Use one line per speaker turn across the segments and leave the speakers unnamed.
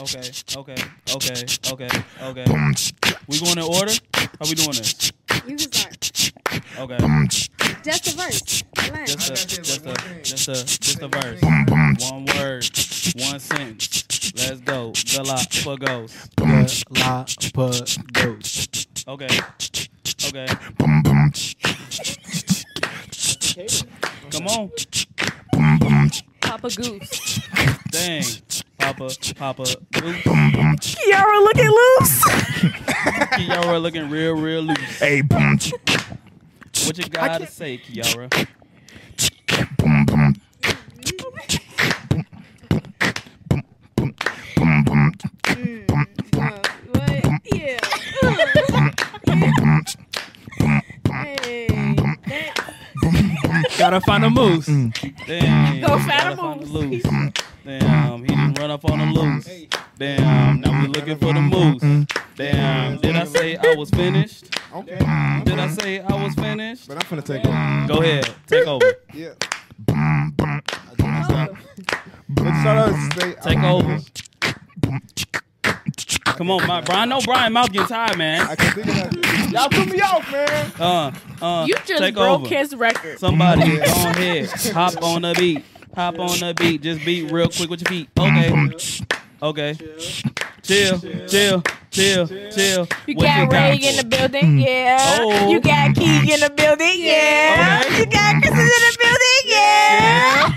Okay, okay, okay, okay, okay. We going in order? How we doing this?
You can start.
Okay.
Just a verse. Line.
Just a, just a, just a, just a verse. One word, one sentence. Let's go. Galapagos.
Galapagos.
Okay. Okay. Come on.
Papa Goose.
Dang. Papa, Papa. Luke.
Kiara, look at loose.
Kiara looking real, real loose.
Hey, boom,
What you got to say, Kiara?
boom, boom, boom, boom,
Uh, what? Yeah. Ugh. hey. That,
Gotta find a moose.
Damn.
Go fat
he got up on the
moose.
loose. Damn, he didn't run up on the loose. Damn, now we looking for the moose. Damn, did I say I was finished?
Okay.
Did I say I was finished?
But I'm finna take over.
Go ahead, take over.
Yeah.
oh,
Let's start out and say.
Take over. Come on, my Brian. No, Brian, mouth getting tired,
I
man.
can think of Y'all put me off, man.
Uh, uh,
You just
take
broke
over.
his record.
Somebody go ahead, hop on the beat, hop on the beat, just beat real quick with your feet. Okay, okay. Chill, chill, chill, chill.
You
What
got Ray
for
in the building, yeah.
Oh.
You got Key in the building, yeah.
Okay.
You got Chris in the building, yeah.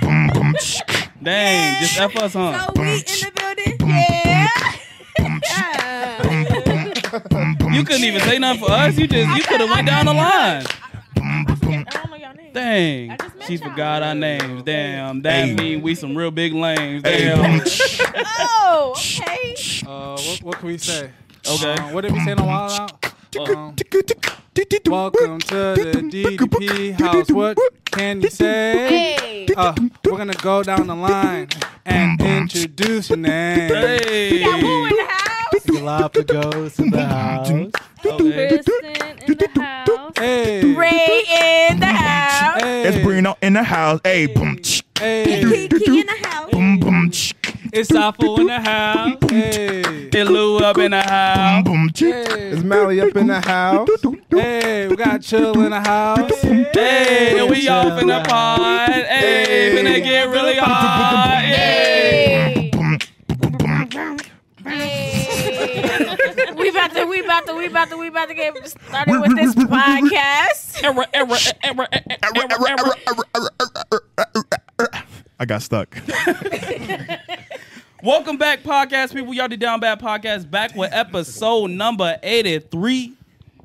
Dang, just F us, huh?
we in the building?
Yeah.
Yeah.
You couldn't even say nothing for us. You just, you could have went down the line.
I don't know y'all names.
Dang,
just met
she
y'all.
forgot our names. Damn, that mean we some real big lames.
Hey,
Damn.
Oh, okay.
Uh, what, what can we say?
Okay.
Uh, what did we say in a while out? Um,
Welcome
welcome to the DDP house. What can you say?
Hey.
Uh, we're gonna go down the line and introduce your name.
Got Woo in
Hey.
the house.
Galapagos in the house.
Okay.
Kristen in the house.
Hey,
Ray in the house.
hey,
It's Bruno in the house. Hey, boom,
Hey,
Kiki in the house.
boom, boom,
it's Sappho in the house. Hey,
Get Lou up in the house.
boom,
Is Mally up in the house?
hey, we got Chill in the house.
Hey, and we off in the pod. Hey,
Hey.
finna get really hot. Hey.
Hey. Hey. we about to, we about to, we about to, we about to get started with this podcast.
Error, error, error, error, error, error.
I got stuck.
Welcome back, podcast people. Y'all the Down Bad Podcast back with episode number 83.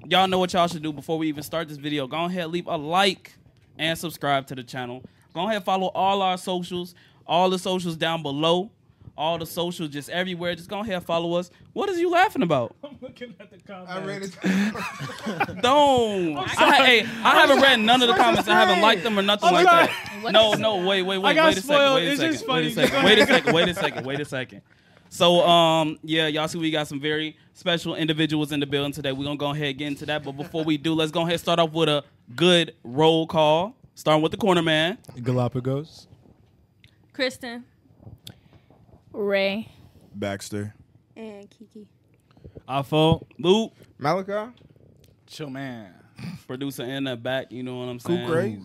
Y'all know what y'all should do before we even start this video. Go ahead, leave a like and subscribe to the channel. Go ahead, follow all our socials, all the socials down below, all the socials just everywhere. Just go ahead, follow us. What is you laughing about?
I read it.
Don't. I, hey, I haven't read none of the comments. I haven't liked them or nothing like
sorry.
that. No, no, wait, wait, wait,
got
wait a second,
spoiled.
wait a
It's
second,
just
wait
funny.
a second, wait a second, wait a second, wait a second. So, um, yeah, y'all see we got some very special individuals in the building today. We're gonna go ahead and get into that, but before we do, let's go ahead and start off with a good roll call. Starting with the corner man.
Galapagos.
Kristen
Ray.
Baxter.
and Kiki.
Afo.
Luke,
Malachi?
Chill man.
producer in the back, you know what I'm saying?
Cool Gray?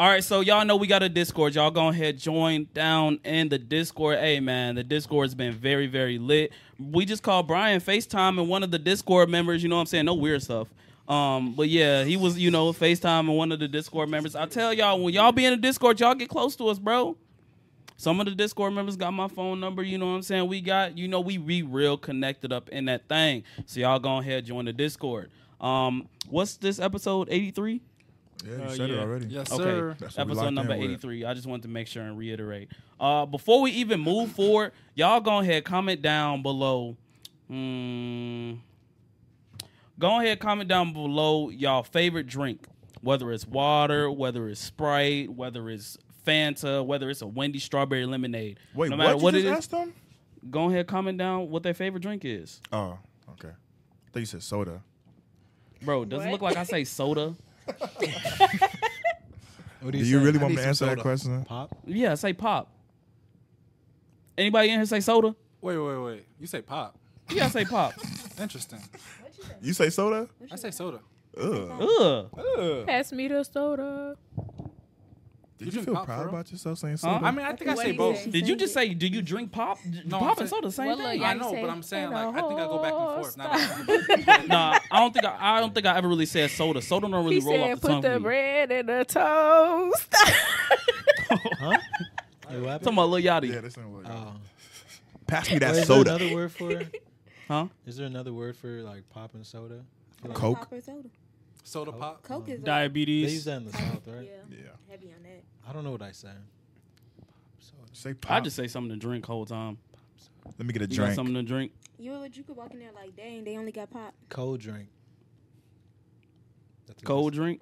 All right, so y'all know we got a Discord. Y'all go ahead, join down in the Discord. Hey man, the Discord's been very, very lit. We just called Brian FaceTime and one of the Discord members, you know what I'm saying? No weird stuff. Um, but yeah, he was, you know, FaceTime and one of the Discord members. I tell y'all, when y'all be in the Discord, y'all get close to us, bro. Some of the Discord members got my phone number. You know what I'm saying? We got, you know, we we real connected up in that thing. So y'all go ahead, join the Discord. Um, what's this episode 83?
Yeah,
Uh, yeah. Yes, sir.
Okay,
That's what we
episode
locked
number
in with.
83. I just wanted to make sure and reiterate. Uh, before we even move forward, y'all go ahead, comment down below. Mm, go ahead, comment down below y'all favorite drink, whether it's water, whether it's Sprite, whether it's Fanta, whether it's a Wendy strawberry lemonade.
Wait,
no matter
what,
what
you
it
just
is,
asked them?
go ahead, comment down what their favorite drink is.
Oh, okay. I thought you said soda.
Bro, doesn't
What?
look like I say soda.
Do you really want me to answer that question?
Yeah, I say pop. Anybody in here say soda?
Wait, wait, wait. You say pop.
You gotta say pop.
Interesting.
You say soda?
I say soda.
Ugh.
Ugh.
Pass me the soda.
You
Did you,
drink
feel
pop,
proud
bro?
about yourself saying
Huh?
soda?
I mean, I think I
What
say
do you
both.
say?
Did you just say? Do you drink pop? D-
No,
pop
I'm
and
saying-
soda, same
Well,
thing.
look,
I
you
know,
say
but I'm saying
and
like I think I go back and
a
Oh,
forth.
whole
Not
nah, I don't think I, I don't think I ever really said soda. Soda don't really
He
roll off
said,
the
"Put
tongue.
the
for me.
bread in the toast."
Huh?
Hey, what
Talking
happened?
about Lil Yachty.
yeah, this ain't what
Oh.
Pass me
Wait,
that
is
soda.
there another word for it?
Huh?
Is there another word for like popping soda? I feel like
Coke.
Pop or soda.
soda pop.
Coke is
They use
Diabetes.
that in the south, right?
Yeah,
Yeah.
heavy on that.
I don't know what I say. Soda.
Say pop.
I just say something to drink whole time.
Let me get a
You got
drink.
something to drink?
You would you could walk in there like, dang, they only got pop.
Cold drink. That's what
Cold drink?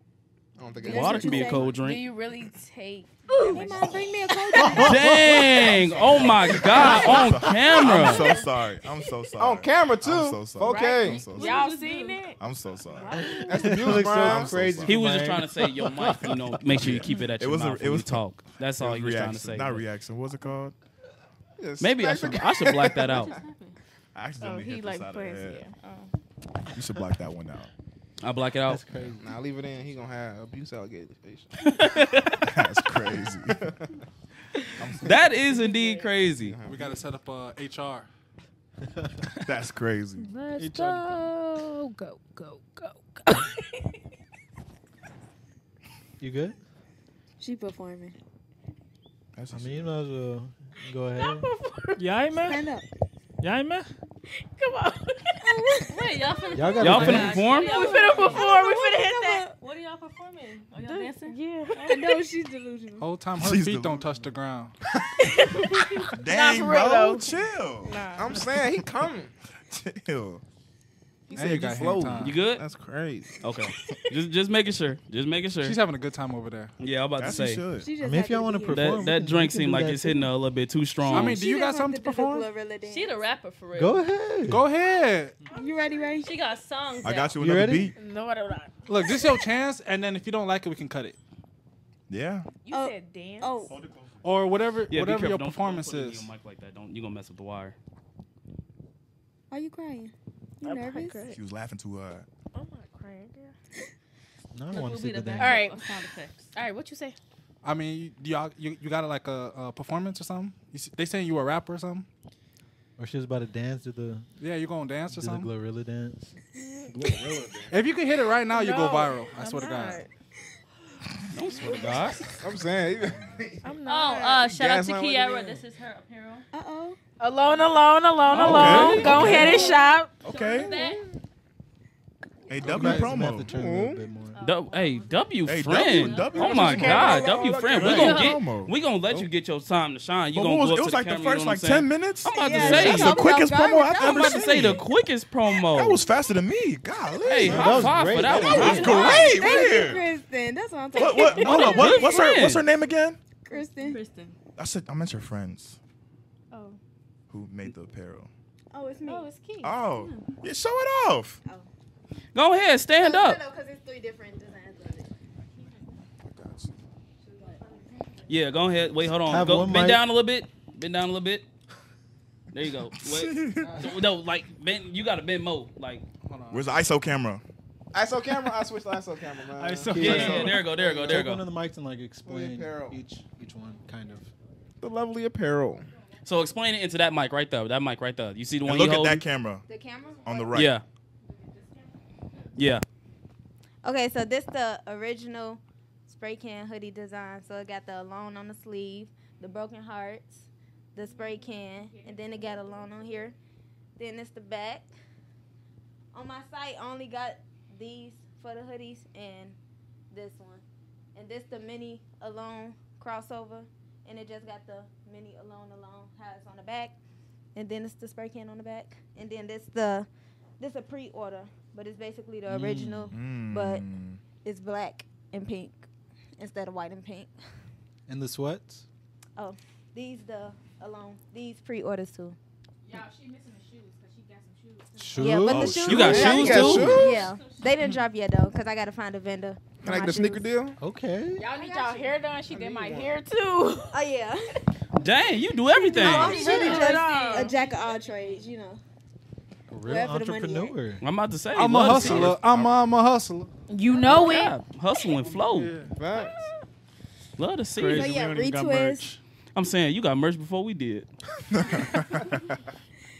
I don't think
That's
Water
what
can
you
be a
say.
cold
Do
drink.
you really take?
Hey, mom, bring me a cold drink.
Dang! Oh my God! On
I'm
camera.
so sorry. I'm so sorry.
On camera too.
I'm so sorry.
Okay.
I'm so sorry.
Y'all seen it?
I'm so sorry.
That's the
Looks so
music, Brian.
crazy.
He was just trying to say your mic. You know, make sure you keep it at
It
your
was a-
mouth.
it
when
was-
you talk. That's all he was trying to
Reaction.
say.
Not
but-
reaction. What's it called?
Maybe I
Smack
should
the-
I should black that out.
I
Oh,
accidentally hit
he
this
like
out of the
plays.
head.
Yeah. Oh.
You should block that one out.
I black it out.
That's crazy.
Nah, leave it in. He gonna have abuse allegations.
That's crazy.
That is indeed crazy.
We gotta set up uh, HR.
That's crazy.
Let's
Each other
go, go, go, go, go.
You good?
she performing.
That's
I
just-
mean, you might as well go ahead.
Yeah, ain't man.
Stand up.
Yeah, ain't man.
Come on.
Wait, y'all finna.
Y'all got
Y'all
a
finna
dance?
perform?
we finna perform. We finna hit that.
What are y'all performing? Are y'all dancing?
Yeah.
I know she's delusional.
Whole time her
She's
feet
delusional.
don't touch the ground.
Dang,
for real,
bro.
though.
Chill.
I'm saying he coming.
Chill.
He
Now
said
you
you
got hand
slow.
time.
You good?
That's crazy.
Okay. Just just making sure. Just making sure.
She's having a good time over there.
Yeah, I'm about to
That's you
say.
should.
She just
I mean, if
happy
y'all want
to
to
be here.
perform,
That that drink
seemed
seemed like it's hitting a little bit too strong.
I mean, do
She
you got
just have
something
do
to
the
perform?
Glorilla dance.
She the rapper for real.
Go ahead.
Go ahead.
You ready, Ray?
She got songs.
I got
out.
you
You
another
ready?
beat.
No, I don't. know.
Look, this your chance, and then if you don't like it, we can cut it
Yeah.
You
Oh.
said dance.
Oh,
or whatever
yeah, be
whatever
careful.
your
Don't- don't
performance
put it in
is.
your mic like that. Don't you gonna mess with the wire.
are you crying? You nervous?
She was laughing too hard.
I'm not crying, girl.
No, I
Look,
want
we'll
to
be
sit
the
with
back.
that.
All right.
of Sound effects. All right, what you say?
I mean, you- do y'all you, you got like a, a performance or something? You, s- they saying you a rapper or something?
Or she was about to dance to the
Yeah, you gonna dance
to
or
the
something?
gorilla dance.
If you can hit it right now, you go
No,
viral. I
I'm
swear to God.
not.
I'm saying.
I'm
Oh,
not.
uh, shout out to
Gaslight with the
Kiara.
end.
This is her apparel.
Uh oh.
Alone, alone, alone, alone.
really?
Go ahead and shop.
Show
Okay.
us that.
Hey,
I'm
W
gonna have to
promo.
turn a little bit more.
W, hey, W
Hey,
friend.
W, W,
oh my
come on.
God,
Come on,
W
look
friend.
at
We're
that.
gonna get
Come
we gonna let you get your time to shine. You
But
gonna
what
go
was,
up
it
to
was
the
like the
camera, you
first
know
like
what I'm saying?
ten minutes.
I'm about
Yeah,
to say
That's the
I'm
quickest
gonna go.
promo I've
I'm
I'm
ever
about to
seen.
say the quickest promo.
That was faster than me. Golly.
hey,
that
high
was
five for
great.
that
That
one.
was
High
great.
five.
Hey,
Thank you,
where?
Kristen. That's what I'm talking.
What? What? Hold on. What, what's her? What's her name again?
Kristen.
Kristen.
I said I meant your friends
Oh.
who made the apparel.
Oh, it's me.
Oh, it's Key.
Oh, yeah, show it off.
Go ahead, stand up.
Because it's three different designs of it.
Yeah, go ahead. Wait, hold on.
Have
Go,
one
bend
mic.
down a little bit. Bend down a little bit. There you go. Wait. no, like bend. You gotta bend mo. Like
Hold on.
Where's the ISO camera?
ISO camera. I switched to ISO camera, man.
ISO.
yeah,
Yeah.
yeah, there you go, there you go, there you
Take one
go.
of the mics and like explain
apparel.
each each one kind of.
The lovely apparel.
So explain it into that mic right there. That mic right there. You see the
And
one
look
you
at
hold?
that camera
The camera.
on the right.
Yeah. Yeah.
Okay, so this the original spray can hoodie design. So it got the alone on the sleeve, the broken hearts, the spray can, and then it got alone on here. Then it's the back. On my site, I only got these for the hoodies and this one. And this the mini alone crossover, and it just got the mini alone alone how it's on the back, and then it's the spray can on the back, and then this the this a pre-order, but it's basically the original
Mm.
But- it's black and pink instead of white and pink. Oh,
And the sweats.
These the alone. These pre-orders too.
Shoes.
Yeah, but
Oh,
the shoes.
You got
yeah,
shoes
you got
too?
shoes?
Yeah, they didn't drop yet though, cause I gotta find a vendor. for
Like
my
the sneaker
shoes.
deal.
Okay.
Y'all need y'all hair done. She did my
one.
hair too.
Oh yeah.
Dang, you do everything.
No, I'm really
Shit.
just
Wow.
a jack of all trades, you know.
A real
Wherever the money at.
entrepreneur.
I'm about to say.
I'm a
love to see
hustler. I'm a, I'm a hustler.
You know
Oh,
it.
it.
Yeah, hustle and flow.
Facts.
Love to see.
Crazy.
it.
we
yeah,
don't even got
retwist.
merch.
I'm saying you got merch before we did.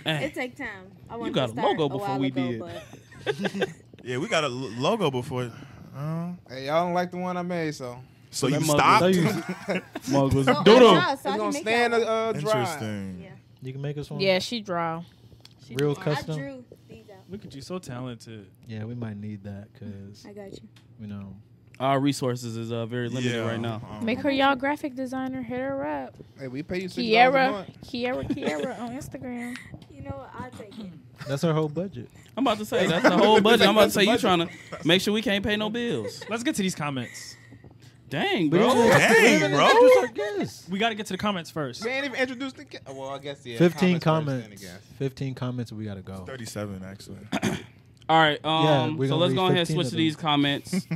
Dang.
It take time. I wanted
got
to
a
start
logo
a
before
while
we
ago,
did.
but-
Yeah, we got a lo- logo before. Uh,
Um, Hey, y'all don't like the one I made, so
so
That
you
mother-
stopped.
So you-
Mug was
So,
doodle.
I'm not, so I
it's
can
gonna
make
stand
that one.
uh, dry.
Interesting.
Yeah.
You can make us one.
Yeah, she draw.
Real
I
custom.
drew these out.
Look at you, so talented.
Yeah, we might need that because
I got you.
you know
Our resources is uh, very limited
Yeah,
right now.
uh-uh.
Make her y'all graphic designer. Hit her up.
Hey, we pay you six dollars a
Kiera,
month.
Kiera, Kiera on Instagram.
You know what? I'll take it.
that's our whole budget.
I'm about to say that's the whole budget. I'm about to say you trying to make sure we can't pay no bills.
Let's get to these comments.
Dang, bro.
Dang, bro.
We got to get to the comments first.
We ain't even introduced the. Ca- well, I guess yeah.
Fifteen
comments.
comments.
first, then I guess.
Fifteen comments. We gotta go.
Thirty-seven, actually.
All right. Um,
we're
so
gonna
let's
read
go ahead and
15
switch
of
to these
them.
comments.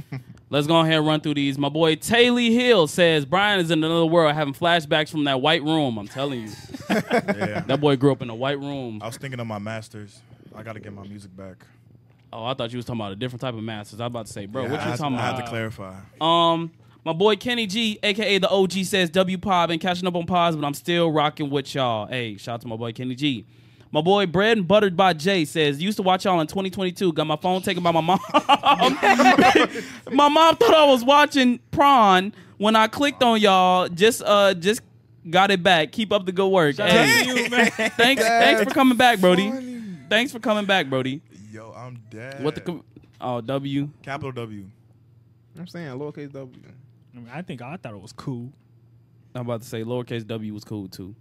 let's go ahead and run through these. My boy Taylor Hill says Brian is in another world, having flashbacks from that white room. I'm telling you,
yeah.
that boy grew up in a white room.
I was thinking of my masters. I got to get my music back.
Oh, I thought you was talking about a different type of masters. I was about to say, bro,
Yeah,
what
I
you
had-
talking
I had
about?
to clarify.
Um, my boy Kenny G, aka the OG, says W Pod been catching up on pods, but I'm still rocking with y'all. Hey, shout out to my boy Kenny G. My boy Bread and Buttered by Jay says used to watch y'all in 2022. Got my phone taken by my mom. my mom thought I was watching Prawn when I clicked on y'all. Just uh, just got it back. Keep up the good work.
Shout out
Hey,
to you, man.
thanks, thanks for coming back, Brody.
funny.
Thanks for coming back, Brody.
Yo, I'm dead.
What the? Com- oh, W.
capital W?
I'm saying lowercase w.
I, mean, I think I thought it was cool.
I'm about to say lowercase W was cool too.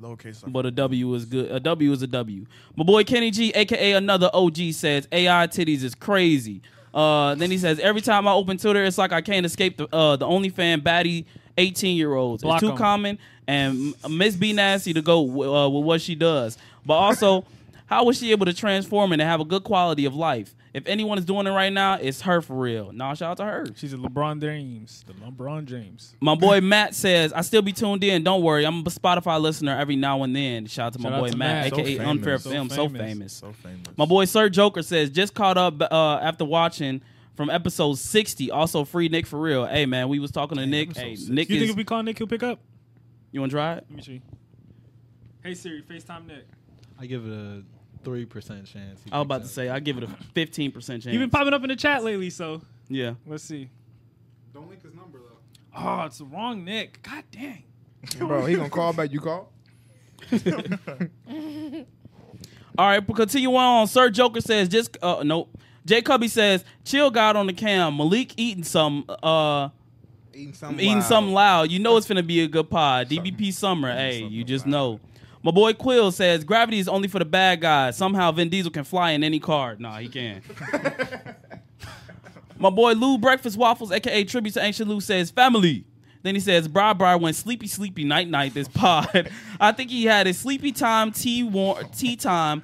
Lowercase.
But a W is good. A W is a W. My boy Kenny G, aka another OG, says AI titties is crazy. Uh, then he says every time I open Twitter, it's like I can't escape the uh, the OnlyFan baddie eighteen year olds. It's
Block
too
'em.
common, and M- Miss B nasty to go w- uh, with what she does. But also, how was she able to transform and have a good quality of life? If anyone is doing it right now, it's her for real. Nah, shout out to her.
She's a LeBron James. The LeBron James.
My boy Matt says, I still be tuned in. Don't worry. I'm a Spotify listener every now and then. Shout out to my
Shout out
boy
to
Matt,
Matt.
So
aka
famous.
Unfair
So
Film. So
famous.
famous.
So famous.
My boy Sir Joker says, just caught up uh, after watching from episode 60. Also, free Nick for real. Hey, man, we was talking to Nick.
episode
Hey,
60.
Nick
You
is.
think if we call Nick, he'll pick up?
you want to try it?
Let me see. Hey Siri, FaceTime Nick.
I give it a three percent chance. he
I was about to
picks
say, I give it a 15% chance.
You've been popping up in the chat lately, so
yeah.
let's see.
Don't link his number though.
Oh, it's the wrong Nick. God dang.
Bro, he gonna call back. You call?
All right, but continue on. Sir Joker says, just. Uh, nope. Jay Cubby says, chill God on the cam. Malik eating some. Uh,
Eating something.
eating
wild.
something loud. You know it's finna be a good pod. DBP Summer. Hey, you just know. My boy Quill says gravity is only for the bad guys. Somehow Vin Diesel can fly in any car. Nah, he can. My boy Lou Breakfast Waffles, aka tribute to Ancient Lou, says family. Then he says, "Bri Bri went sleepy sleepy night night this pod. I think he had his sleepy time tea war- tea time."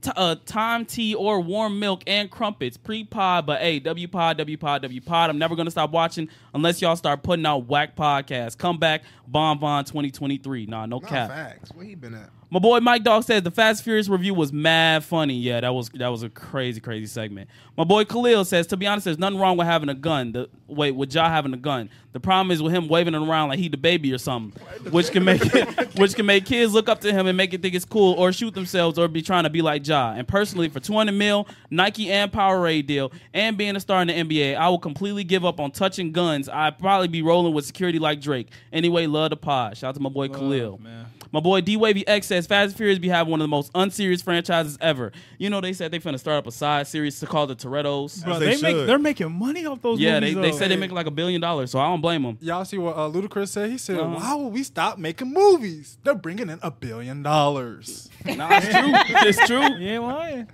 T- uh, time tea or warm milk and crumpets pre pod, but hey, W pod, W pod, W pod. I'm never gonna stop watching unless y'all start putting out whack podcasts. Come back, Bon Bon 2023. Nah, no
Nah,
cap.
facts. Where he been at?
My boy Mike Dog says the Fast Furious review was mad funny. Yeah, that was that was a crazy, crazy segment. My boy Khalil says, to be honest, there's nothing wrong with having a gun. The wait, with Ja having a gun. The problem is with him waving it around like he the baby or something. Which can make it, which can make kids look up to him and make it think it's cool or shoot themselves or be trying to be like Ja. And personally, for 20 mil, Nike and Powerade deal, and being a star in the NBA, I will completely give up on touching guns. I'd probably be rolling with security like Drake. Anyway, love the pod. Shout out to my boy Khalil.
Love, man.
My boy D Wavy X says Fast and Furious be having one of the most unserious franchises ever. You know they said they finna start up a side series to call the Torettos.
Bro,
they
they, make
should.
they're making money off those
Yeah, they,
movies.
they
though.
said they make like a billion dollars, so I don't blame them.
Y'all see what uh, Ludacris said? He said,
Uh-huh.
"Why would we stop making movies? They're bringing in a billion dollars."
Nah, it's true. It's true.
You ain't lying.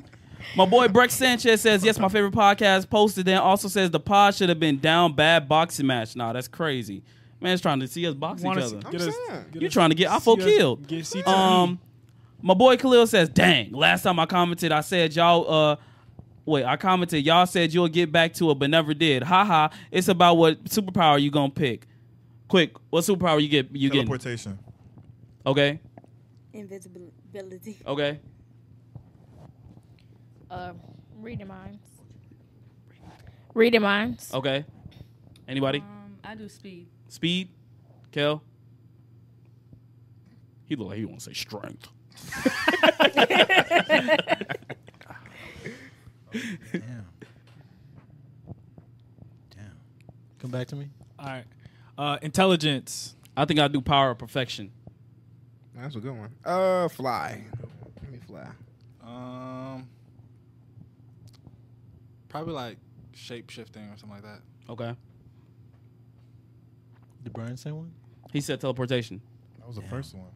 My boy Breck Sanchez says yes, my favorite podcast posted. Then also says the pod should have been down bad boxing match. Nah, that's crazy. Man's trying to see us box each
Wanna
other.
see-
I'm
get us-
saying.
get
You
us-
trying to get
see
Afo
us-
killed.
Get CTE.
Um, my boy Khalil says, "Dang, last time I commented, I said y'all uh." Wait, I commented, y'all said you'll get back to it, but never did. Ha ha, it's about what superpower you gonna pick. Quick, what superpower you get? You get
Teleportation.
okay,
Invisibility.
okay.
Uh, reading minds. Reading minds.
Okay. Anybody?
Um, I do speed.
Speed? Kel? He look like he want to say strength.
Damn. Damn. Come back to me.
All right. Uh, intelligence.
I think I do power of perfection.
That's a good one. Uh, fly. Let me fly.
Um, probably like shape shifting or something like that.
Okay.
Did Brian say one?
He said teleportation.
That was the first one.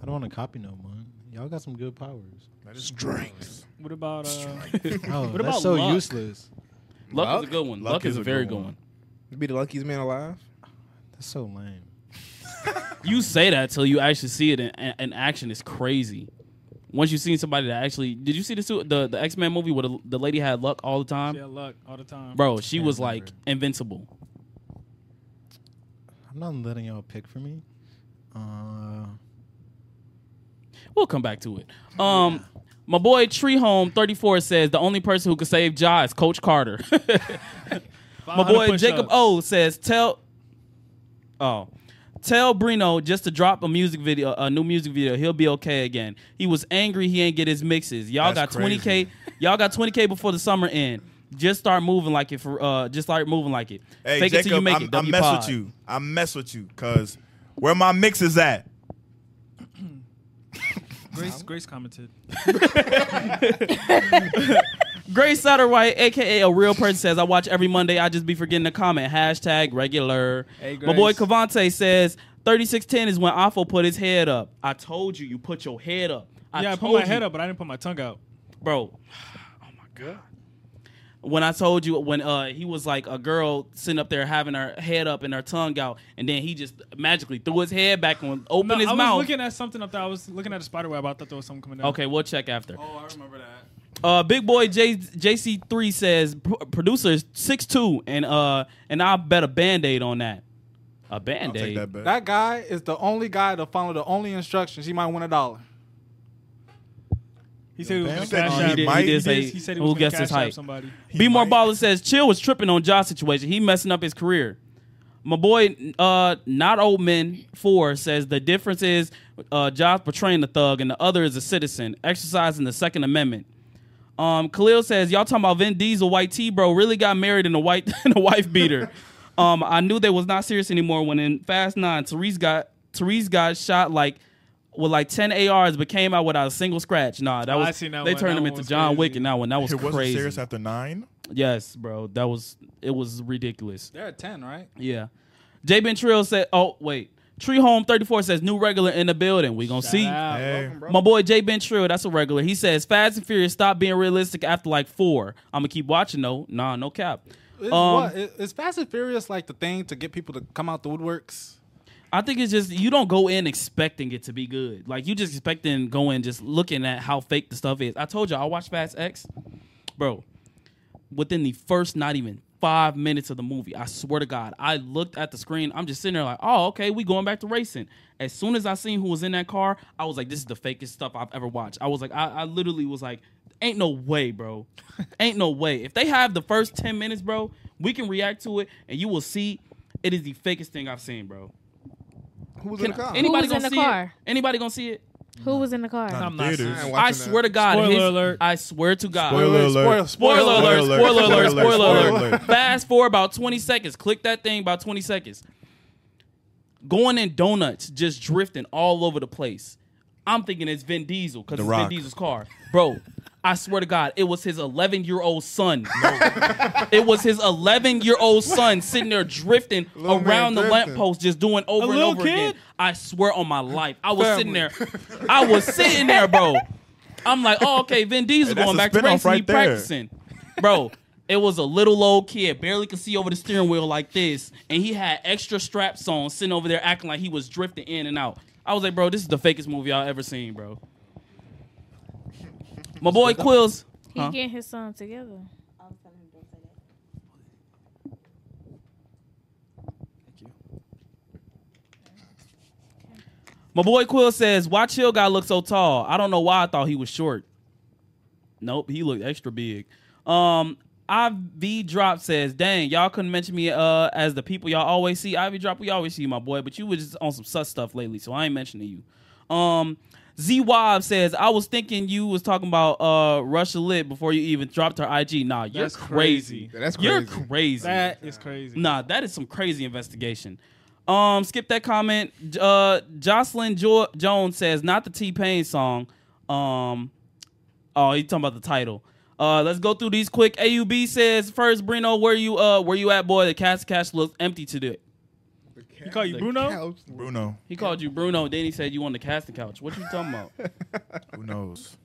I don't want to copy no one. Y'all got some good powers.
That is strength.
What about uh?
Oh,
What
that's
about
so
luck?
useless.
Luck, is a good one. Luck, is, a very good one.
Be the luckiest man alive.
That's so lame.
You say that till you actually see it in, in in action. It's crazy. Once you've seen somebody that actually did you see the su- the, the X Men movie where the, the lady had luck all the time?
Yeah, luck all the time.
Bro, she was
Yeah, I
like
remember.
invincible.
I'm not letting y'all pick for me. Uh,
We'll come back to it. Um, my boy Tree Home thirty four says the only person who could save Ja is Coach Carter. my
500
boy
push-ups.
Jacob O says tell, oh, tell Brino just to drop a music video, a new music video. He'll be okay again. He was angry he ain't get his mixes. Y'all
That's
got twenty k.
crazy.
Y'all got twenty k before the summer end. Just start moving like it for. Uh, just start moving like it.
Hey,
Fake it
Jacob,
till you make
I'm,
it.
I
W
mess
Pod.
with you. I mess with you, cause where my mix is at.
Grace, Grace commented.
Grace Satterwhite, aka a real person, says, I watch every Monday. I just be forgetting to comment. Hashtag regular.
Hey,
My boy
Grace.
Cavante says, 3610 is when Afo put his head up. I told you, you put your head up. I
yeah, I put
told
my
you.
head up, but I didn't put my tongue out.
Bro. Oh my God. When I told you, when uh, he was like a girl sitting up there having her head up and her tongue out, and then he just magically threw his head back and opened
No,
his
I was
mouth.
looking at something up there. I was looking at a spider web. I thought there was something coming down.
okay, we'll check after.
Oh, I remember that.
Uh, big boy J- JC3 says "P- producer is 6'2 and uh and I'll bet a band-aid on that. A
I'll take
band-aid.
that bet.
That guy is the only guy to follow the only instructions. He might win a dollar.
He said he was
Bam? He said
gonna cash
he
out.
did- he did
did-
say,
he said he
who
was gonna
guessed his
cash out
height?
somebody.
Be more
might-
baller says chill was tripping on Josh situation. He messing up his career. My boy uh not old men 4 says the difference is uh Josh portraying the thug and the other is a citizen exercising the second amendment. Um, Khalil says, "Y'all talking about Vin Diesel, white T, bro? Really got married in a white in a wife beater. um, I knew they was not serious anymore when in Fast Nine, Therese got Therese got shot like with like ten ARs, but came out without a single scratch. Nah, that
Oh, I
was
seen that
they
one.
turned
That
him
one
into
was
John
crazy.
Wick in that one. That was
it wasn't
crazy.
serious after nine.
yes, bro, that was it was ridiculous.
They're at ten, right?
Yeah, J Ben Trill said, oh wait, Tree Home Thirty Four says new regular in the building. We gonna see."
Shout out.
Hey,
My boy Jay Ben Trill, that's a regular. He says Fast and Furious stop being realistic after like four. I'm gonna keep watching though. Nah, no cap.
Is,
Um,
what, is, is Fast and Furious like the thing to get people to come out the woodworks?
I think it's just you don't go in expecting it to be good. Like you just expecting go in just looking at how fake the stuff is. I told you I watched Fast X, bro. Within the first not even five minutes of the movie, I swear to God, I looked at the screen. I'm just sitting there like, oh okay, we going back to racing. As soon as I seen who was in that car, I was like, this is the fakest stuff I've ever watched. I was like, I, I literally was like, ain't no way, bro. ain't no way. If they have the first ten minutes, bro, we can react to it, and you will see. It is the fakest thing I've seen, bro.
Who was
Can-
in the car?
Anybody
Who was
gonna
in the
see
car?
it? Anybody gonna see it?
Who was in the car?
not in
I'm not
theaters.
I ain't
I
watching that.
swear to God.
Spoiler
his-
alert.
I swear to God.
Spoiler
Spoiler
alert.
alert, spoiler alert, spoiler alert, spoiler
Spoiler
alert.
alert.
Fast forward about 20 seconds. Click that thing about 20 seconds. Going in donuts, just drifting all over the place. I'm thinking it's Vin Diesel because
The
it's Vin
Rock.
Diesel's car. Bro, I swear to God, it was his 11 year old son. it was his 11 year old son sitting there drifting
Little man
around the
drifting.
lamppost, just doing over and
little
over again.
kid?
I swear on my life. I was sitting there. I was sitting there, bro. I'm like, oh, okay, Vin Diesel's
Hey, that's
going
a
back to
spinoff
racing. he
right there.
practicing. Bro, it was a little old kid, barely could see over the steering wheel like this, and he had extra straps on, sitting over there acting like he was drifting in and out. I was like, bro, this is the fakest movie I've ever seen, bro. My boy Quills.
He
Huh?
getting his son together.
My boy Quill says, "Why Chill guy look so tall? I don't know why I thought he was short. Nope, he looked extra big." Um, Ivy Drop says, "Dang, y'all couldn't mention me uh as the people y'all always see. Ivy Drop, we always see my boy, but you was just on some sus stuff lately, so I ain't mentioning you." Um, Z Wob says, "I was thinking you was talking about uh Russia Lit before you even dropped her IG. Nah, you're
That's
crazy.
crazy.
That's
You're
crazy.
crazy.
That is crazy.
Nah, that is some crazy investigation. Um, skip that comment. J- Uh, Jocelyn jo- Jones says not the T Pain song. Um, oh, you talking about the title? Uh, let's go through these quick. AUB says first, Bruno, where you uh, where you at, boy? The Cats Cash looks empty today.
He call you
The
Bruno?
Bruno.
He called you Bruno, then he said you on the casting couch. What you talking about?
Who knows?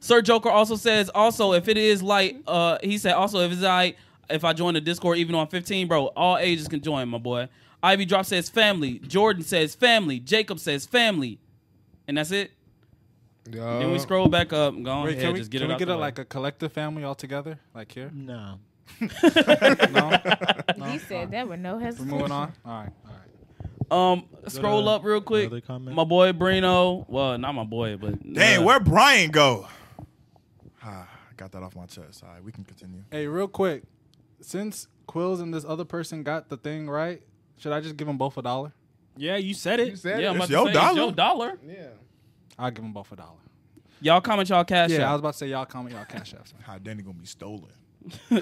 Sir Joker also says, also if it is like, uh, he said also if it's like if I join the Discord even on 15, bro, all ages can join, my boy. Ivy Drop says family. Jordan says family. Jacob says family, and that's it. then we scroll back up. Go on
Wait,
ahead,
can we,
just get
can
it
we
out
get
the
a,
way.
like a collective family all together? Like here?
No.
No?
He said that with no
We're
hesitation.
moving on? All right. All right.
um scroll
to
up real quick.
another comment.
My boy Brino. Well, not my boy, but
Dang,
uh,
where Brian go? Ah, I got that off my chest. All right, we can continue.
Hey, real quick. Since Quills and this other person got the thing right, should I just give them both a dollar?
Yeah, you said it.
Yeah, I'm
It's
about to
your
say,
dollar.
It's your dollar.
Yeah.
I'll give them both a dollar.
Y'all comment y'all cash
Yeah, I was
out.
about to say y'all comment y'all cash apps.
How Danny gonna be stolen?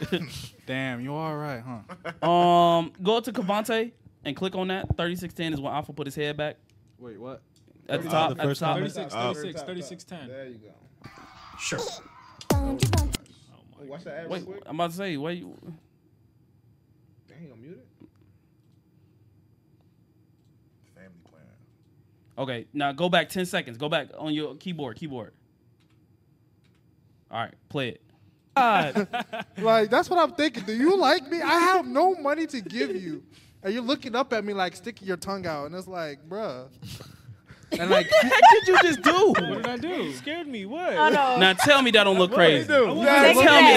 Damn, you all right, huh?
um, go up to Cavante and click on that. 3610 is when Alpha put his head back.
Wait, what?
At the
Uh,
top,
the
at the
first
top.
comment?
36,
Uh,
36, 36, 10.
There you go.
Oh my
Watch that ad real
Wait,
quick.
I'm about to say, wait.
Dang, I'm muted.
Family plan.
Okay, now go back 10 seconds. Go back on your keyboard, keyboard. All right, play it.
Like that's what I'm thinking. Do you like me? I have no money to give you, and you're looking up at me like sticking your tongue out, and it's like, bruh.
And like,
did you just do?
What did I do? You scared me. What?
Oh, no.
Now tell me that don't look crazy.
Take it
Tell me that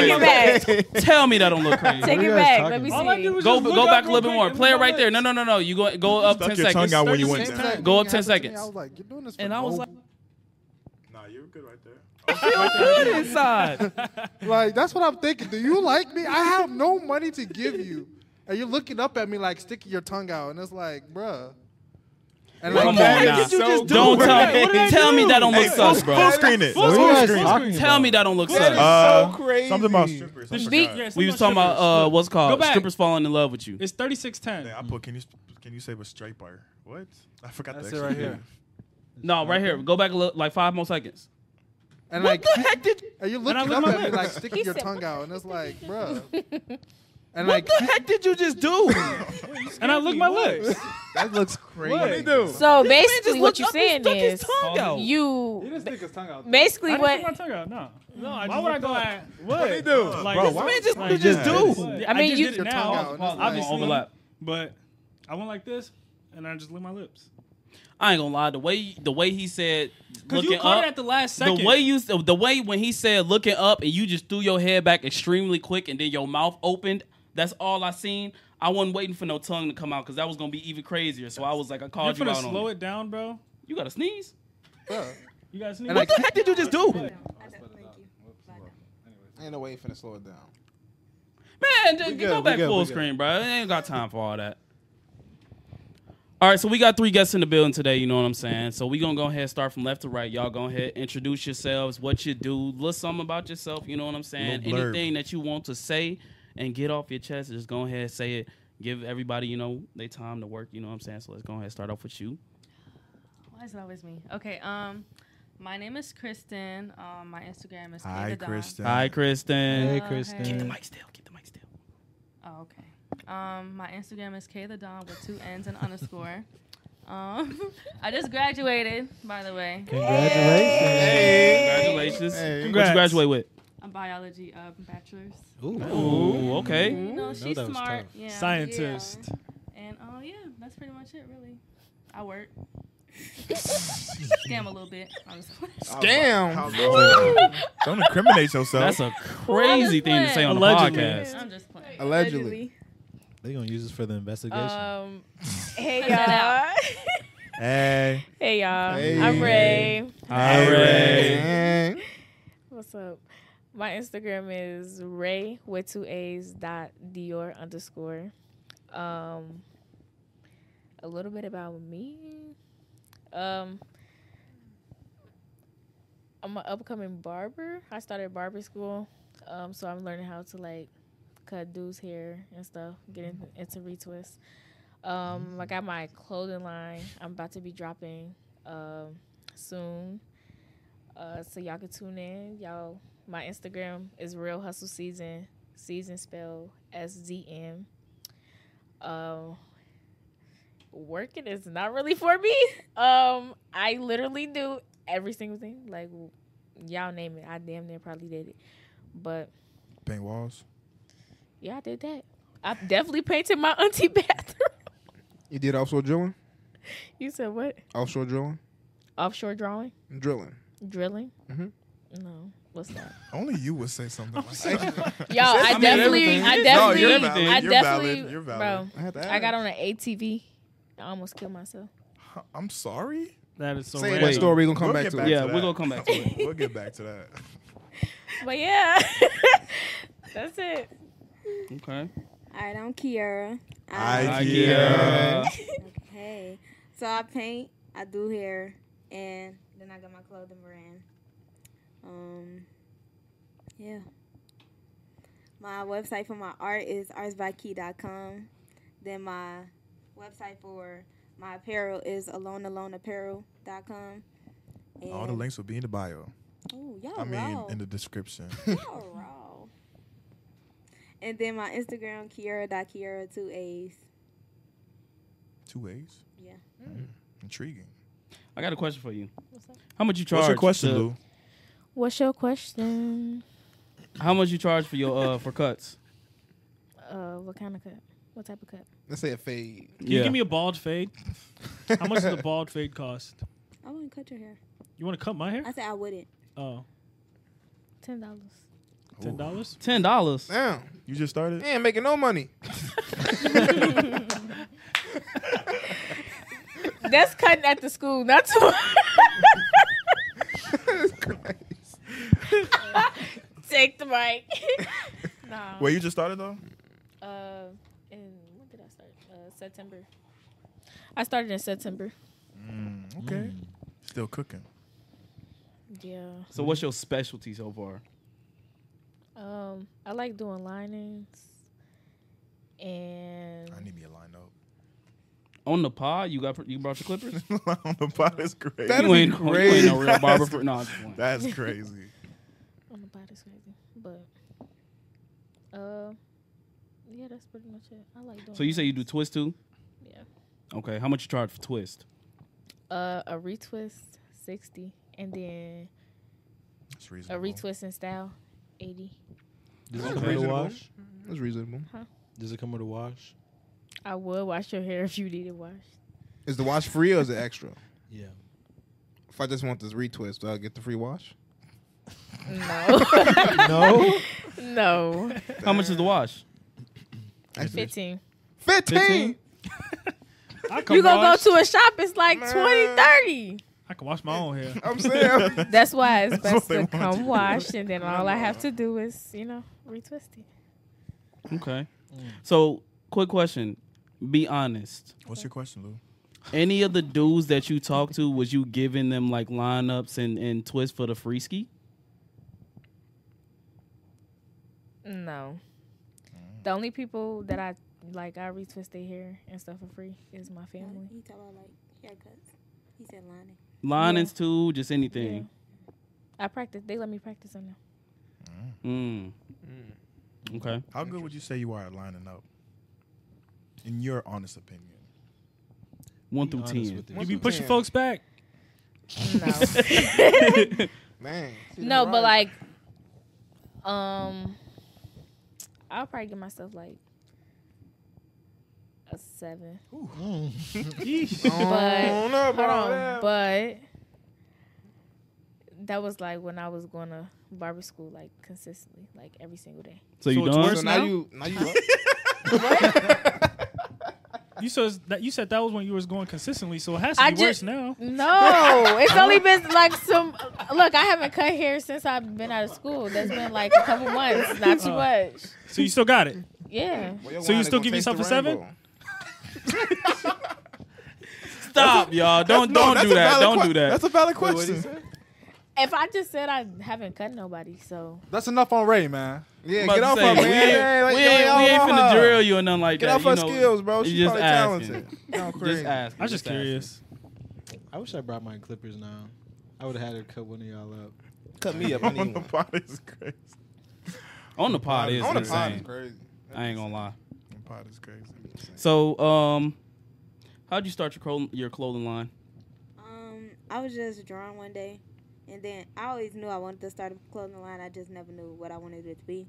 don't look
back. Take it
crazy.
back.
Tell me that don't look crazy.
Take it
guys
back.
talking
Let me
All I did
see.
was
Go
just look
go
up
back a
real
little bit
quick.
more.
It was
Play it
on my
right there.
lips.
No, no, no, no. You go go up
Stuck
10
your tongue out
seconds.
when you
Same
went
time.
down.
Go up
It
10
happened to me.
seconds.
I was like, you're doing this. For
And I was like,
Nah, you're good right there.
good inside.
Like, that's what I'm thinking. Do you like me? I have no money to give you. And you're looking up at me like sticking your tongue out, and it's like, bruh. And
Come
like,
on
that-
now.
you just do?
Don't tell
What did I
me. Tell me
do?
that don't
Hey,
look
full,
sus,
full
bro.
screen it.
Full
What are you
screen.
guys
Full
talking
screen.
Tell
about?
me that don't look
That is
sus.
Uh,
so crazy.
Something about strippers. I
Speak-
forgot.
Yeah, it's
We
about
was talking about
strippers.
uh what's it
Go
called
back.
strippers falling in love with you.
It's 3610.
Dang, I put. Can you can you save a striper? What? I forgot
That's
the
it
extra
right here.
bit.
No, right here. Go back a little, like five more seconds.
And like, and you're
I
looking
lick
up
my
at me
lips.
like sticking
He
your
said,
tongue out, and it's like, bruh. And like,
heck did you just do?
And I licked my lips.
that looks crazy.
What?
So basically, what you're saying is you.
stick his tongue out.
Basically,
I didn't
what
stick my tongue out. No. No, I why would I go at what? What they
do?
Like,
Bro, why-
just,
like,
you just
yeah,
do.
what?
I mean,
just
you-
did it
Your
now,
tongue out, and it's like-
obviously.
Overlap.
But I went like this, and I just licked my lips.
I ain't gonna lie. The way the way he said
Because
looking
you caught it
up.
at the last
The
second.
way you the way when he said looking up and you just threw your head back extremely quick and then your mouth opened. That's all I seen. I wasn't waiting for no tongue to come out because that was gonna be even crazier. So I was like, I
you're
called you,
gonna
out
slow
on it.
it down, bro.
You gotta sneeze.
You guys need
And like,
heck did you just do, man?
ain't no way you finna slow it down.
Just
good,
go
we
back
good,
full
we good.
screen, bro. I ain't got time for all that. All right, so we got three guests in the building today. You know what I'm saying? So we gonna go ahead and start from left to right. Y'all go ahead, introduce yourselves, what you do, little something about yourself. You know what I'm saying?
Little blurb.
Anything that you want to say and get off your chest, just go ahead, say it. Give everybody, you know, they time to work. You know what I'm saying? So let's go ahead, and start off with you.
Why is it always me? Okay, um, my name is Kristen. Um, my Instagram is
Hi,
Kay the Don.
Kristen.
Hi, Kristen.
Hey,
Uh, hey.
Keep the
Kristen.
mic still. Keep the mic still.
Oh, okay. Um, my Instagram is Kay the Don with two N's and underscore. Um, I just graduated, by the way.
Congratulations.
Congratulations. What
Congrats.
you graduate with?
A biology uh, bachelor's.
Ooh, okay.
You know,
know
she's
that was
smart.
tough.
Yeah.
Scientist.
Yeah. And oh yeah, that's pretty much it, really. I work. Scam a little bit. I'm just playing.
Damn.
Don't incriminate yourself.
That's a crazy thing to say on the
Allegedly.
podcast.
I'm just playing.
Allegedly.
Uh,
They're going to use this for the investigation.
um. Hey
Cut that
y'all.
Hey.
Hey y'all,
Hey.
I'm Ray.
Hi, Ray.
Hey.
What's up? My Instagram is Ray with two A's dot Dior underscore. Um, a little bit about me. Um, I'm an upcoming barber. I started barber school, um, so I'm learning how to like cut dudes' hair and stuff. Get in, into retwists. Um, I got my clothing line. I'm about to be dropping um, soon. Uh, so y'all can tune in. Y'all, my Instagram is Real Hustle Season. Season spell S Z M. Um, working is not really for me. Um, I literally do every single thing. Like y'all name it, I damn near probably did it. But
Paint walls.
yeah, I did that. I definitely painted my auntie bathroom.
You did offshore drilling?
you said what?
Offshore drilling?
Offshore drawing,
Drilling.
drilling.
Mhm.
No, what's that?
Only you would say something like that.
Y'all, I,
mean,
definitely,
everything.
I
No,
definitely,
you're valid.
I
You're
definitely,
valid. You're valid.
bro.
I had to
I got
ask.
on an ATV. I almost killed myself.
I'm sorry.
That is so
Say
random.
that story. We're gonna come We'll back get
back
to
Yeah,
it.
we're gonna come back to it.
we'll get back to that.
But yeah, that's it.
Okay.
All right, I'm Kiara.
Ikea.
Okay. So I paint, I do hair, and then I got my clothing brand. Um, yeah. My website for my art is artsbykey.com. Then my website for my apparel is alonealoneapparel.com. And
All the links will be in the bio.
Ooh, y'all
I mean,
raw.
in the description.
Y'all raw. And then my Instagram, Kiara.Kiara, two A's.
Two ways. Hmm.
Yeah.
Intriguing.
I got a question for you.
What's that?
How much you charge?
What's your question,
to-
Lou?
What's your question?
How much you charge for your uh for cuts?
Uh, what kind of cut? What type of cut?
Let's say a fade.
Can you give me a bald fade? How much does a bald fade cost?
I wouldn't cut your hair.
You want to cut my hair?
I said I wouldn't.
Oh,
Ten dollars.
ten dollars.
ten dollars.
Damn. You just started?
ain't making no money.
That's cutting at the school, not to take the mic.
Um,
nah.
Wait, you just started though?
Uh, in when did I start? Uh, September. I started in September.
Hmm, Okay.
Hmm.
Still cooking.
Yeah.
So what's your specialty so far?
Um, I like doing linings. And
I need me a line up.
On the pod, you got you brought your clippers.
On the pot is crazy.
you ain't, you ain't no real barber for no. I'm just playing.
That's crazy.
on the body's crazy, but uh, yeah, that's pretty much it. I like doing.
So you say you do twist too?
linings.
Okay. How much you charge for twist?
yeah, uh, a retwist sixty, and then
That's
a
reasonable.
retwist in style eighty.
Does
That's
it come with a
reasonable.
wash?
Mm-hmm.
That's reasonable.
Does it come with a wash?
I would wash your hair if you needed washed.
Is the wash free or is it extra?
Yeah.
If I just want this retwist, do I get the free wash?
No,
no.
no,
How much is the wash?
fifteen.
15?
15.
I can
You gonna
wash,
go to a shop? It's like twenty, thirty.
I can wash my own hair.
I'm saying.
That's why it's
That's
best
what they
to
want you
come
to
wash, and then all I have to do is, you know, retwist it.
Okay. So quick question. Be honest.
What's your question, Lou?
Any of the dudes that you talked to, was you giving them like lineups and and twist for the free ski?
No. The only people that I like, I retwist their hair and stuff for free is my family.
He talk about like haircuts. He said lining.
Linings too, just anything.
I practice. They let me practice on them.
Mm. Okay.
How good would you say you are at lining up? In your honest opinion.
One
Be
through
honest
ten.
with
You
yourself.
be pushing folks back.
No,
Man.
no, but like, um, I'll probably give myself like a seven.
Mm.
But
no,
hold on, but that was like when I was going to barber school, like consistently, like every single day.
So you
it's
done?
worse now.
you now you
You said that you said that was when you was going consistently, so it has to
I
be
just
worse now.
No, it's only been like some. Look, I haven't cut hair since I've been out of school. That's been like a couple months, not too
Uh,
Oh.
much.
So you still got it.
Yeah.
So you still give yourself a seven?
Stop, y'all. Don't
no,
don't
that's
do
a
that.
valid
Don't
que-
do that.
that's a
Wait,
valid question.
If I just said I haven't cut nobody, so
That's enough on Ray, man.
Yeah,
About
get
to
off
say,
her, man.
We ain't,
Like,
we
yo,
ain't,
y'all
we ain't
want
finna
her.
drill you or nothing like
Oh. Get
that.
off
you
her
know,
skills, bro.
you
She's
just
probably
asking.
talented. Y'all
Just
crazy.
ask.
I'm just curious.
I wish I brought my clippers now. I would have had to cut one of y'all up.
Cut me up. I need one. Pot is crazy.
On the pod is
On the pot is
insane.
crazy.
I ain't gonna lie.
On the pot is crazy.
So, um, how'd you start your clo- your clothing line?
Um, I was just drawing one day, and then I always knew I wanted to start a clothing line. I just never knew what I wanted it to be.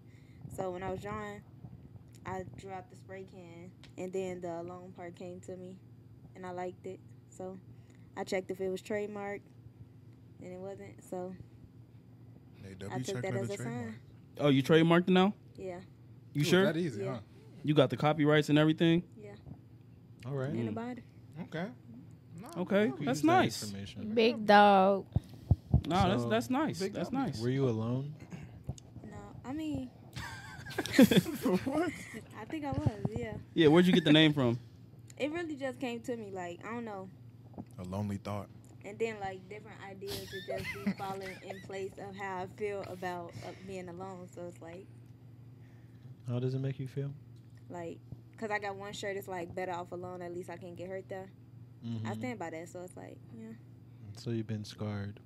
So when I was drawing, I drew out the spray can, and then the long part came to me, and I liked it. So I checked if it was trademarked, and it wasn't. So
Hey,
I
W,
took
check
that as
another
a sign.
trademark.
Oh, you trademarked it now?
Yeah,
You sure?
That easy,
Yeah.
huh?
You got the copyrights and everything?
All right.
in
Mm.
a binder.
Okay. No,
Okay,
We
that's
used that
nice.
information.
big dog.
No, that's
So-
that's nice. That's nice.
Were you alone?
No, I mean, I think I was. Yeah,
Yeah, where'd you get the name from?
it really just came to me. Like I don't know.
A lonely thought.
And then like different ideas would just be falling in place of how I feel about uh, being alone. So it's like,
How does it make you feel?
like, cause I got one shirt. It's like better off alone. At least I can't get hurt though. I
Mhm.
stand by that. So it's like, yeah.
So you've been scarred.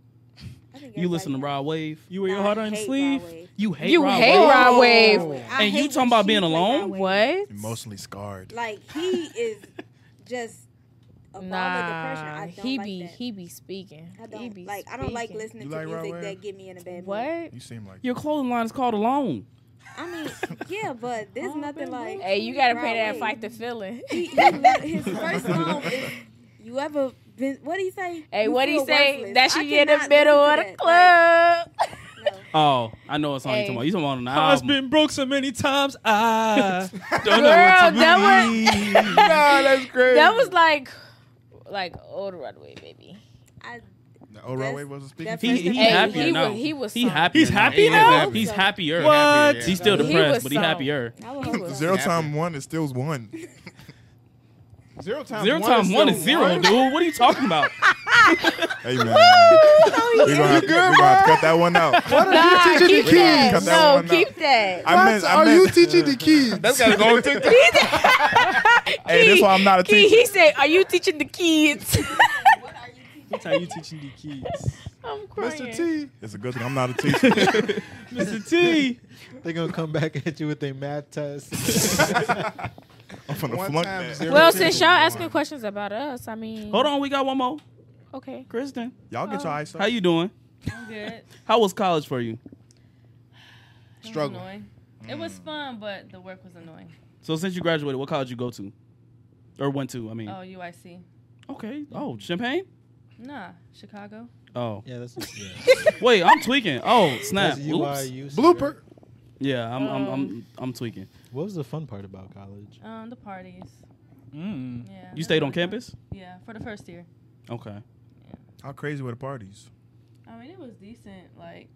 I think
You listen to Rod Wave.
You wear your heart on your sleeve.
You hate
You
Rod
hate
Wave.
Rod
Oh,
Wave.
Oh.
And you talking about being alone?
What?
Emotionally scarred.
Like he is just a ball of depression.
Nah,
I don't
he
like
be
that.
he be speaking.
I
He
don't
be
like. I don't like
speaking.
listening
You
to
like Rod
music
Wave?
that get me in a bad mood.
What?
You seem like
Your clothing line is called Alone.
I mean, yeah, but there's nothing like.
Hey, you gotta
Rod
pay that
Wave.
fight the feeling.
He- he lit- his first song is you ever been what do he say?
Hey,
You
what he
feel
say?
worthless.
That
I
she in the
cannot
middle of
listen
the
to that.
club.
Like, no.
Oh, I know what song you
Hey.
talking about. You talking about on the
Um,
I've
album.
been broke so many times. I
Don't know what
Girl,
to
that was
that's crazy.
that was like like old Runway, baby.
I,
The old Rod
That's-
Wave wasn't speaking.
that's
to
He,
you?
he
Hey,
happier
he
now.
was- he was
he
soft.
happier.
He's
now.
happy
He
now?
is- He's happier.
What?
He's still
He was
depressed, but he's
soft.
happier.
I would hope so.
Zero time one is still one. Zero time
Zero times one is zero, dude. What are you talking about?
Hey man, we're gonna, have to, we gonna have to cut that one out.
Nah, keep
kids?
that.
Cut that
No,
one out.
keep that.
I meant, I
are you
meant,
teaching the kids?
that's gotta go on TikTok. hey, that's why I'm not a
He,
teacher.
he said, "Are you teaching the kids?"
That's how you teaching the kids.
I'm crying.
Mr. T.
It's a good thing I'm not a teacher.
Mr. T.
They're gonna come back at you with their math test.
I'm from the
One
flunk
time,
that.
zero.
Well, since y'all asking questions about us, I mean,
Hold on, we got one more.
Okay, Um,
Kristen,
Y'all get your eyes
how you doing?
I'm good.
How was college for you?
It was
Struggle.
annoying. It was
Mm.
fun, but the work was annoying.
So since you graduated, what college you go to, or went to? I mean,
Oh, UIC.
okay. Oh, Champagne.
Nah, Chicago.
Oh,
yeah, that's yeah.
wait, I'm tweaking. Oh, snap.
That's
Oops.
UIU.
Blooper.
Yeah, I'm, I'm, I'm, I'm tweaking.
What was the fun part about college?
Um, the parties.
Mm.
Yeah.
You stayed on
That was
campus?
fun. Yeah, for the first year.
Okay.
How crazy were the parties?
I mean, it was decent. Like,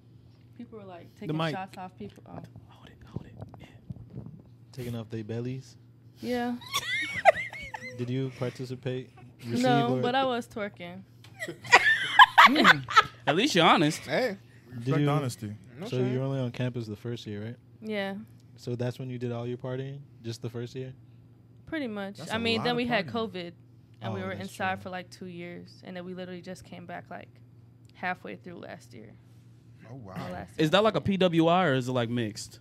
people were like
The
taking
mic.
shots off people. Oh.
Hold it, hold it.
Taking off their bellies.
Yeah.
Did you participate? Receive
No,
or-
but I was twerking.
At least you're honest.
Hey,
Did
respect
you-
honesty.
so you're only on campus the first year, right?
Yeah,
So that's when you did all your partying, just the first year.
pretty much.
That's
I
a
mean,
lot
then
of
we had
partying.
COVID, and we
Oh,
were
that's
inside
true.
for like two years, and then we literally just came back like halfway through last year.
Oh wow.
or last
Is that like a PWI or is it like mixed?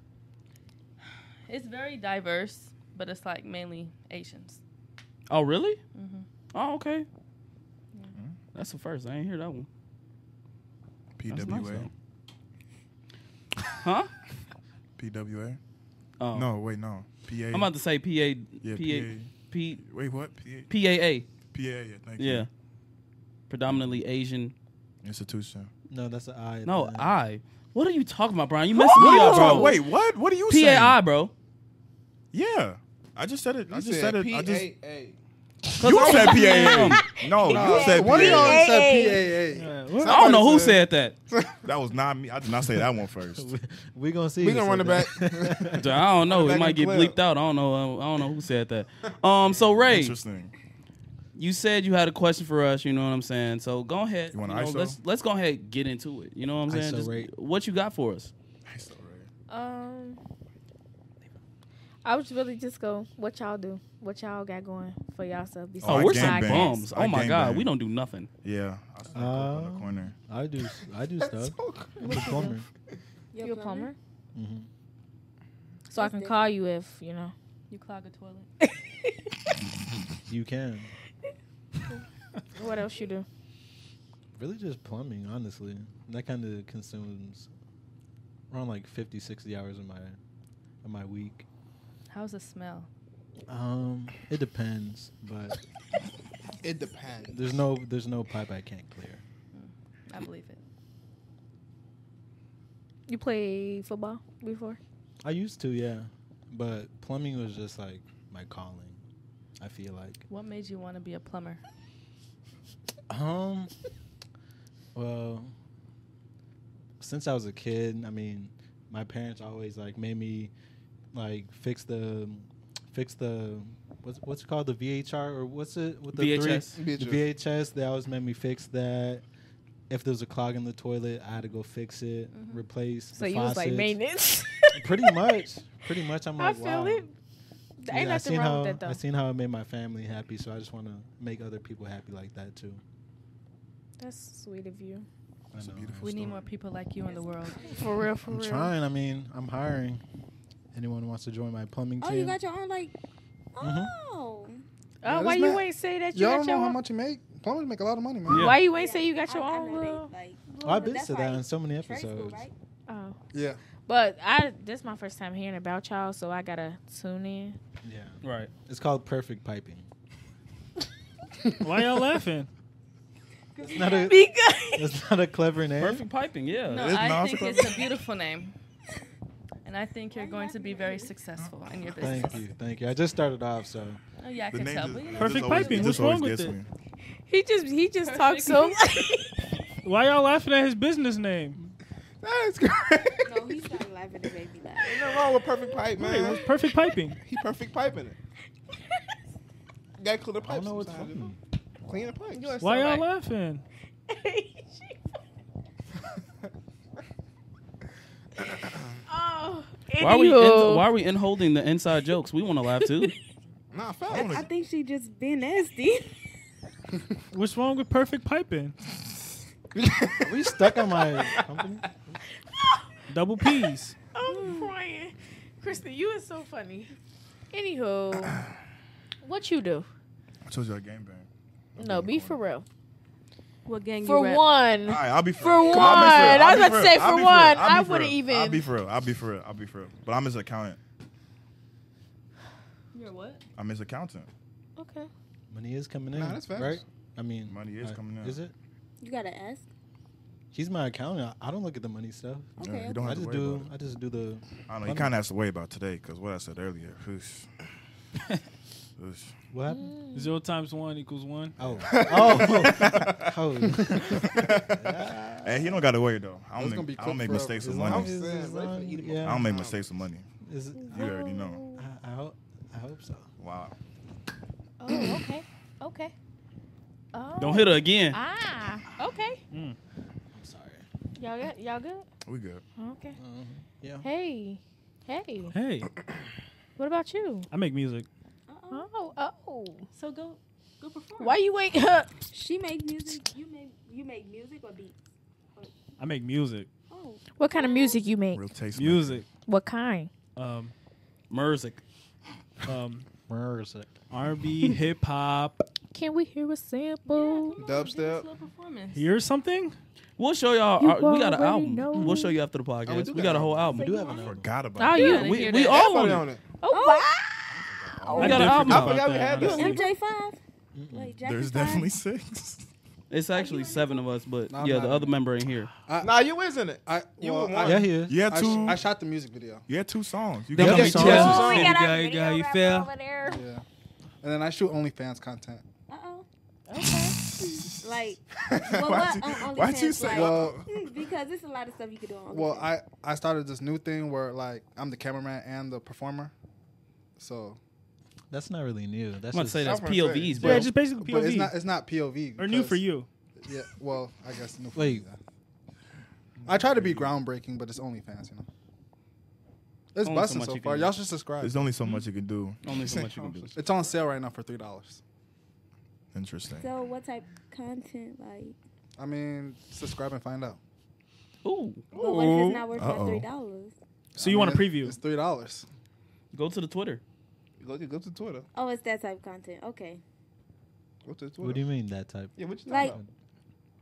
It's very diverse, but it's like mainly Asians.
Oh, really?
hmm
Oh, okay. That's the first. I ain't hear that one. That's
PWA.
nice, though. Huh?
PWA.
Oh.
No, wait, no. PA.
I'm about to say PA.
yeah,
PA. P,
Wait, what? PA.
PAA.
PA. Yeah, thank you.
Yeah. Predominantly Asian.
Institution.
No, that's an I. at
No,
the end.
I. What are you talking about, Brian? You messing me up, bro.
Wait, what? What are you saying?
PAI, bro.
Yeah. I just said it. I just said, it. I just You
I
said
was
PAA.
dumb.
No, you said
One of y'all
PAA.
said PAA.
I don't know who said that.
That was not me. I did not say that one first.
we gonna see.
We
who
gonna run it
said
back.
I don't know. It
Back
might
and
get
clip.
bleeped out. I don't know. I don't know who said that. Um. So Ray,
Interesting.
you said you had a question for us. You know what I'm saying. So go ahead.
You want
know,
ISO?
let's let's go ahead and get into it. You know what I'm saying.
ISO
Just
rate.
what you got for us?
Um, I would really just go. What y'all do? What y'all got going for y'all self?
Oh,
Oh,
I
we're
gang
some
bang.
bums.
I
Oh my
gang
god,
bang.
we don't do nothing.
Yeah. I snuck up on
Uh,
the corner.
I do. I do stuff. I'm a plumber.
You a plumber?
hmm
So I can call you if you know.
You clog a toilet.
You can
What else you do?
really just plumbing, honestly. That kind of consumes around like 50, 60 hours of my of my week.
How's the smell?
Um, it depends, but
It depends.
there's no there's no pipe I can't clear.
I believe it.
You play football before?
I used to, yeah, but plumbing was just like my calling. I feel like.
What made you want to be a plumber?
Um. Well, since I was a kid, I mean, my parents always like made me like fix the fix the what's what's it called the VHR or what's it with the
VHS.
three the VHS. They always made me fix that. If there was a clog in the toilet, I had to go fix it, replace.
Mm-hmm. So
the
you was like
faucets.
maintenance.
Pretty much, pretty much. I'm
I
like,
feel
wow.
it. There ain't
Yeah, I
nothing
seen
wrong
how,
with that though.
I seen how it made my family happy, so I just want to make other people happy like that too.
That's sweet of you.
I
That's a
know.
beautiful
We need
story.
more people like you in the world.
For real, for
I'm
real.
trying. I mean, I'm hiring. Anyone wants to join my plumbing
Oh,
team?
you got your own like.
Mhm.
Oh,
Oh,
this
why you
man-
ain't say that you
Y'all
got
don't
your
know how
own?
much you make. Plumbers make a lot of money, man.
Yeah.
Why you ain't
Yeah,
say you got your
I- I
own?
know they,
little-
like,
oh, I've been
that's
to that
like
in so many
trade school,
episodes.
right?
Oh,
Yeah.
but I this my first time hearing about y'all, so I gotta tune in.
Yeah,
Right.
it's called perfect piping.
Why y'all laughing?
It's not a.
Because
it's not a clever name.
Perfect piping. Yeah.
No,
It is
I
nice
think
about
it's a beautiful name. And I think you're going to be very successful in your business.
Thank you, thank you. I just started off, so
Oh, yeah, I
The
can
name
tell.
just-
But, you
it
know,
Perfect
just always-
piping.
it
What's
just always
wrong with
gets
it?
me.
he just he just
Perfect.
talks so.
Why y'all laughing at his business name?
That's great.
No, he's not laughing. The baby laugh.
Ain't nothing wrong with perfect pipe,
Wait,
man.
what's perfect piping?
He perfect piping it. Got to clear the
I
pipe.
don't know what's
sometimes,
funny.
you know? Clean the pipe.
You are so
Why y'all
right.
laughing?
oh,
Why are we in,
anywho.
why are we in holding the inside jokes? We want to laugh too.
Nah,
I,
fast.
I think she just been nasty.
What's wrong with perfect piping?
Are we stuck on my company?
Double P's.
I'm crying. Kristen, you is so funny. Anywho, what you do?
I told you I gang bang. I'm
No,
being
be
corny.
for real.
What gang
For
you rep?
All
one,
right, I'll be
For
real.
one.
Come on, I'll be
I was
for
about to
real.
say,
I'll
for
be real.
one.
I'll be
I
for
wouldn't
real. I'll
even-
be for real. I'll be for real. I'll be for real. But I'm his accountant.
You're what?
I'm his accountant.
okay.
Money is coming in.
Oh,
Nah, that's facts.
Right? I mean,
Money is
uh,
coming in.
Is it?
You gotta ask.
He's my accountant. I I don't look at the money stuff.
Okay.
Yeah, you don't
I
have to
just
worry
do.
about it.
I just do the.
I don't know. You kind of has to worry about today because what I said earlier. Whoosh. Whoosh.
What happened?
Zero times one equals one.
Oh, oh, oh.
Hey, he don't got to worry though. I don't
It's
make,
gonna be
I don't
cooked
make
forever.
mistakes with
As long
money.
as it's
Is
right for
it-
eatable.
yeah.
I don't make mistakes with money.
Is it,
You already know.
I, I hope. I hope so.
Wow.
Oh, okay. Okay. Oh.
Don't hit her again.
Ah, okay.
Mm.
I'm sorry.
Y'all good? Y'all good?
We good.
Okay.
Um, yeah.
Hey. Hey.
Hey,
What about you?
I make music.
Oh, oh.
So go, go perform.
Why you wake up?
She make music. You make you make music or beats.
I make music.
Oh,
What kind of music you make?
Real taste. maker.
Music.
What kind?
Um,
Merzik.
um,
Where is it?
R&B, hip hop.
Can we hear a sample?
Dubstep.
Hear something?
We'll show y'all.
You
our- we got an
already
album.
know.
We'll show you after the
Oh, we
podcast.
do got
we got a
an
whole album.
do have an album.
Forgot about.
Oh,
it.
you.
Yeah.
We,
hear
we
that.
all
Everybody
on it.
on it.
Oh, wow.
We got an album
I forgot
out.
Oh, we had this.
honestly.
MJ Five. Wait, Jackson
There's
five?
definitely six.
It's actually seven of us, but
I'm
yeah,
not
the
in
other member ain't here.
nah, you isn't it. I,
You
well,
were
I,
Yeah, he is.
You had
I, sh-
two.
I shot the music video.
you had two songs. You
Them
got
bitches.
two songs.
Oh,
we
You
got
got- you got- you fell.
over there.
Yeah.
and then I shoot OnlyFans content.
Uh oh. Okay. like, well,
Why'd
what
you-
on
why'd you
OnlyFans,
say-
like,
Well-
mm, because it's a lot of stuff you can do on.
Well,
OnlyFans.
I I started this new thing where like I'm the cameraman and the performer, so
That's not really new. That's
I'm about to
just,
say that's
That's what I'm saying.
POVs, bro.
Yeah, just basically
But it's
POV.
not it's not POV
Or new for
because-
you.
Yeah, well, I guess new for
Wait.
me, yeah. I try to be groundbreaking, but it's OnlyFans, you know.
Only
It's
so
busting
much
so
you can
far.
do.
Y'all should subscribe.
There's only so much you can do.
Only so much you can do.
It's on sale right now for three dollars.
Interesting.
so what type of content like?
I mean, subscribe and find out.
Ooh,
But what if it's not worth my
Uh-oh.
three dollars?
So you
I mean,
want a
it's-
preview?
It's three dollars.
go to the Twitter.
Go, go to Twitter.
Oh, it's that type of content. Okay.
Go to Twitter.
What do you mean that type?
Yeah, what you talking
Like-
about?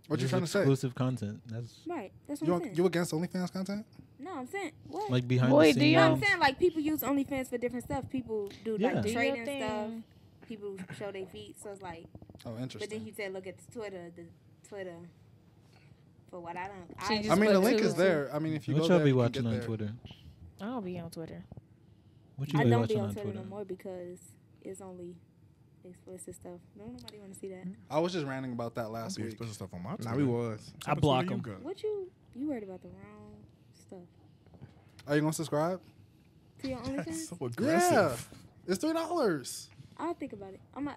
What
This
you
is
trying to say?
Exclusive content. That's
Right. That's what I'm
You
saying.
you against OnlyFans content?
no, I'm saying what?
like behind
Boy,
the
do
scenes.
you know what I'm
Yeah.
saying? Like people use OnlyFans for different stuff. People do
Yeah.
like
Do
your
trading stuff.
thing.
People show their feet. So it's like,
Oh,
but then
interesting.
you said look at the Twitter, the Twitter. For what I don't,
She
I,
just
I mean,
went
the link
to-
is there. I mean, if you
what
go
y'all
there,
be
you can
watching
get
on
there.
Twitter?
I don't be on Twitter.
What you
I
be
don't
watching
be on
on
Twitter no
Twitter?
more because it's only explicit stuff. No, nobody want to see that.
I was just ranting about that last
Be
week.
exposing stuff on my
Nah,
Twitter.
we was.
I block them.
What you you worried about the wrong stuff
Are you gonna subscribe?
to your
That's
OnlyFans?
so aggressive.
It's three dollars.
I'll think about it. I'm gonna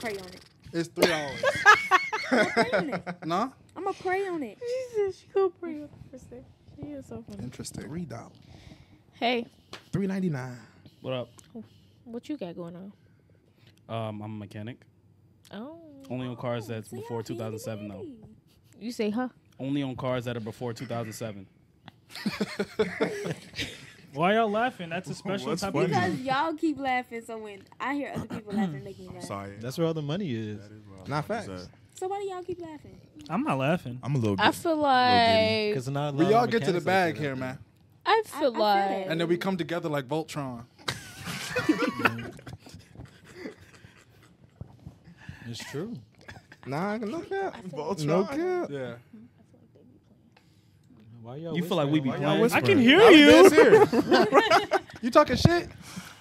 pray on it.
It's three dollars.
I'm gonna pray on it.
no?
I'm gonna pray on it.
She said she go pray up for sex. She is so funny.
Interesting.
Three dollars.
Hey,
Three ninety nine.
What up?
what you got going on?
Um, I'm a mechanic.
Oh,
Only on cars that's
So y'all
before
handy
2007, though.
dandy.
you say huh?
Only on cars that are before 2007.
Why y'all laughing? That's a special
What's
type
funny?
of
Because y'all keep laughing, so when I hear other people laughing, it make me laugh.
Sorry.
That's where all the money is.
not
facts.
So why do y'all keep laughing?
I'm not laughing.
I'm a little.
I
bit-
feel
giddy.
like
Because not a
We
lot of
all get to the
mechanics like
bag
that
here,
out
man.
I
I- I
feel
feel
like
that.
And then we come together like Voltron.
there. It's true.
Nah, no cap.
Voltron.
No
Yeah.
cap.
Mm-hmm. Why y'all?
You feel like we be
whispering?
playing?
Why y'all
I can hear
I'm dead
you.
serious. you talking shit?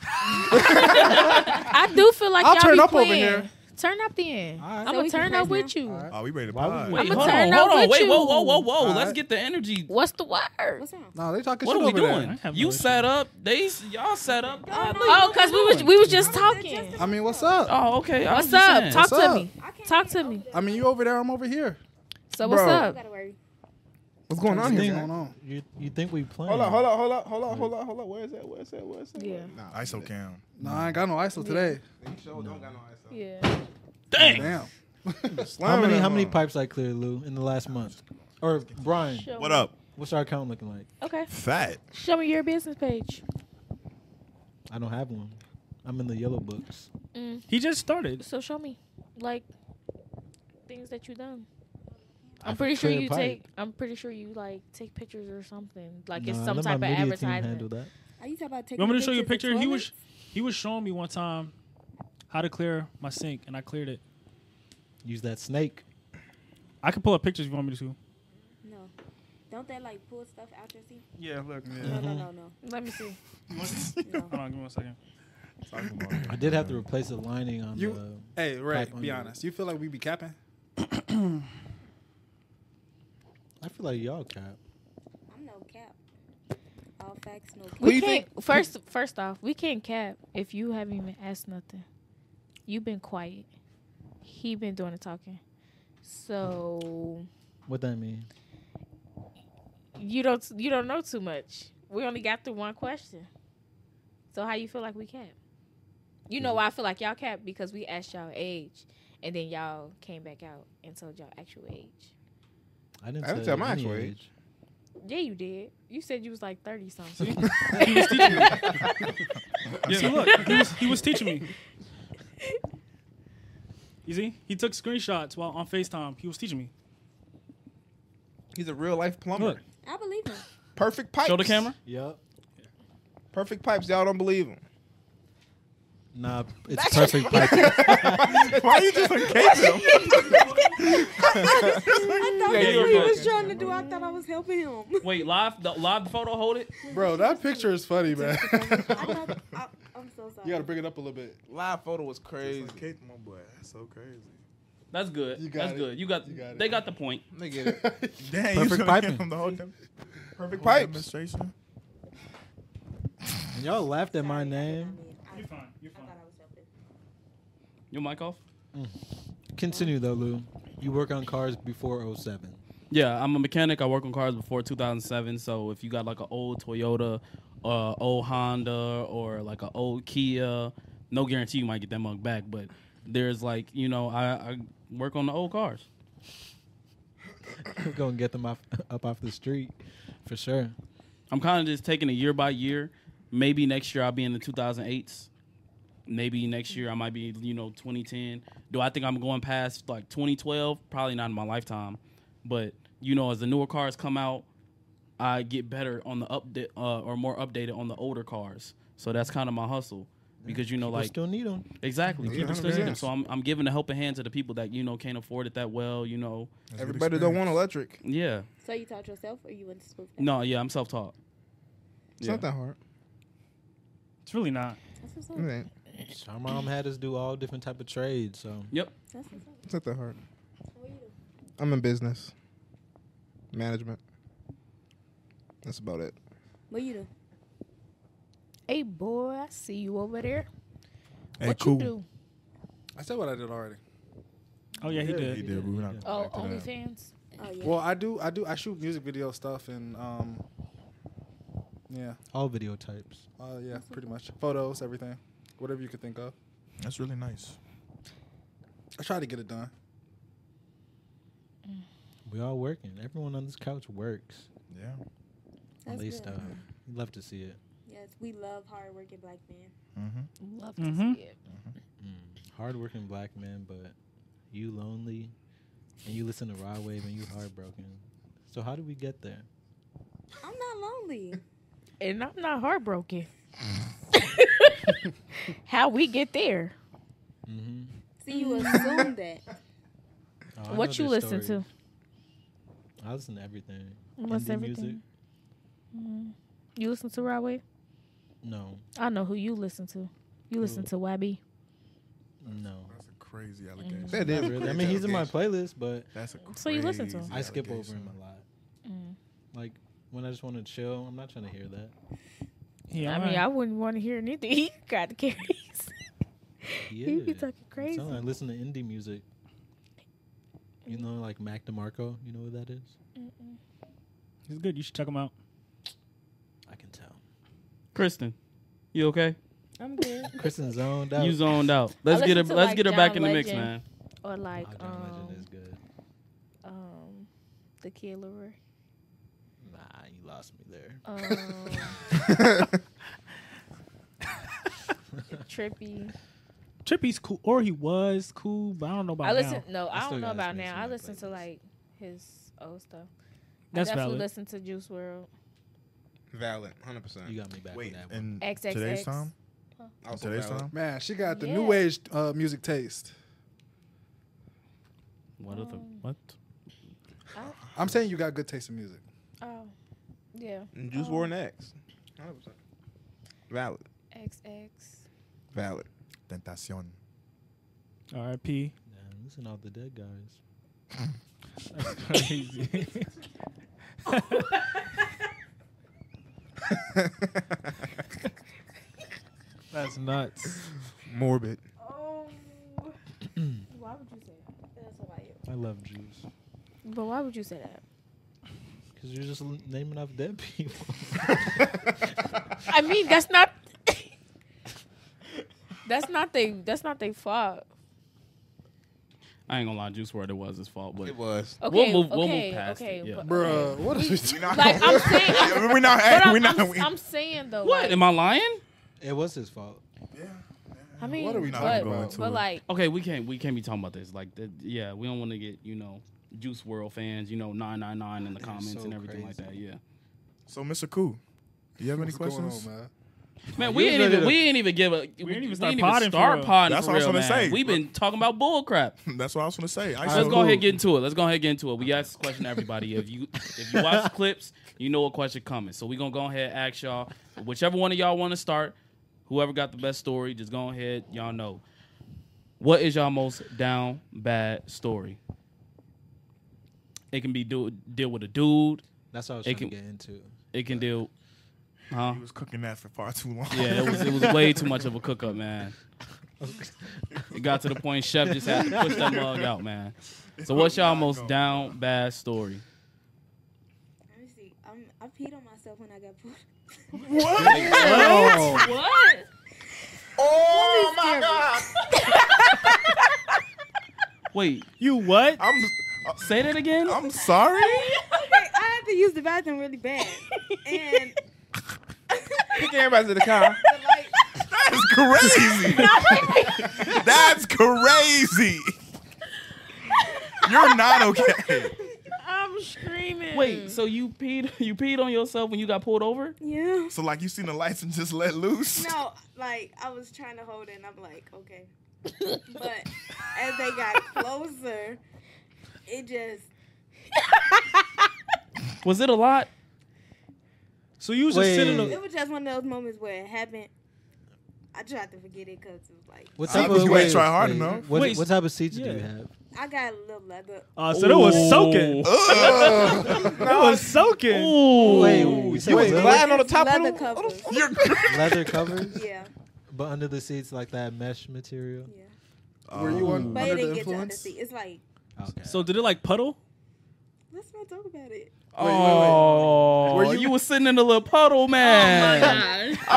I do feel like
I'll
y'all
turn
be
up over
playing.
here.
Turn up then.
All right.
I'm
So
gonna
we can
turn
play
up with
now?
you.
Alright.
Oh, we ready to
Why
pod.
we
Wait,
I'ma
hold on,
turn up
hold on.
with
Oh, Wait, whoa,
you.
whoa, whoa, whoa. Let's
Alright.
get the energy.
What's the word?
What's wrong?
No, they talking
What
shit
are we
over
doing?
have no
You
issue.
set up. They s- y'all set up.
Oh, no,
Oh, cause we was we was just talking.
there. I mean, what's up?
Oh, okay. I
What's
was just
up?
saying.
Talk
What's
to
up?
me. Talk to me.
I mean, you over there, I'm over here.
So what's
Bro.
You
up?
gotta worry.
What's going on
You
here?
think-
man?
Going on.
You, you think we playing?
Hold on, hold on, hold on, hold on, hold on, hold on. Where is that? Where is that? Where is that?
Yeah.
ISO cam.
No, I ain't got no ISO today.
Yeah.
Dang.
Damn.
How many how many
Slamming
pipes I cleared, Lou, in the last month? Or Brian,
What up?
what's our account looking like?
Okay.
Fat.
Show me your business page.
I don't have one. I'm in the yellow books.
He just started.
So show me, like, things that you done.
I've
I'm pretty sure
cleared
you
pipe.
take. I'm pretty sure you like take pictures or something. Like it's
Nah,
some
let
type of
my media team handle
advertisement.
that.
Are you talking about taking?
You want me to show you a
pictures of
picture? He was
toilets?
he was showing me one time how to clear my sink, and I cleared it.
Use that snake.
I can pull up pictures if you want me to.
No. Don't they like pull stuff out your seat?
Yeah, look.
No, no, no, no.
Let me see.
no.
Mm-hmm. Hold on, give me one second.
I did have to replace the lining on
You-
the.
Hey, Ray,
Pipe
be
under.
honest. You feel like we be capping?
I feel like y'all cap.
I'm no cap. All facts, no cap.
We can't. First, first off, we can't cap if you haven't even asked nothing. You've been quiet. He been doing the talking. So
What that mean?
you don't you don't know too much. We only got through one question. So how you feel like we cap? You
Mm-hmm.
know why I feel like y'all cap because we asked y'all age, and then y'all came back out and told y'all actual age.
I didn't,
I didn't
tell
tell my
any
actual
age.
Yeah, you did. You said you was like thirty something.
Yeah, see, look, he was, he was teaching me. You see, he took screenshots while on Facetime. He was teaching me.
He's a real life plumber.
Look.
I believe him.
Perfect pipes.
Show the camera.
Yep.
Perfect pipes. Y'all don't believe him.
Nah, it's perfect pipe.
Why you just engage him?
I thought
that's
that's
you what
what
he
he
were was
was trying to do. I thought I was helping him.
Wait, live the live photo. Hold it.
Bro, that picture is funny, man.
I thought, I, I'm so
You gotta bring it up a little bit.
Live photo was crazy.
my boy. That's so crazy.
That's good.
You got
That's
it.
good. You got.
You got it.
they got the point.
They get it.
Damn, you
Perfect
took
piping.
him the whole dem-
Perfect
whole
pipes.
demonstration.
And y'all laughed at my name.
You're fine. You're fine.
Your mic off?
Mm. Continue though, Lou. You work on cars before 07.
Yeah, I'm a mechanic. I work on cars before 2007. So if you got like an old Toyota, uh, old Honda, or like an old Kia, no guarantee you might get that mug back. But there's like you know I, I work on the old cars.
Go and get them off, up off the street, for sure.
I'm kind of just taking it year by year. Maybe next year I'll be in the 2008s. Maybe next year I might be, you know, 2010. Do I think I'm going past like 2012? Probably not in my lifetime. But you know, as the newer cars come out, I get better on the update uh, or more updated on the older cars. So that's kind of my hustle because you know,
People
like
still need 'em.
Exactly,
Yeah,
people still need 'em.
100%.
So I'm I'm giving a helping hand to the people that you know can't afford it that well. You know,
That's a good Everybody don't want electric.
Yeah,
So you taught yourself, or you went to school?
no, yeah, I'm self taught.
It's not that hard.
It's really not.
That's what's
It ain't.
Our mom had us do all different type of trades. So
Yep.
That's what's up.
It's not that hard. I'm in business. Management. That's about it.
What you do?
Hey boy, I see you over there.
Hey,
what
cool.
you do?
I said what I did already.
Oh yeah, he
Yeah,
did.
he did, but we're not
Oh,
back to that.
OnlyFans.
Oh yeah.
Well, I do. I do. I shoot music video stuff and um, yeah,
all video types.
uh, yeah, pretty much photos, everything, whatever you could think of.
That's really nice.
I try to get it done.
We all working. Everyone on this couch works.
Yeah.
At
That's
least uh,
good.
you love to see it.
Yes, we love hardworking black men.
Mm-hmm.
Mm-hmm.
Love to
Mhm.
see it.
Hardworking black man, but you lonely, and you listen to Rod Wave, and you heartbroken. So how do we get there?
I'm not lonely.
And I'm not heartbroken. How we get there?
Mm-hmm.
See, you assume that.
Oh,
what you listen to?
to? I listen to everything.
What's
Indie
everything?
Music?
Mm. You listen to Rod Wave?
No,
I know who you listen to. You listen to YB.
no.
That's a crazy allegation.
That
Not
is
really.
crazy
I mean, he's in my
allegation.
playlist, but
That's a
So you listen to him.
crazy
I skip over
allegation.
him a lot. Like when I just want to chill, I'm not trying to hear that.
Yeah,
I mean, I wouldn't want to hear anything. He got the carries.
Yeah.
He be talking crazy.
I listen to indie music. You know, like Mac DeMarco. You know what that is?
he's good. You should check him out.
I can tell.
Kristen, you okay?
I'm good.
Kristen zoned out.
You zoned out. Let's
I
get her.
listen to,
Let's
like,
get her
John
back in the mix,
Legend.
man.
Or like
Oh, John Legend
um,
is good.
um, the Kid Leroy.
Nah, you lost me there.
Um, trippy.
Trippy's cool, or he was cool, but I don't know about
I listen.
now.
No,
I
I,
still
don't know
gotta
about
listen to
now. I
my
listen to
playlist.
like his old stuff.
That's
I definitely
valid.
listen to Juice World.
Valid, hundred percent.
You got me back
Wait,
on that one.
And
XXX.
today's time.
Oh.
Also
Today's
valid.
time.
Man, she got the
Yeah.
new age uh, music taste.
What other?
Um,
What?
I'm saying you got good taste in music.
Oh, yeah.
And
Mm.
Juice
Um,
WRLD next. Hundred percent. Valid.
XX.
Valid.
Tentacion.
R.I.P.
Damn, listen to all the dead guys.
That's crazy. That's nuts.
Morbid.
Oh. why would you say that? That's why you.
I love Juice
But why would you say that?
because you're just l- naming off dead people.
I mean, that's not. that's not they. That's not their fault.
I ain't gonna lie, Juice WRLD it was his fault, but
It was.
Okay.
We'll move-
okay.
we'll move past
okay.
it, yeah.
but-
Bruh, what is we
We not.
Like I'm saying. I'm,
we're not.
but
we're
I'm,
not.
I'm,
we-
I'm saying though.
what?
like,
Am I lying?
it was his fault.
I mean,
What are we
but,
talking
but,
about?
But like,
Okay, we can't we can't be talking about this. Like, that, yeah, we don't want to get you know Juice World fans, you know, nine nine nine in the
They're
comments
so
and everything like that.
crazy.
Yeah,
So, Mr. Cool, do you have any
What's going
questions?
on, man?
man, we
you
ain't
ready
even
to-
we ain't even give a we,
ain't even
we
start
ain't
potting
even
for
start
real.
potting.
That's
for
what I was
real,
gonna
man.
say.
We've been talking about bull crap.
That's what I was gonna say. I
Let's
said-
go ahead and get into it. Let's go ahead and get into it. We asked this question to everybody. If you if you watch the clips, you know what question coming. So we're gonna go ahead and ask y'all. Whichever one of y'all wanna start, Whoever got the best story, just go ahead. Y'all know. What is y'all most down bad story? It can be do, deal with a dude.
That's what I was
it
trying
can,
to get into.
It can deal. Huh?
He was cooking that for far too long.
Yeah, it was it was way too much of a cook up, man. It got to the point Chef just had to push that mug out, man. So what's y'all most down bad story?
Let me see. I'm, I peed on myself when I got pulled.
What?
what?
Oh my god!
Wait,
you what?
I'm
say that again.
I'm sorry.
I had to use the bathroom really bad. And
Pick everybody to the car.
That's crazy. That's crazy. You're not okay.
I'm screaming.
Wait, so you peed you peed on yourself when you got pulled over?
Yeah.
So like you seen the lights and just let loose.
no, like I was trying to hold it, and I'm like, okay. But as they got closer, it just
Was it a lot?
So you was just sitting.
it was just one of those moments where it happened. I tried to forget it because it was like
What
Uh,
type
you
of
ain't
wait,
try hard
wait,
enough.
What,
Wait,
what type of seats do you
yeah.
have?
I got a little leather.
Uh, so that was soaking.
Ugh.
that was soaking.
Ooh.
Wait, you said
You was
leather-
gliding on the top of
leather
the
covers.
leather covers,
Yeah,
but under the seats like that mesh material.
yeah.
Were you on
But it
under
didn't
the
get to
influence?
undersea. It's like
Okay.
So did it like puddle?
let's not talk about it.
Oh,
Were
you,
you-
was sitting in a little
Oh
puddle, man.
God.
Okay, I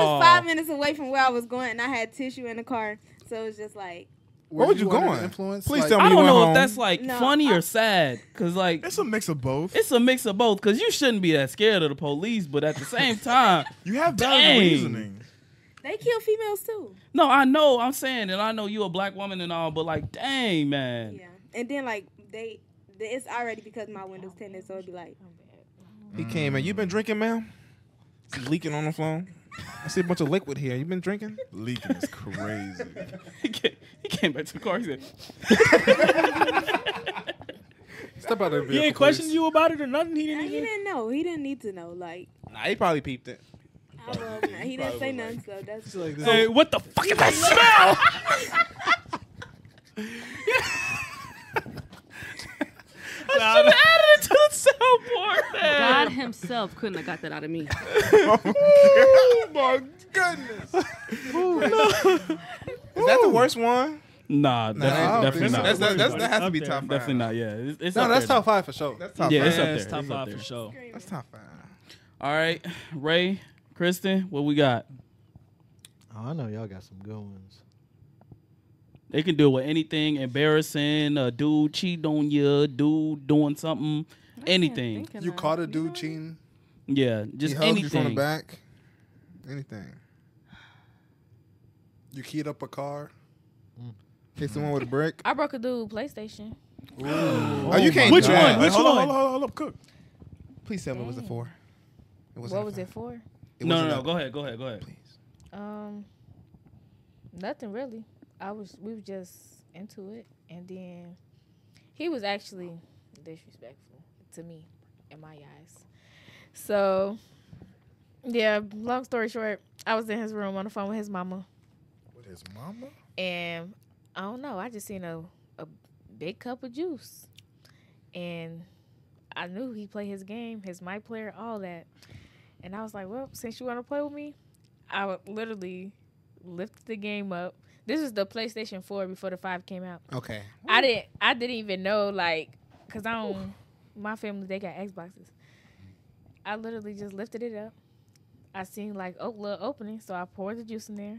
Oh.
was five minutes away from where I was going, and I had tissue in the car, so it was just like
Where
were
was you
under the
going?
Influence?
Please
Like,
tell me
I
you
don't
went
know
home.
if that's like
No,
funny or sad, cause like
It's a mix of both.
it's a mix of both. Cause you shouldn't be that scared of the police, but at the same time,
You have
Dang.
valid reasoning.
they kill females too.
no, I know I'm saying, and I know you a black woman and all, but like, dang, man.
Yeah, and then like they, they it's already because my window's tinted, so it'd be like
He came in. You been drinking, ma'am? She's leaking on the phone. I see a bunch of liquid here. You been drinking?
Leaking is crazy.
He, came, he came back to the car. He said,
Step out of the
He
vehicle,
ain't
please.
questioned you about it or nothing. He
Nah,
didn't.
he
Even,
didn't know, he didn't need to know. Like
Nah, he probably peeped it.
I was, nah, he didn't say nothing, so that's
Like this.
hey, what the fuck is that smell? Nah, nah.
added it to the soundboard, man.
God himself couldn't have got that out of me.
oh my goodness.
Is that the worst one?
Nah,
Nah,
definitely,
I don't
definitely
think so.
not.
That's, that, that's, that has to
Up
be
there.
top five.
Definitely not. Yeah, it's, it's
No,
up
that's
there.
top five for sure.
That's top
Yeah,
five.
it's up
That's
there.
top
It's up
five
there.
for sure.
screaming.
That's top five.
All right, Ray, Kristen, what we got?
Oh, I know y'all got some good ones.
They can deal with anything embarrassing, a dude cheating on you, a dude doing something, anything.
You caught a dude cheating.
Yeah, just
he hugged you from the
anything.
back. Anything.
You keyed up a car.
Mm.
Hit
Mm-hmm.
someone with a brick.
I broke a dude PlayStation.
Oh, you can't.
Which
do
one?
that.
Which
hold on,
one?
hold on, hold on, hold up, cook.
Please tell me it was a
Dang.
four. It wasn't
What
a
was
five.
it for?
It
no,
wasn't
no, no.
a-
Go ahead, go ahead, go ahead.
Um, nothing really. I was we were just into it, and then he was actually disrespectful to me in my eyes. So, yeah. Long story short, I was in his room on the phone with his mama,
With his mama?
and I don't know. I just seen a a big cup of juice, and I knew he played his game, his my player, all that. And I was like, well, since you want to play with me, I would literally lift the game up. This is the PlayStation 4 before the 5 came out.
Okay.
I didn't I didn't even know like cuz I don't my family they got Xboxes. I literally just lifted it up. I seen like oh little opening, so I poured the juice in there.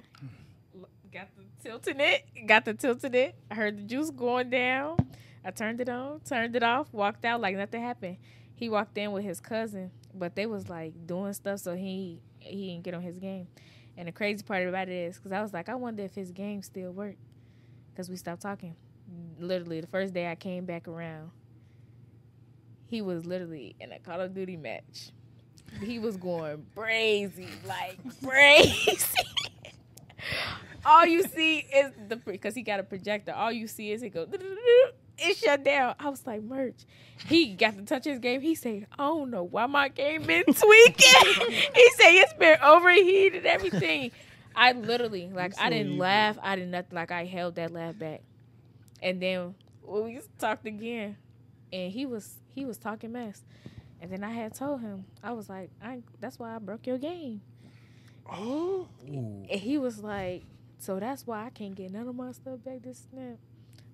L- Got the tilt in it. Got the tilt in it. I heard the juice going down. I turned it on, turned it off, walked out like nothing happened. He walked in with his cousin, but they was like doing stuff so he he didn't get on his game. And the crazy part about it is cuz I was like I wonder if his game still worked cuz we stopped talking literally the first day I came back around, he was literally in a Call of Duty match. He was going crazy, like crazy. all you see is the because he got a projector. All you see is he go. It shut down. I was like, merch. He got to touch his game. He said, I don't know why my game been tweaking. he said it's been overheated, everything. I literally like I
so
didn't
evil.
laugh. I did nothing. Like I held that laugh back, and then well, we talked again, and he was he was talking mess, and then I had told him I was like I that's why I broke your game. Oh. And he was like, so that's why I can't get none of my stuff back this snap.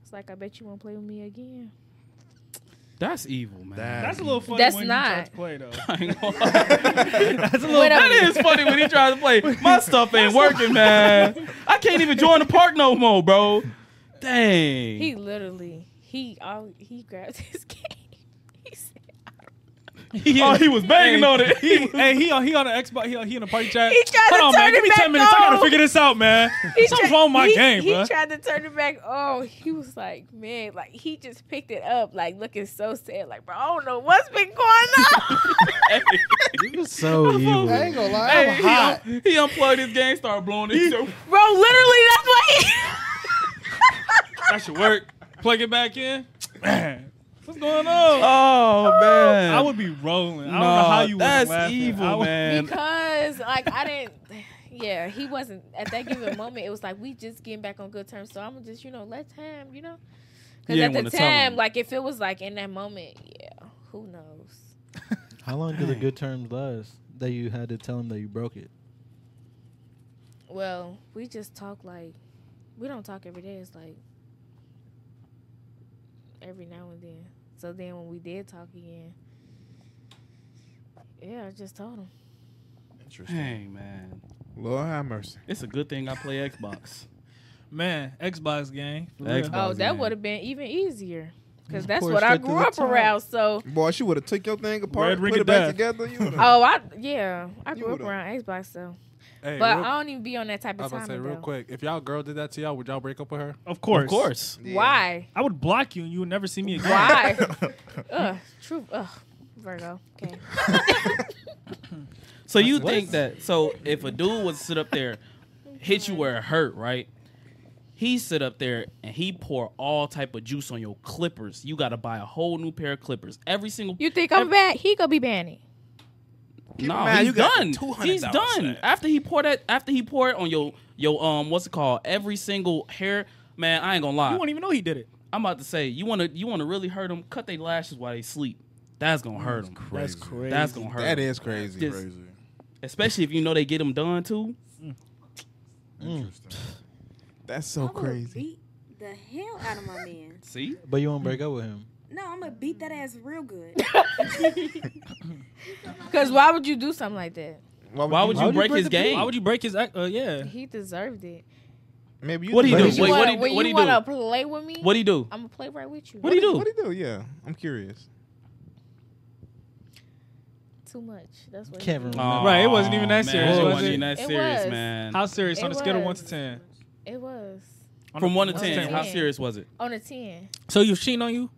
It's like I bet you won't play with me again.
That's evil, man.
That's a little funny
That's
when
not-
you try to play though.
That's a little.
Wait a
That
minute.
is funny when he tries to play. My stuff ain't working, man. I can't even join the park no more, bro. Dang.
He literally he all he grabbed his game. He said,
oh, he was banging
Hey,
on it.
He, hey, he on he on the Xbox. He, on- he in the party chat.
He tried
Hold
to
on,
turn
man.
it
Give me
back
ten minutes. I
on.
gotta figure this out, man.
He
Something's
tri-
wrong with my
he-
game,
He
bro.
tried to turn it back. Oh, he was like, man, like he just picked it up, like looking so sad, like bro, I don't know what's been going on.
You're so evil.
I ain't gonna lie.
Hey,
I'm
he,
hot.
un- he unplugged his game, started blowing it. So
Bro, literally, that's what he.
That should work. Plug it back in. Man, what's going on?
Oh, man.
I would be rolling. I don't know
Nah,
how you
that's
was laughing.
evil,
I would-
man.
because like I didn't. Yeah, he wasn't at that given moment. It was like we just getting back on good terms, so I'm just you know let time, you know. Because
You
at
didn't
the
wanna tell him.
time, like if it was like in that moment, yeah, who knows?
How long do the good terms last that you had to tell him that you broke it?
Well, we just talk like we don't talk every day. It's like every now and then. So then when we did talk again, yeah, I just told him.
Dang, man.
Lord have mercy.
It's a good thing I play Xbox.
man, Xbox game. for
The
real.
Xbox
Oh, that
game.
would have been even easier because
Of
that's
course,
what I
straight to
grew
the
up
top.
around. So
Boy, she would have took your thing apart,
Red
put
ring
it
of
back
death.
together. You would have.
oh, I yeah, I
You
grew up
would've-
around Xbox though,
Hey,
but
real-
I don't even be on that type
I was
of
about
time.
to say real
though.
quick, if y'all girl did that to y'all, would y'all break up with her?
Of course.
Of course.
Why?
I would block you and you would never see me again.
Why? Ugh, true. Ugh, Virgo. Okay.
So you think that so if a dude would sit up there, hit you where it hurt, right? He sit up there and he pour all type of juice on your clippers. You gotta buy a whole new pair of clippers. Every single
You think I'm bad? He gonna be banning.
no,
in mind,
he's
you got
done.
$200
He's done. After he poured that, after he poured on your your um, what's it called? Every single hair, man. I ain't gonna lie.
You won't even know he did it.
I'm about to say you want to you want to really hurt them. Cut their lashes while they sleep. That's gonna hurt them.
That's
Crazy.
crazy.
That's gonna hurt.
That
'em.
is crazy. Mm.
Just-
Crazy.
especially if you know they get them done too.
Interesting.
That's
I'm
so
gonna
crazy.
beat the hell out of my man.
See,
But you won't break up with him.
No, I'm gonna beat that ass real good.
Because why would you do something like that?
Why would you break his
the-
game?
Why would you break his? ac- Uh, yeah.
He deserved it.
Maybe you
What'd he
can
do?
break
Wait,
it.
what
wanna,
he do-
when
what he
you
do?
wanna play with me?
What do you do?
I'm gonna play right with you.
What do you do?
What do you do? Yeah, I'm curious.
Too much. That's what. he
Can't
did.
remember. Aw,
Right, it wasn't even that
man,
serious,
It
was
wasn't
it?
even that
It
serious,
was.
man.
How serious? On a
It
scale of one
was.
to ten.
It was
On
From
a-
one to
on a
ten, how
ten.
serious was it?
on a ten.
So you cheating on you?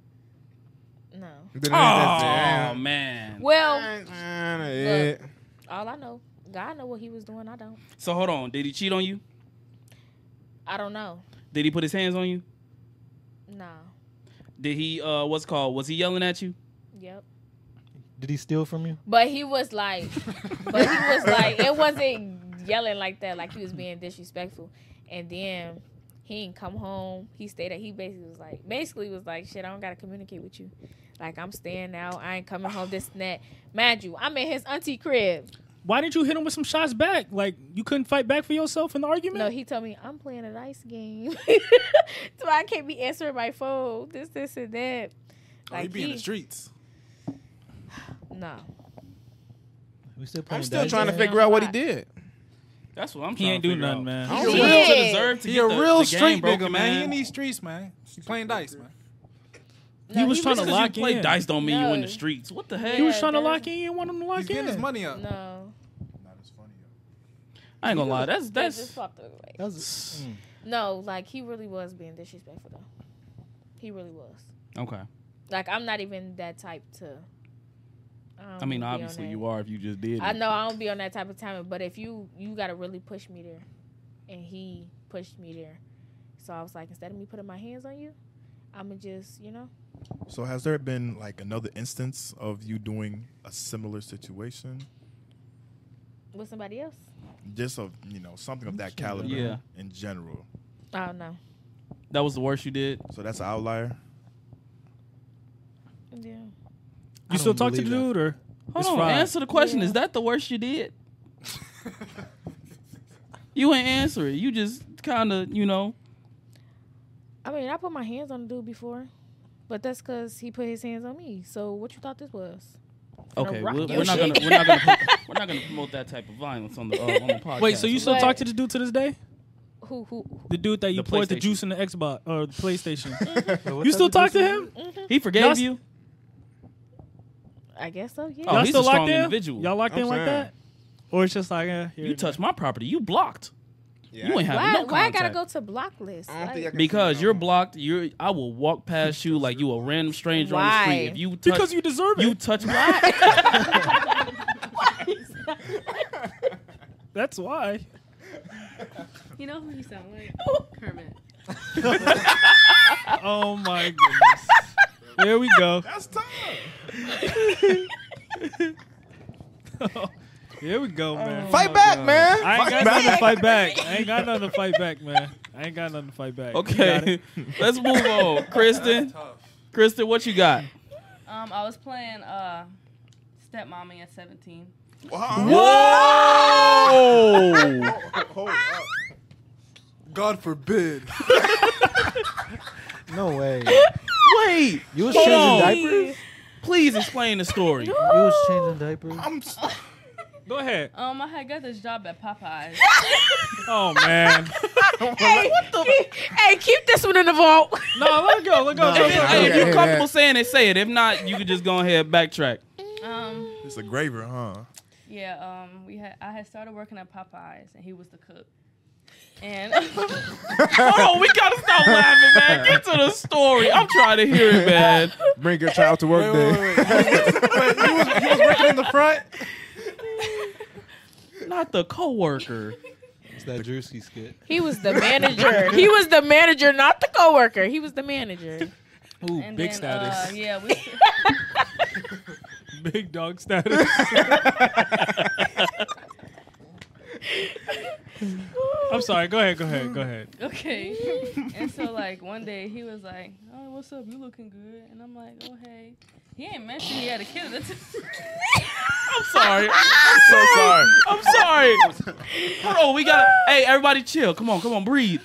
No.
Then it ain't
Oh
that
man.
Well,
bad. Yeah.
all I know, God know what he was doing. I don't.
So hold on. Did he cheat on you?
I don't know.
Did he put his hands on you?
Nah.
Did he uh what's it called? Was he yelling at you?
Yep.
Did he steal from you?
But he was like, but he was like, it wasn't yelling like that. Like he was being disrespectful. And then he didn't come home. He stayed. At, he basically was like, basically was like, shit. I don't gotta communicate with you. Like I'm staying out. I ain't coming home. This and that. Mind you, I'm in his auntie crib.
Why didn't you hit him with some shots back? Like you couldn't fight back for yourself in the argument?
No, he told me I'm playing a dice game, so I can't be answering my phone. This, this, and that.
Oh, you be in the streets.
no,
We still
I'm
playing
still
dice
trying to
game?
figure out what he did.
That's what I'm
He
trying
ain't
to
do
figure
nothing,
out.
man.
I
He
don't
should
know.
deserve to
He
get
a
the-
real
the game
street
broken,
nigga, man. He in
man.
these streets, man. He playing dice, man.
No,
he was
he
trying
Just
to
'cause you
lock
play
in.
dice don't mean you in
No.
the streets. What the heck?
He was
Yeah,
trying to
that-
lock in. You didn't want him to lock
He's
in.
getting his money up.
no.
Not as funny. though.
I ain't gonna lie. That's
They
that's
just walked away.
That was- mm.
No, like he really was being disrespectful though. He really was.
okay.
Like I'm not even that type to.
I mean, obviously you are if you just did.
I
it.
know I don't be on that type of timing, but if you you gotta really push me there, and he pushed me there, so I was like, instead of me putting my hands on you, I'ma just you know.
So has there been like another instance of you doing a similar situation?
with somebody else.
Just of you know something of that caliber.
Yeah.
In general.
Oh no.
That was the worst you did.
So that's an outlier.
Yeah.
You
still talk to the dude or?
Hold
it's
on,
fried?
answer the question. Is that the worst you did? you ain't answer it. You just kind of, you know.
I mean, I put my hands on the dude before, but that's because he put his hands on me. So what you thought this was? Finna
Okay,
rock
we're,
your
we're not
shit.
gonna we're not gonna pro- we're not gonna promote that type of violence on the uh, on the podcast.
Wait, so you still talk to the dude to this day?
who who?
The dude that you
The
poured the
PlayStation.
juice in the Xbox or the PlayStation.
what
you
type
still
of
talk to
juice
him?
He forgave
Y'all s-
you.
Mm-hmm.
Oh,
I guess so. Yeah.
Y'all
he's
still
a
locked
strong
in?
individual.
Y'all locked
I'm
in like
saying.
that? Or it's just like, eh, here
You
it is.
touched my property. You blocked.
Yeah.
You ain't have
why?
no
why I
contact.
gotta go to block list? Like-
because you're blocked. You're. I will walk past you like you a random stranger on the
Why?
street. If you touch,
Because you deserve it.
You touch my.
That's why.
You know who you sound like? Kermit.
oh my goodness. There we go.
That's tough.
Here we go, man.
Fight
Oh,
back,
God.
man.
I ain't
Fight
got nothing to
back.
fight back. I ain't got nothing to fight back, man. I ain't got nothing to fight back. You got
okay,
it.
let's move on, Kristen. Kristen, what you got?
Um, I was playing uh, stepmommy at 17.
Whoa!
God forbid.
No way.
Wait,
You was
hold
changing
on.
diapers.
Please explain the story.
You was changing diapers.
Go ahead.
Um, I had got this job at Popeyes.
Oh man.
hey, keep, hey, keep this one in the vault.
No, let it go. Let it go.
If, it- hey, if
Okay,
you're
man.
comfortable saying it, say it. If not, you can just go ahead and backtrack.
um,
It's a graver, huh?
yeah. Um, we had I had started working at Popeyes, and he was the cook. And
Hold on, we gotta stop laughing, man. Get to the story. I'm trying to hear it, man.
Bring your child to work day.
you, was, you was working in the front.
Not the coworker.
It's that Drewski skit.
He was the manager. he was the manager, not the coworker. He was the manager.
Ooh,
and
big
then, uh,
status.
yeah, we
Big dog status. I'm sorry. Go ahead. Go ahead. Go ahead.
Okay. and so like one day he was like, "Oh, what's up? You looking good?" And I'm like, "Oh, hey." He ain't mentioned he had a kid. at the
I'm sorry. I'm
so sorry.
I'm sorry. Hold on, we gotta. Hey, everybody, chill. Come on, come on, breathe.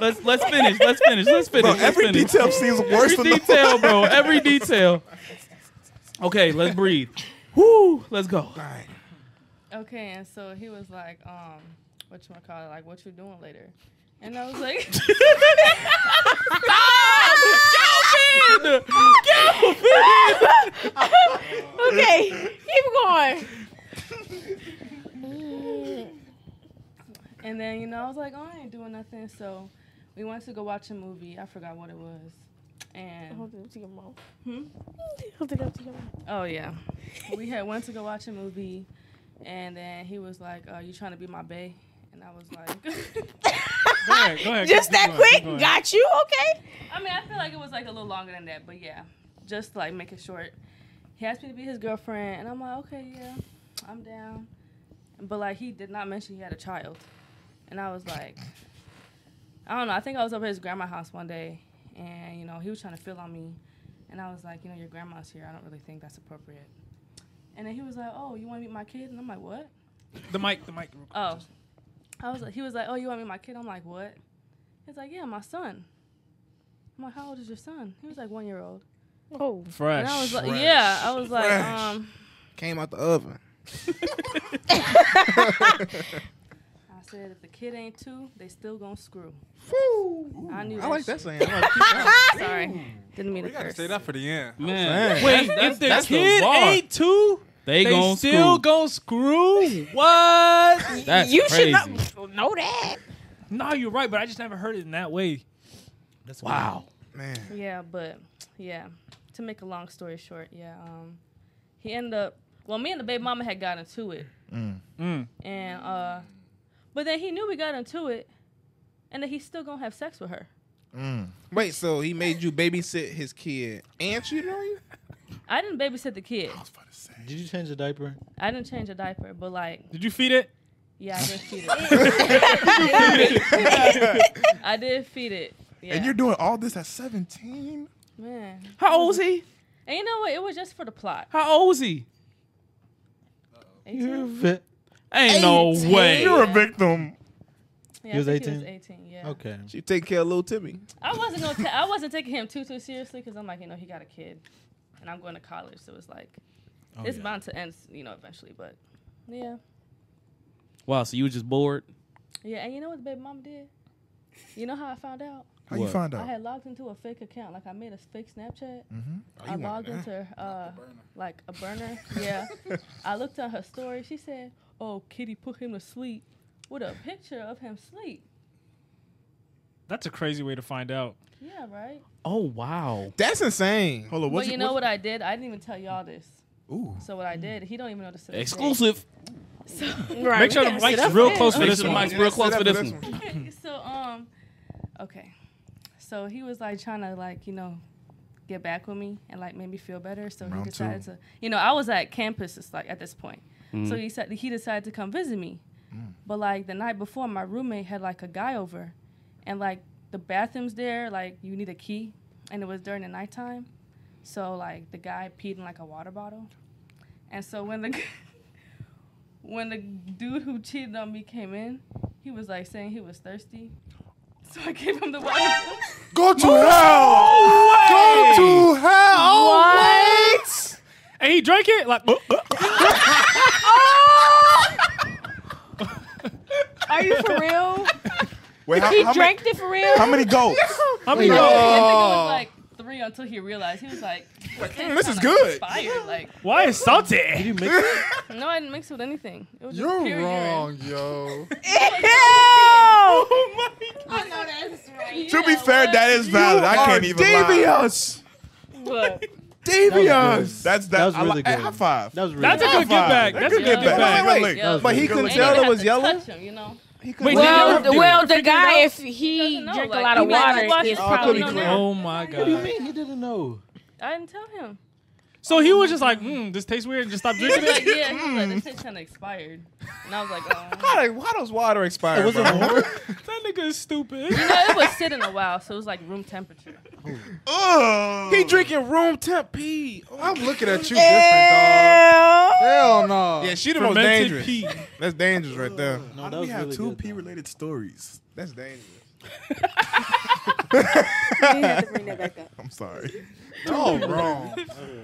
Let's let's finish. Let's finish. Let's finish.
Bro,
let's
every
finish.
detail seems worse
Every
than the-
detail, bro. Every detail. Okay, let's breathe. Whoo, let's go.
time. okay. And so he was like, "Um, what you call it? Like, what you doing later?" And I was like,
Calvin! Calvin!
okay, keep going.
And then, you know, I was like, oh, I ain't doing nothing. So we went to go watch a movie. I forgot what it was. And
Hold it up to your mouth.
Hmm?
Hold it up to your mouth.
oh yeah, we had went to go watch a movie, and then he was like, uh, "You trying to be my bae?" And I was like,
Go ahead. Go ahead.
Just
keep
that
going, keep
quick?
going.
Got you? Okay.
I mean, I feel like it was like a little longer than that, but yeah, just like make it short. He asked me to be his girlfriend, and I'm like, okay, yeah, I'm down. But like, he did not mention he had a child, and I was like, I don't know. I think I was over at his grandma's house one day, and you know, he was trying to feel on me, and I was like, you know, your grandma's here. I don't really think that's appropriate. And then he was like, oh, you want to meet my kid? And I'm like, what?
The mic. The mic.
Oh, I was. He was like, "Oh, you want me my kid?" I'm like, "What?" He's like, "Yeah, my son." I'm like, "How old is your son?" He was like, "One year old."
Oh.
Fresh.
And I was like,
Fresh.
"Yeah." I was like,
Fresh.
"Um."
Came out the oven.
I said, "If the kid ain't two, they still gonna screw." I knew.
I like
shit.
that saying. I like to keep that.
Sorry, didn't mean to curse.
Say that for the end.
Man,
Wait, if
that's- that's-
the
that's
kid
bar.
ain't two,
they, gon'
still
screw.
gonna screw. What?
That's
you should
crazy.
know, know that.
no, you're right, but I just never heard it in that way.
That's
Wow.
Man.
Yeah, but yeah. To make a long story short, yeah. Um, he ended up. Well, me and the baby mama had gotten into it.
Mm.
and uh but then he knew we got into it and that he's still gonna have sex with her
Mm. Wait, so he made you babysit his kid and you know you?
i didn't babysit the kid
Did you change the diaper?
i didn't change a diaper but like
Did you feed it?
Yeah, I did feed
You
it.
feed it.
I did feed it. Yeah.
And you're doing all this at 17?
Man.
How old is he?
And you know what? It was just for the plot.
How old is he?
You're
Ain't
no way.
You're a victim.
Yeah,
He was
I think He
18?
was 18. Yeah.
Okay.
She take care of little Timmy.
I wasn't gonna. ta- I wasn't taking him too too seriously because I'm like, you know, he got a kid, and I'm going to college, so it's like,
Oh,
it's
yeah.
bound to end, you know, eventually. But yeah,
Wow, so you was just bored?
yeah. And you know what the baby mama did? You know how I found out?
How you What? found
I
out? Mm-hmm.
had logged into a fake account. Like I made a fake Snapchat.
Mhm. Oh,
I
you wanted
logged
that.
into uh, like a burner. Yeah. I looked at her story. She said, "Oh, Kitty put him to sleep with a picture of him sleep."
That's a crazy way to find out.
Yeah, right.
Oh wow,
that's insane.
Hold
but you know what I did? I didn't even tell y'all this.
Ooh.
So what I did, he don't even know this. to this day.
Exclusive.
So,
Right, Make sure we the gotta mic's sit up real for close this. for this one. Mic's real close for this one.
Okay, so um, okay, so he was like trying to like you know get back with me and like make me feel better. So
Round
he decided
two.
to you know I was at campus it's like at this point.
Mm.
So he said he decided to come visit me, but like the night before my roommate had like a guy over, and like the bathrooms there like you need a key, and it was during the nighttime. So like the guy peed in like a water bottle, and so when the g- when the dude who cheated on me came in, he was like saying he was thirsty. So I gave him the water.
Go to hell. Go to hell. Oh, Uh,
What? And he drank it like.
Oh! Are you for real?
Wait, how,
he
how
drank
many,
it for real. Oh.
How many goats?
How
I think it was like three until he realized he was like,
mm, this is
kinda
good."
Inspired, like,
Why
uh,
is salty? Did
you mix it?
no, I didn't mix it with anything. It was just
You're
pure
wrong, yo.
Oh
I know that's right.
to be fair, that is valid. I can't even devious.
Look.
Devious. That's that.
That was
I
really
li- hey,
good.
High five.
That was really
That's a
High
good get
five.
back.
That
That's a
good
good
get back. Wait,
That was
But
really
he
good.
couldn't
Ain't
tell
gonna
it was
yellow.
yellow.
Touch him, you know.
Wait,
Well,
did you-
Well, the guy, if
He
he
doesn't know,
drank
like,
a lot
he
of
might
water,
watch his
it's probably
probably don't
grown.
know.
Oh my
What do you
god.
mean he didn't know?
I didn't tell him.
So he was just like, mm, this tastes weird, and just stop
He was
drinking
like,
it.
yeah,
Hmm. Mm.
he was like, this tastes kind of expired. And I was like, oh.
How, did- how does water expire?
It Oh, was
bro?
a horn?
That nigga is stupid.
You know, it was sitting a while, so it was like room temperature.
Ugh. He drinking room temp pee.
I'm looking at you different, dog. Hell no.
Yeah, she the most
Fermented
dangerous.
pee.
That's dangerous right there.
How do we have two P related stories?
That's dangerous.
We had to bring that back up.
I'm sorry.
No, wrong.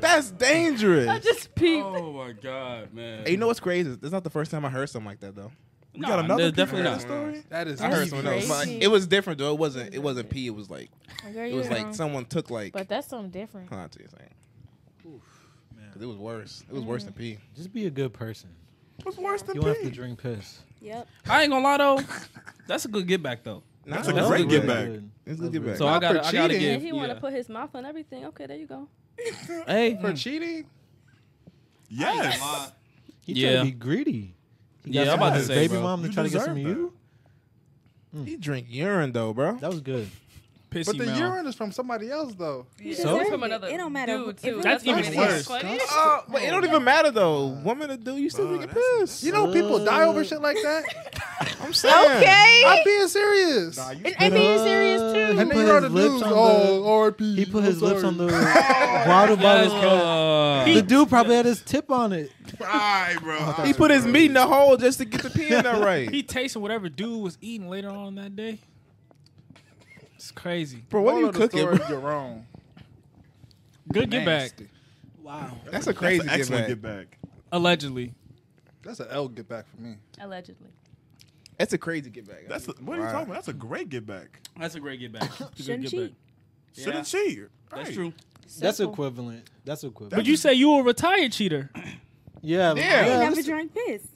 That's dangerous.
I just peed.
Oh my god, man.
Hey, you know what's crazy? That's not the first time I heard something like that though. We
Nah,
got another
there's
definitely
definitely
not.
not.
story.
That is
I heard someone else. but
crazy.
It was different though. It wasn't. It wasn't pee. It was like.
Girl,
It
you
was like
wrong.
someone took like.
But that's something different.
Hold on to your thing. Cause it was worse. It was worse than pee.
Just be a good person.
What's worse than
You won't have to
pee?
drink piss.
Yep.
I ain't gonna lie though, that's a good get back though.
That's
Nah,
a
that's
great
really
get back.
good.
It's
That's
good get back.
So I gotta,
for
I gotta
cheating.
And
give.
he want to
Yeah.
put his mouth on everything. Okay, there you go.
Hey,
For cheating?
Yes.
He
Yeah.
tried to be greedy. He
Yeah,
got
I'm about
some
to
of his
say,
baby
bro.
mom to
You
try to get some of
deserve
you.
Mm. He drink urine though, bro.
That was good.
Pissy
But the
mouth.
urine is from somebody else, though.
You
So?
deserve
From
it.
another
It don't matter.
dude,
if it
too.
was
That's
from
even
another
worse.
person.
Uh, but it don't even matter though. Woman or dude, you still drinking piss.
You know, people die over shit like that.
I'm saying.
Okay.
I'm being serious.
And being serious too.
He
and
put
then you're on the
his lips
news.
on the-
Oh, RIP.
He put
I'm
his lips
sorry.
on the water bottle's cap.
Uh,
The dude probably had his tip on it.
Alright, bro.
He put his meat in the hole just to get the pee in there right.
He tasted whatever dude was eating later on that day. It's crazy.
Bro, what are
Moral
you
of the
cooking?
story,
bro?
You're wrong.
Good get back.
Nasty.
That's a crazy
That's an excellent
get back.
get back.
Allegedly.
That's an L get back for me.
Allegedly.
That's a crazy get back.
That's a, what are you
Wow.
talking about? That's a great get back.
that's a great get back. That's a good
Shouldn't
get
cheat.
back.
Shouldn't cheat.
That's
Right.
true.
That's
Simple.
equivalent. That's equivalent.
But you say you a retired cheater.
yeah,
I
Yeah.
ain't
yeah.
never drank piss.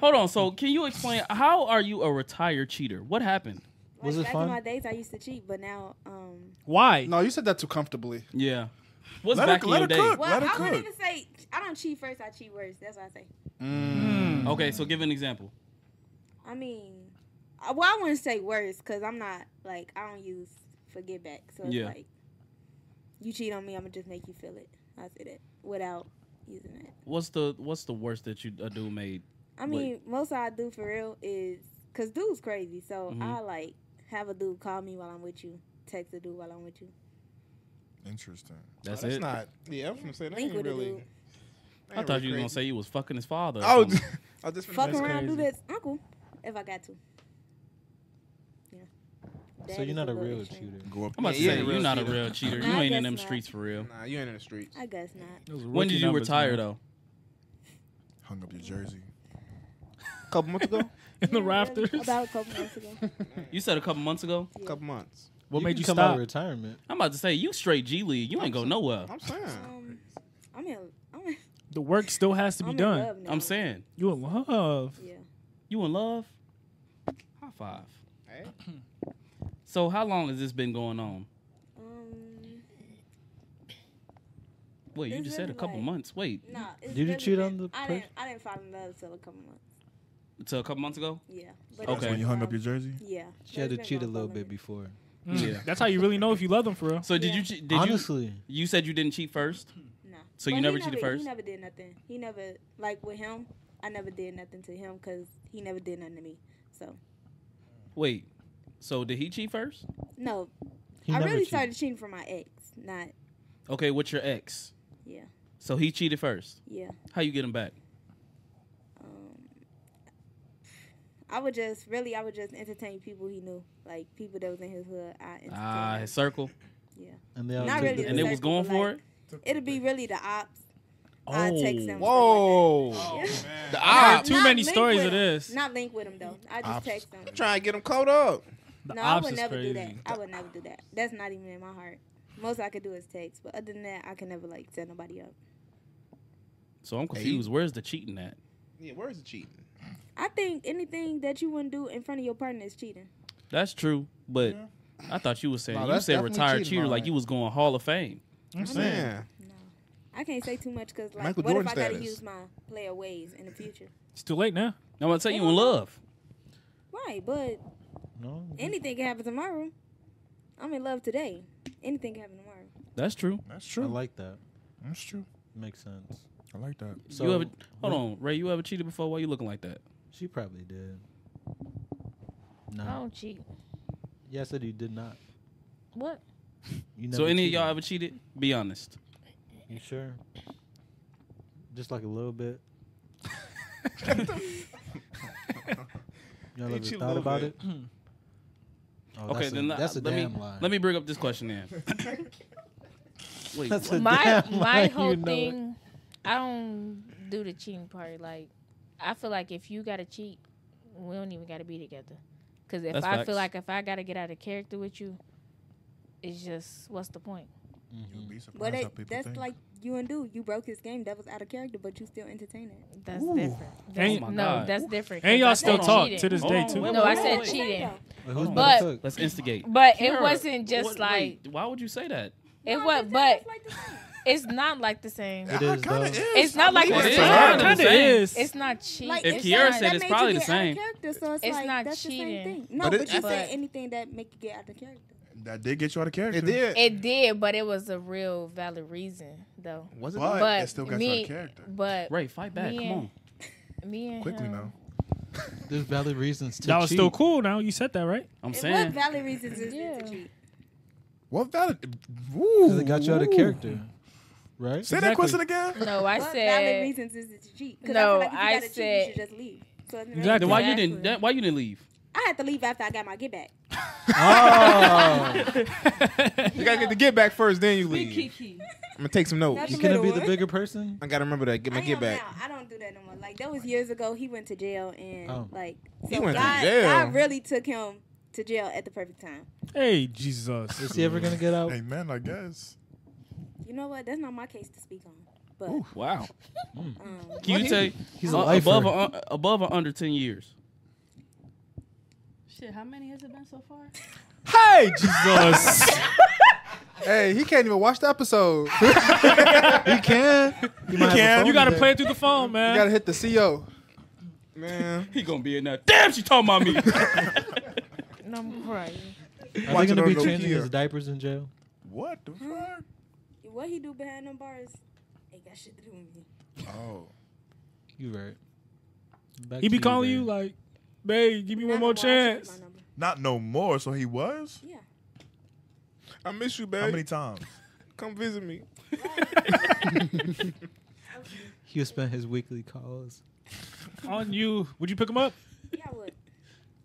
Hold on. So can you explain how are you a retired cheater? What happened?
Like,
Was it
back
fun?
in my days, I used to cheat, but now, um,
Why?
No, you said that too comfortably.
Yeah. What's
Let her-
back in
let
your
her
day?
cook.
well,
Let her
I wouldn't
cook.
even say I don't cheat first. I cheat worse. That's what I say.
Mm. Okay, so give an example.
I mean, I, well, I wouldn't say worse because I'm not like I don't use forget back. So it's
Yeah.
like you cheat on me, I'm gonna just make you feel it. I say that without using it.
What's the what's the worst that you a dude made
I mean, most I do for real is because dude's crazy. So
Mm-hmm.
Mhm.
I like have a dude call me while I'm with you, text a dude while I'm with you.
Interesting.
That's
that's
it?
not. Yeah, I'm gonna say that
Link
ain't
with a
really.
dude.
that
I
ain't
thought
really
you were gonna
crazy. Oh,
say you was fucking his father. or
I was,
something.
I was just
Fuck around, do this, uncle, if I got to. Yeah.
So you're not a real
cheater.
Go up
I'm about to
Yeah,
say
yeah,
you're not a
cheater.
real cheater.
Nah,
you
I
ain't in
guess
them
not.
streets for real.
Nah, you ain't in the streets.
I guess not.
When did you retire though?
Hung up your
Mm-hmm.
jersey.
A couple months ago.
in the rafters.
About a couple months ago.
You said a couple months ago.
A couple months.
What
You
made
can
you
come
come out
out of
of retirement?
I'm about to say you straight G League. You ain't go nowhere.
I'm saying.
Um, I'm in. I'm in.
The work still has to be
I'm in
done.
love now.
I'm saying
You in love?
Yeah.
you in love. High five. So how long has this been going on?
Um.
Wait, you
It's
just said a
really
couple
like-
months. Wait,
No. it's
Did you
really
cheat
been-
on the
I
person?
didn't. I didn't fall in love till a couple months.
to a couple months ago.
Yeah.
That's when
it's
you
been
hung up
going-
your jersey?
Yeah.
She had
but
to
it's
cheat a
been
little
going
bit before.
Mm,
Yeah.
That's how you really know if you love them for real.
So did Hmm.
Yeah.
you? che- Did you,
Honestly.
you said you didn't cheat first.
for- No.
So you
But he
never cheated
never-
first?
He never did nothing. He never like with him. I never did nothing to him because he never did nothing to me. So
Wait. So did he cheat first?
no.
He
I
never
really
cheated.
started cheating for my ex. Not
Okay, what's your ex?
yeah.
So he cheated first.
Yeah.
How you get him back?
um, I would just really, I would just entertain people he knew, like people that was in his hood. I entertain.
Ah,
them.
his circle.
Yeah.
And
all Not took really the-
And it was
circle,
going
but
for
like-
it. Oh.
It'd be really the ops. I text them.
Whoa.
Oh,
The op.
too many
Oh, link
stories
with
of
him.
this.
Not link with him though. I just
Ops.
text them.
I'm trying to get him caught up.
no, I
ops
would
is
never do that.
crazy.
I would never do that. That's not even in my heart. Most I could do is text, but other than that, I can never like set nobody up.
So I'm confused. Where's the cheating at?
Yeah, where's the cheating?
I think anything that you wouldn't do in front of your partner is cheating.
That's true, but I thought you was saying
No,
you
that's
said
definitely
retired
cheating,
cheater
all
like you was going Hall of Fame.
I'm saying.
I can't say too much because like,
Michael
what
Jordan
if I gotta
status.
use my player ways in the future?
It's too late now.
I'm gonna tell you in love.
Right, but
No.
anything can happen tomorrow. I'm in love today. Anything can happen tomorrow.
That's true.
That's true.
I like that.
That's true.
Makes sense.
I like that.
So
you ever
what-
hold on, Ray? You ever cheated before? Why you looking like that?
She probably did. No.
I don't cheat.
Yeah, I said you did not.
What?
You
So
never
any of
cheated.
y'all ever cheated? Be honest.
You sure? Just like a little bit. Y'all
Ain't
ever
you a
thought
little
about
bit?
it? Oh,
okay,
that's
then
a,
let-
that's a
let
damn
me
lie.
let me bring up this question then. Wait,
That's
what?
a
my
damn lie,
my
you
whole
know it.
thing, I don't do the cheating part. Like, I feel like if you gotta cheat, we don't even gotta be together. Because if
That's
I
facts.
feel like if I gotta get out of character with you, it's just what's the point?
Mm-hmm.
You'd be
But
surprised how people
it, that's
think.
like you and do. You broke his game. That was out of character, but you still entertain it.
That's different. That's,
And-
no,
Oh my God.
that's different.
And
'cause
y'all
that's
still
not
talk
cheating.
to this
Hold
day
on,
too.
wait,
No,
wait,
I
wait,
said
wait.
cheating.
Wait, who's
Hold on.
about to
But-
cook?
Let's instigate.
But it
Kara,
wasn't just
what- wait,
like
why would you say that?
it was. But it's not like the same.
It is though.
It's not like
It
the
is.
same.
It kinda is.
It's not cheating.
If
it's
Kiara
not-
said
that
it's
made
probably
you
the
get out of
same.
character, so it's,
It's
like,
not
that's The
cheating.
same thing. No,
But
but,
it-
you
But-
said anything that make you get out of character.
that did get you out of character.
It did, but it was a real valid reason, though.
Was it? But it still got you out of character.
But
Ray, fight back.
me
Come
and-
on.
Me and
Quickly
him-
now.
There's valid reasons to
Y'all
cheat.
still cool now. You said that right?
I'm
What
saying.
valid reasons is there to cheat?
What valid?
'Cause it got you out of
Ooh.
character, right?
Say that question again.
No, I
what valid
said
reasons is it to cheat? 'Cause
No,
I, feel like if
I
you gotta cheat,
said-
you should just leave. So it's
Exactly.
Then why
Exactly.
you didn't? That, why you didn't leave?
I had to leave after I got my get back.
Oh.
You gotta get the get back first, then you leave.
Kiki.
I'm gonna take some notes.
That's
You
the
gonna
middle
be the
one.
bigger person?
I gotta remember that. Get my
I
get
am
back.
now. I don't do that no more. Like that was years ago. He went to jail and
Oh.
like
He
so
went to
God,
jail.
God really took him to jail at the perfect time.
Hey, Jesus.
Is he ever gonna get out?
Amen. I guess.
You know what? That's not my case to speak on. But
Wow.
um,
Can you take
Mm. He's a
uh,
lifer.
above or, un- above or under ten years?
Shit, how many has it been so far?
Hey, Jesus. hey, he can't even watch the episode. he
can.
You
You can. You gotta play it through the phone, man.
You gotta hit the CO.
Man,
He gonna be in that. Damn, she talking about me.
no, I'm crying.
Are they
Watch it
gonna be
on the
changing his
ear.
diapers in jail?
What the fuck?
what he do behind them bars ain't got shit to do with me.
Oh,
You right? Back
he
to
be
you,
calling
Brandon.
you like, babe, give me one more chance.
Not no more. So he was.
Yeah.
I miss you, babe.
How many times?
Come visit me.
He would spend his weekly calls.
On you. Would you pick him up?
Yeah, I would.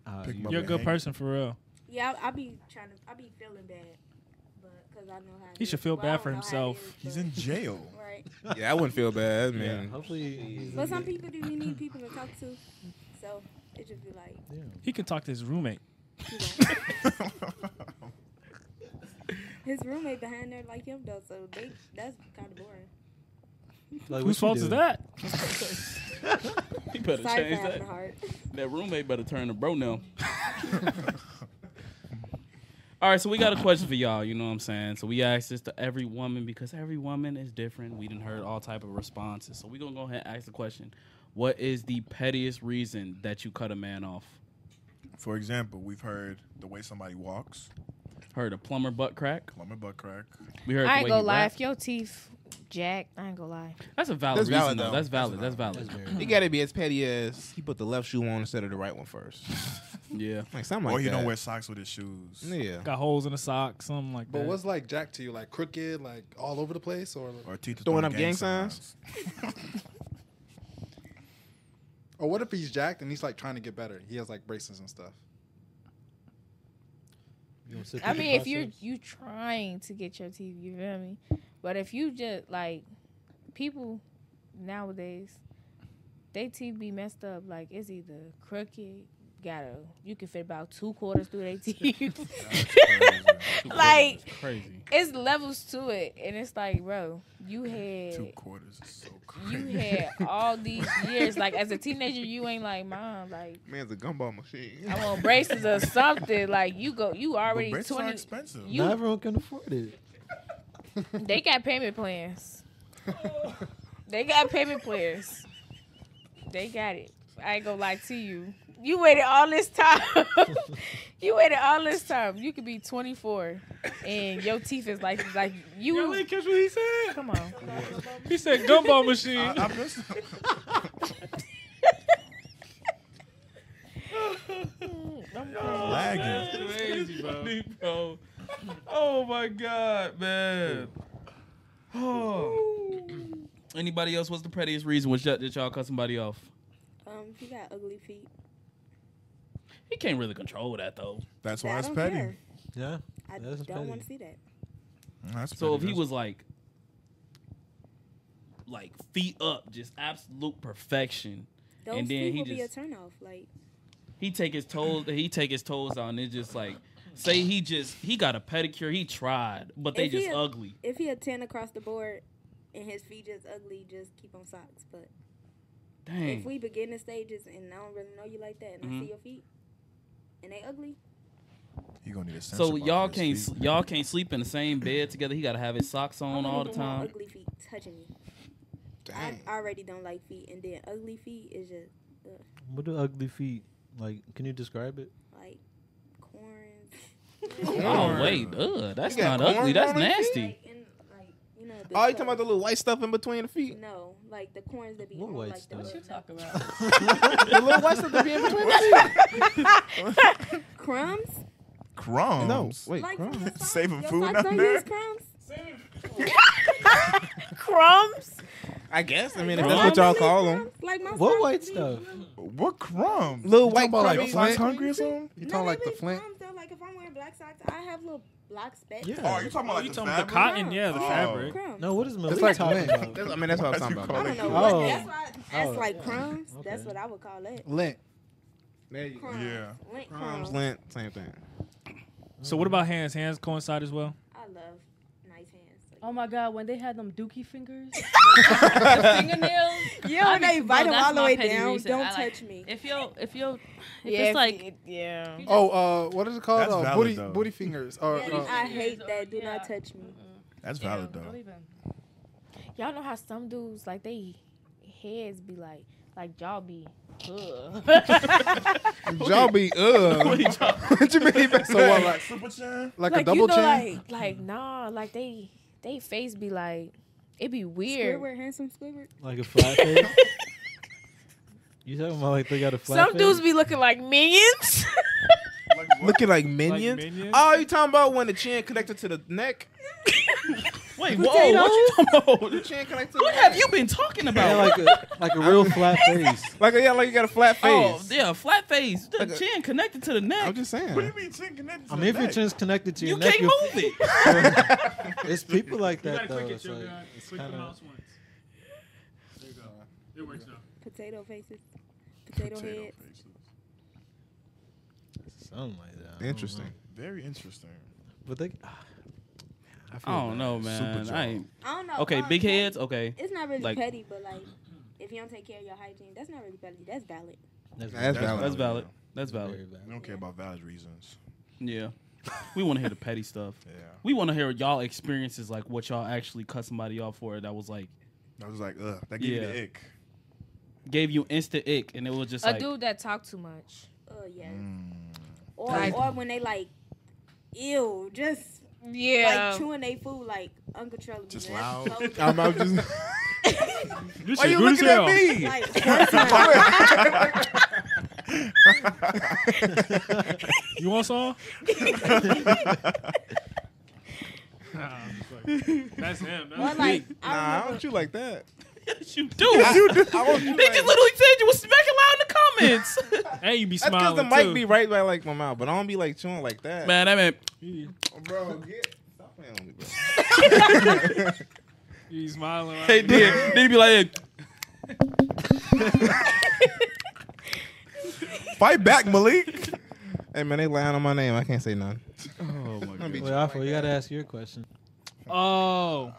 Uh,
Pick
you-
him up You're a and good hang him. person, for real.
Yeah, I, I be trying to. I be feeling bad, but because I know how. it
He
is.
should feel
Well, I don't
bad for
know how it
himself.
is,
He's
but-
in jail.
Right.
Yeah, I wouldn't feel bad, man.
hopefully,
But some people do you need people to talk to, so it just be like.
He can talk to his roommate.
His roommate behind there like him though, so they that's kind of boring.
Like,
Whose
what
fault
you
is
do?
that?
He better
Sorry for
change
having
that.
a heart.
That roommate better turn to bro now. All right, so we got a question for y'all. You know what I'm saying? So we asked this to every woman because every woman is different. We done heard all type of responses. So we gonna go ahead and ask the question: What is the pettiest reason that you cut a man off?
For example, we've heard the way somebody walks.
Heard a plumber butt crack.
Plumber butt crack.
We heard.
I
the
ain't
way
gonna
you
lie.
rap.
If your teeth jacked, I ain't gonna lie.
That's a valid
That's
reason.
valid,
though.
though.
That's valid. That's valid.
You gotta be as petty as he put the left shoe on instead of the right one first.
yeah.
Like something like
or he
that.
don't wear socks with his shoes.
Yeah.
Got holes in the sock, something like
But
that.
what's like Jack to you? Like crooked, like all over the place, or
Or teeth are
Throwing up gang signs.
or what if he's jacked and he's like trying to get better? He has like braces and stuff.
You gonna sit
I
through the
mean, if you're
process?
you trying to get your teeth, you feel me? But if you just like people nowadays, they teeth be messed up. Like it's either crooked, got to you can fit about two quarters through their teeth. like
It's crazy.
it's levels to it, and it's like, bro, you had
Two quarters is so
you
crazy.
had all these years. Like as a teenager, you ain't like mom. Like
Man's a gumball machine.
I want braces or something. Like you go, you already
braces are
twenty.
expensive.
You,
Not everyone can afford it.
They got payment plans. they got payment plans. They got it. I ain't gonna lie to you. You waited all this time. you waited all this time. You could be 24 and your teeth is like like you. You didn't
catch what he said.
Come on.
He said gumball machine.
I, I missed
Lagging. Crazy, bro.
bro. Oh my god, man. Oh. Anybody else? What's the pettiest reason which that that y'all cut somebody off?
Um, if you got ugly feet,
He can't really control that though.
That's
I
why it's
don't
petty.
care.
Yeah.
I
That's
don't want
petty.
to see that.
That's
so if
petty.
he was like, like feet up, just absolute perfection,
Those
and then
feet
he
will be a
just
turnoff. Like
he take his toes he take his toes out and it's just like say he just he got a pedicure he tried but they
if he
just
a-
ugly.
If he a ten across the board, and his feet just ugly, just keep on socks. But if
Dang.
we begin the stages and I don't really know you like that, and I
Mhm.
see your feet, and they ugly,
You gonna need a sensor
So
bar for
y'all
his
can't
feet.
sl- y'all can't sleep in the same bed together. He gotta have his socks
I
on
don't
all the
even want
time.
Ugly feet touching me. I already don't like feet, and then ugly feet is just ugh,
What do ugly feet like? Can you describe it?
like corns.
Oh wait, ugh, that's not ugly. That's nasty.
Like, in, like, you know, the
Oh,
toe-
you talking about the little white stuff in between the feet?
No, like the corns that be
What
on,
white
like
stuff?
the
What
little-
you
talking
the little white stuff that be in between the feet.
Crumbs?
Crumbs.
No, wait,
Like
crumbs.
from your socks?
Saving
Your
food
socks
down
don't
there?
use crumbs?
crumbs.
I guess. I mean, if
Crumbs?
that's what y'all call them.
Like my
What white stuff?
What crumbs?
Little
You
white
talking about,
crumbs.
Like Fox
Flint?
hungry or something?
You talking like the Flint?
Crumbs though, like if I'm wearing black socks, I have little black specks.
Yeah. Oh, you talking about like
you
the
talking about the
fabric?
cotton? Yeah, the
Oh.
fabric.
Crumbs.
No, what is Malik
It's like
talking
lint.
about?
That's- I mean, that's what I was talking about.
I don't know.
Oh.
What, that's why that's
Oh.
like crumbs. That's
Okay.
what I would call it.
Lint. There you go.
Crumbs.
Yeah.
Lint
Crumbs,
crumbs.
lint, same thing.
So what about hands? Hands coincide as well.
I love nice hands.
Oh my god, when they had them dookie fingers,
The
fingernails.
Yeah, when they bite 'em
that's
all the
my
way
petty
down, don't
I like-
touch me.
If yo, if yo, if
Yeah,
it's
if
like,
it- yeah.
Oh, uh, what is it called?
That's
Uh,
valid,
booty,
though.
booty fingers. Or,
Yeah,
uh,
I hate that. Do not touch me.
That's valid though.
Y'all know how some dudes like they heads be like like jaw be. uh. Ugh.
Y'all be uh.
What you
what you mean?
So what,
Like
like,
super chin?
like, a
Like,
double
you know,
chin?
Like, like nah, like they they face be like it be weird.
Squidward, handsome Squidward.
Like a flat face? You talking about like they got a flat?
Some dudes be looking like minions.
Looking like minions?
minions?
Oh, you talking about when the chin connected to the neck?
Wait,
whoa,
whoa, what you talking about?
The chin connected to the
What
neck.
have you been talking
Yeah,
about?
like a like a real flat face.
Like yeah, like you got a flat face.
Oh, yeah, flat face. The chin connected to the neck. I'm
just saying.
What do you mean chin connected?
I mean, if your chin's connected to
You
your neck,
can't
you're-
move it.
it's people like
You
that
gotta
though.
click it,
It's
your
like,
guy.
it's
Click the
kinda-
mouse once. There you go. It works now.
Potato faces. Potato,
Potato
heads.
something like that. I don't
Interesting.
know.
Very interesting.
But they, I,
I don't know, man. I ain't.
I don't know.
Okay,
um,
big
petty-
heads. Okay.
It's not really
Like-
petty, but like, if you don't take care of your hygiene, that's not really petty. That's valid.
That's,
That's valid.
That's valid. That's valid.
We don't care about valid reasons.
Yeah. We want to hear the petty stuff.
Yeah.
We want to hear y'all experiences, like what y'all actually cut somebody off for. That was like
I was like, ugh, that gave me
Yeah.
the ick.
gave you instant ick, and it was just
a
like
dude that talk too much.
Oh yeah.
Mm.
Or
Like-
or when they like, ew, just
Yeah.
like chewing their food like uncontrollably.
Just
That's
loud.
so dumb.
I'm out just-
This
Why
shit
you
good as
looking at
hell.
me?
you want some? That's him. That's
Or like,
me.
I
Nah, I
remember-
don't you like that.
yes, you do.
Yes, you do. I
they
want
just
you
literally
like-
said you was smacking loud in the comments.
And you be
That's because
smiling
the mic
too.
be right by like my mouth, but I don't be like chewing like that.
man, I mean,
You,
bro, get stop playing with me, bro.
you
Mm.
smiling.
they did. They be like,
Fight back, Malik. hey man, they lying on my name. I can't say none.
oh my
Don't be
Wait, Afro, you gotta ask your question.
Oh.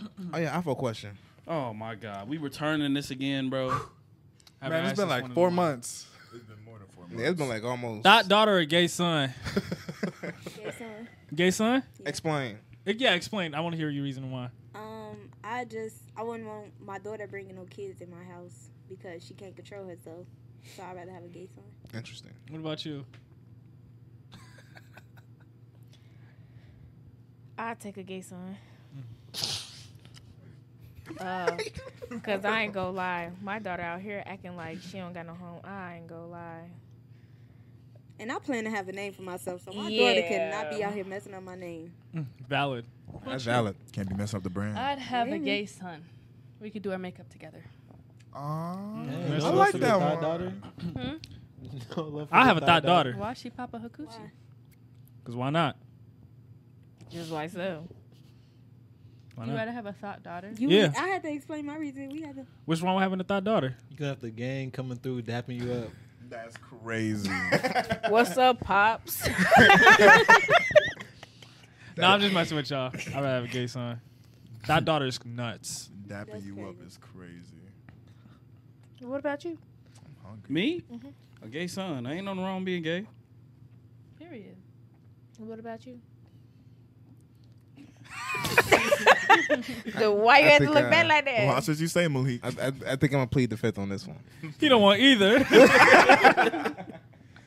Oh yeah, I have a question.
oh my god, we returning this again, bro.
Haven't
Man,
asked
it's been
this
like
one in a
four
while.
months.
It's been more than four
Yeah, it's been like almost.
Not daughter or gay son.
Jason,
Gay son?
Explain.
Eh, Yeah, explain. I want to hear your reason why.
Um, I just I wouldn't want my daughter bringing no kids in my house because she can't control herself. So I'd rather have a gay son.
Interesting.
What about you?
I take a gay son. Uh, Cause I ain't gonna lie, my daughter out here acting like she don't got no home. I ain't gonna lie.
And I plan to have a name for myself, so my daughter
Yeah.
cannot be out here messing up my name.
Valid.
That's valid.
Can't be messing up the brand.
Uh,
I'd have a
Really?
gay son. We could do our makeup together.
Hey,
I
no love
like
for the
that
thought
one.
Daughter?
Hmm?
No love for
I
the
have a thought daughter.
Why she pop a hoochie?
Why?
Cause why not?
Just like so.
Why
You
not?
rather have a thought daughter?
You,
Yeah.
I had to explain my reason. We had to.
What's wrong with having a thought daughter?
You gonna have the gang coming through, dapping you up.
That's crazy.
What's up, pops?
No, I'm just messing with y'all. I'd rather have a gay son. That daughter's nuts.
Dapping
That's
you up
crazy.
is crazy.
what about you?
I'm hungry.
Me? A gay son. I ain't nothing wrong being gay.
Period.
What about you? the why you
I
had to
think,
look
uh,
back like that?
Well, that's what you say, Malik.
I, I, I think I'm gonna plead the fifth on this one.
He don't want either.
I'm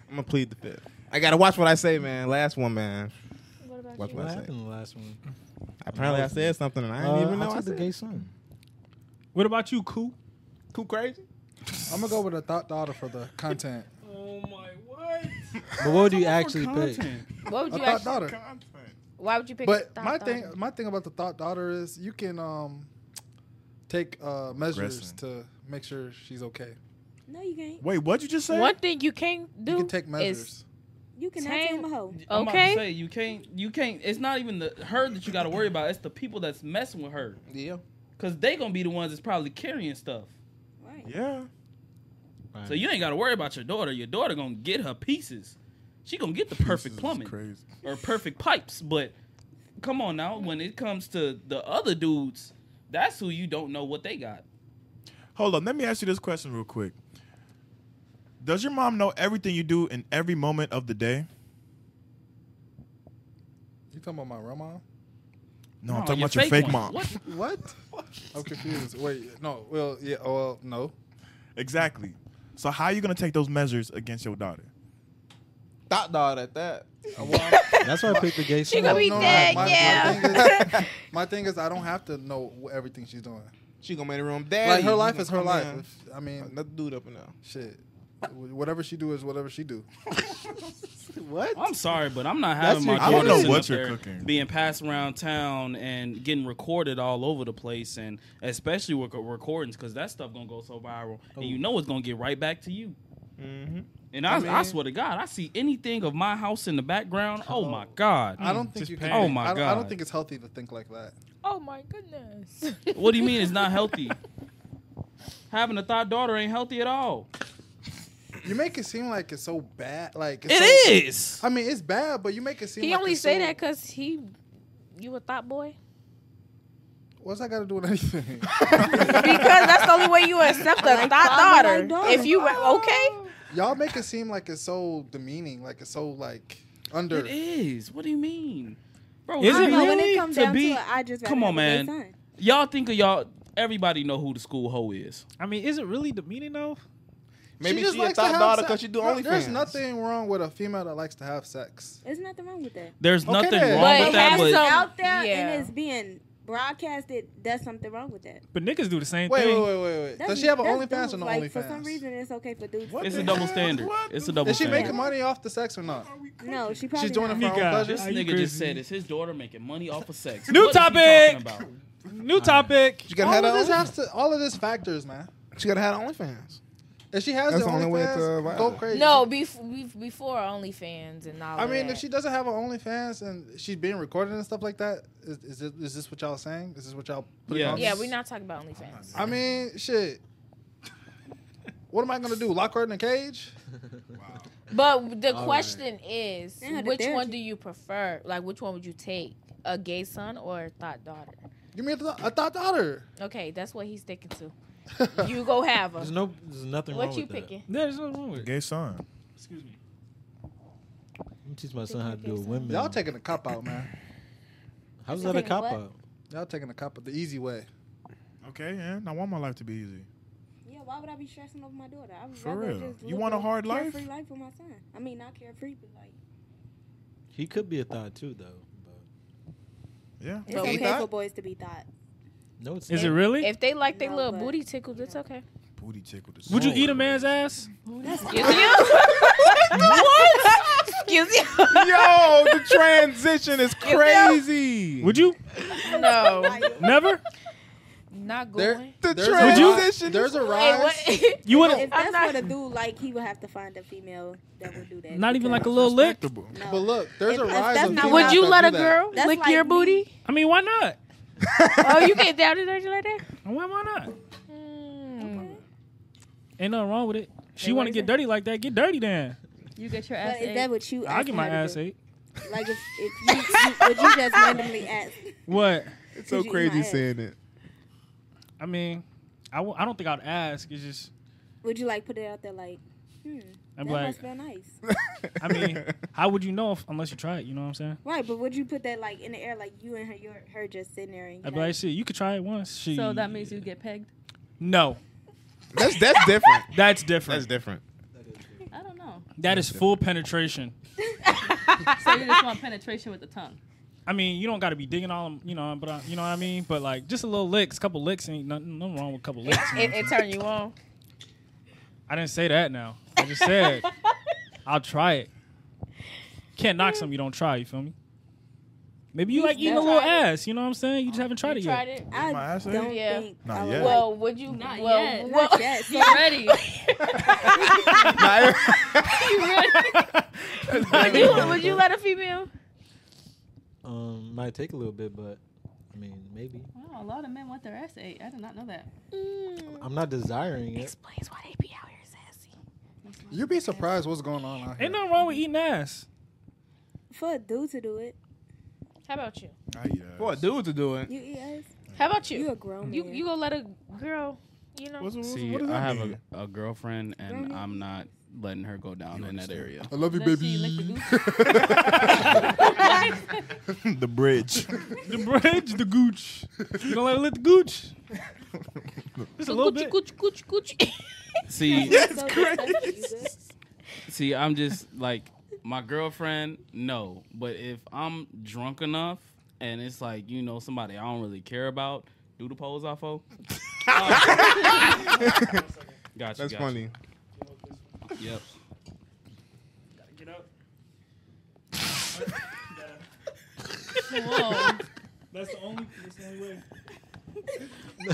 gonna plead the fifth. I gotta watch what I say, man. Last one, man.
what about
Watch
you?
what
What
I say.
happened the last one? Uh,
Apparently, I said something and I didn't even know. I,
took the
said.
gay son.
what about you, Coop?
Cool crazy.
I'm gonna go with a thought daughter for the content.
Oh my what?
But what do you actually pick?
What would
A
you
thought
actually,
daughter.
Why would you pick?
But
thought
my
daughter?
thing, my thing about the thought daughter is you can um take uh, measures
Aggressing.
to make sure she's okay.
No, you can't.
Wait, what'd you just say?
One thing you can't do
You can take
is
measures.
You cannot tame a hoe.
I'm about to
Okay.
say you can't. You can't. It's not even the her that you got to worry about. It's the people that's messing with her.
Yeah.
Cause they gonna be the ones that's probably carrying stuff.
Right.
Yeah.
So you ain't got to worry about your daughter. Your daughter gonna get her pieces. She gonna get the
This
perfect
is
plumbing
Crazy.
or perfect pipes. But come on now, when it comes to the other dudes, that's who you don't know what they got.
Hold on. Let me ask you this question real quick. Does your mom know everything you do in every moment of the day?
You talking about my real mom?
No,
No, I'm talking
your
about your
fake
fake
one.
mom.
What?
What? I'm confused. Wait, no. Well, yeah. oh, Well, no.
Exactly. So how are you gonna take those measures against your daughter?
Thought dog at that.
That's why I picked the gay son.
gonna be
no,
dead,
My, my,
yeah.
my, thing is, my thing is, I don't have to know wh- everything she's doing.
She gonna make her own daddy.
Like her
He
life
gonna
is her
come
life.
in.
If- I mean,
another dude up and down.
Shit, Wh- whatever she do is whatever she do.
what?
I'm sorry, but I'm not having
That's your
my
I don't
daughter
know
sitting
what
up
you're
there
cooking.
being passed around town and getting recorded all over the place, and especially with co- recordings because that stuff gonna go so viral, and you know it's gonna get right back to you.
Mm-hmm.
And I, I,
Oh. I mean-
swear to God, I see anything of my house in the background. Oh, my God!
I don't think
Just
you can.
Oh my
I
God!
don't, I don't think it's healthy to think like that.
Oh my goodness.
What do you mean it's not healthy? Having a thought daughter ain't healthy at all.
You make it seem like it's so bad. Like it's
It
so-
is.
I mean, it's bad, but you make it seem.
he
like
only
it's
say
so,
that 'cause that because he, you a thought boy.
What's that got to do with anything?
because that's the only way you accept a
Like
thought
father,
daughter.
like daughter.
If you
Oh.
Oh,
were- okay,
Y'all make it seem like it's so demeaning, like it's so like under.
It is. What do you mean, bro?
Is
I
it
know
really?
When it comes
to
down
be-
to it, I just
Come on, man. Y'all think of y'all. Everybody know who the school hoe is.
I mean, is it really demeaning though?
Maybe
just
she a
likes to
thought
have
daughter
sex.
because she do
Bro,
OnlyFans.
There's nothing wrong with a female that likes to have sex.
There's nothing wrong with that.
There's
Okay,
nothing
then.
wrong
But
with that,
have
but
some-
Out there
Yeah.
and it's being broadcasted. That's something wrong with that.
But niggas do the same
Wait,
thing.
wait, wait, wait, wait.
That's-
Does she have an
that's
OnlyFans
dudes.
or no
like, For some
OnlyFans?
reason, it's okay for dudes. to
it's
do
a
that.
double standard. It's a double
Is she
standard.
making money off the sex or not?
No, she probably.
She's doing it
not.
for her own pleasure.
This nigga just said, "Is his daughter making money off of sex?"
New
What is he
topic!
talking about?
New topic.
You
all
gotta
of
have
this
that.
has to. All of this factors, man.
She gotta have the OnlyFans.
If she has
That's
the
the only way to
OnlyFans,
violate
go
it.
crazy.
no, bef- bef- before OnlyFans and all.
I mean,
that.
if she doesn't have an OnlyFans and she's being recorded and stuff like that, is is this, is this what y'all saying? Is this what y'all putting
Yeah.
on?
yeah,
this?
we're not talking about OnlyFans.
I mean, shit. What am I gonna do? Lock her in a cage?
But the
All right.
question is,
Yeah, the
which one
therapy.
do you prefer? Like, which one would you take? A gay son or a thought daughter?
Give me a, th- a thought daughter.
Okay, that's what he's sticking to. you go have her.
There's no, there's nothing
What
wrong
you
with
picking?
Yeah, there's nothing wrong with it.
Gay son.
Excuse me.
that. I'm teach my son how to do a windmill.
Y'all taking a cop out, man.
How's
You're
that a
taking
cop
what?
out?
Y'all taking a cop out the easy way.
Okay, and I want my life to be easy.
Yeah, why would I be stressing over my daughter? I would
For
rather
real.
Just
You
live
want a hard life?
Carefree life with my son. I mean, not carefree, but like
He could be a thought too, though. But
Yeah.
it's
But we
okay
thought-
for boys to be thought.
no, it's
Is
not.
it really?
If they like their
No,
little
but-
booty tickled, it's okay.
Booty tickled. the
Would you
soul.
eat a man's ass?
Excuse you. what? Excuse you.
Yo, the transition is crazy.
Would you?
No,
Never.
not
There,
going.
The
there's
trans-
a
Would you?
rise- There's a
Wait,
rise.
what?
You
If
wouldn't.
that's
not-
what a dude like, he would have to find a female that would do that.
Not even like a
because-
little lick.
Respectable.
No.
But look, there's
If-
a
if
rise.
that's
of
not
females
Would you
that
let
do
a
that.
girl
That's
lick
like
your
me.
booty?
I mean, why not?
oh, you get down and dirty like that?
Why, why not?
Mm.
Ain't nothing wrong with it. She
Hey, what
want to
is
get
it?
dirty like that. Get dirty then.
You get your ass.
But is that what you?
I
asked
get my
her to
ass
do?
ate.
Like if, if you, you would you just randomly ask?
What?
It's
Did
so
you eat
crazy
my ass?
saying it.
I mean, I w- I don't think I'd ask. It's just
Would you like put it out there like, hmm,
I'm
that
like-
must feel nice,
I mean, how would you know if, unless you try it? You know what I'm saying?
right? But would you put that like in the air like you and her, your, her just sitting there and you
I'd be like, shit, you could try it once. She,
So that means you get pegged.
no.
That's that's different.
That's different.
That's different.
I don't know.
That is full penetration.
so you just want penetration with the tongue.
I mean, you don't got to be digging all, them, you know, but I, you know what I mean. But like, just a little licks, couple licks, ain't nothing, nothing wrong with a couple licks. you know
It,
what I'm
it
saying?
turn you on.
I didn't say that. Now I just said I'll try it. Can't knock something you don't try. You feel me? Maybe you
You
like eating a
never
little
tried
ass. You know what I'm saying? You just haven't tried
You
it
tried
yet.
it.
I
My ass ate?
don't
Yeah.
think
Not
I would
yet.
like-
Well, would you?
Not
well,
yet.
well-
Not yet.
You ready?
would you? Would you let a female?
Um, might take a little bit, but I mean, maybe.
Wow, a lot of men want their ass ate. I did not know that.
Mm.
I'm not desiring it.
Explains why they be out here sassy.
You'd be surprised what's going on out here.
Ain't nothing wrong with eating ass.
for a dude to do it.
How about you?
I eat ass.
For a dude to do it.
You eat ass?
How about
You
you?
a grown
You
man.
you gonna let a girl? You know.
What's, what's,
See,
what does
I
that
have
mean?
a, a girlfriend, and
Don't know.
I'm not letting her go down in that area.
I love you,
Does she lick the
baby.
the bridge.
The bridge, the gooch. You don't let it lick the gooch. Just a little
Coochie,
bit.
coochie, coochie, coochie.
See,
Yes, correct.
see, I'm just like my girlfriend. No, but if I'm drunk enough and it's like you know somebody I don't really care about, Do the polls off, oh. Gotcha.
That's
gotcha.
funny.
Yep.
Whoa. That's the only. That's the only way.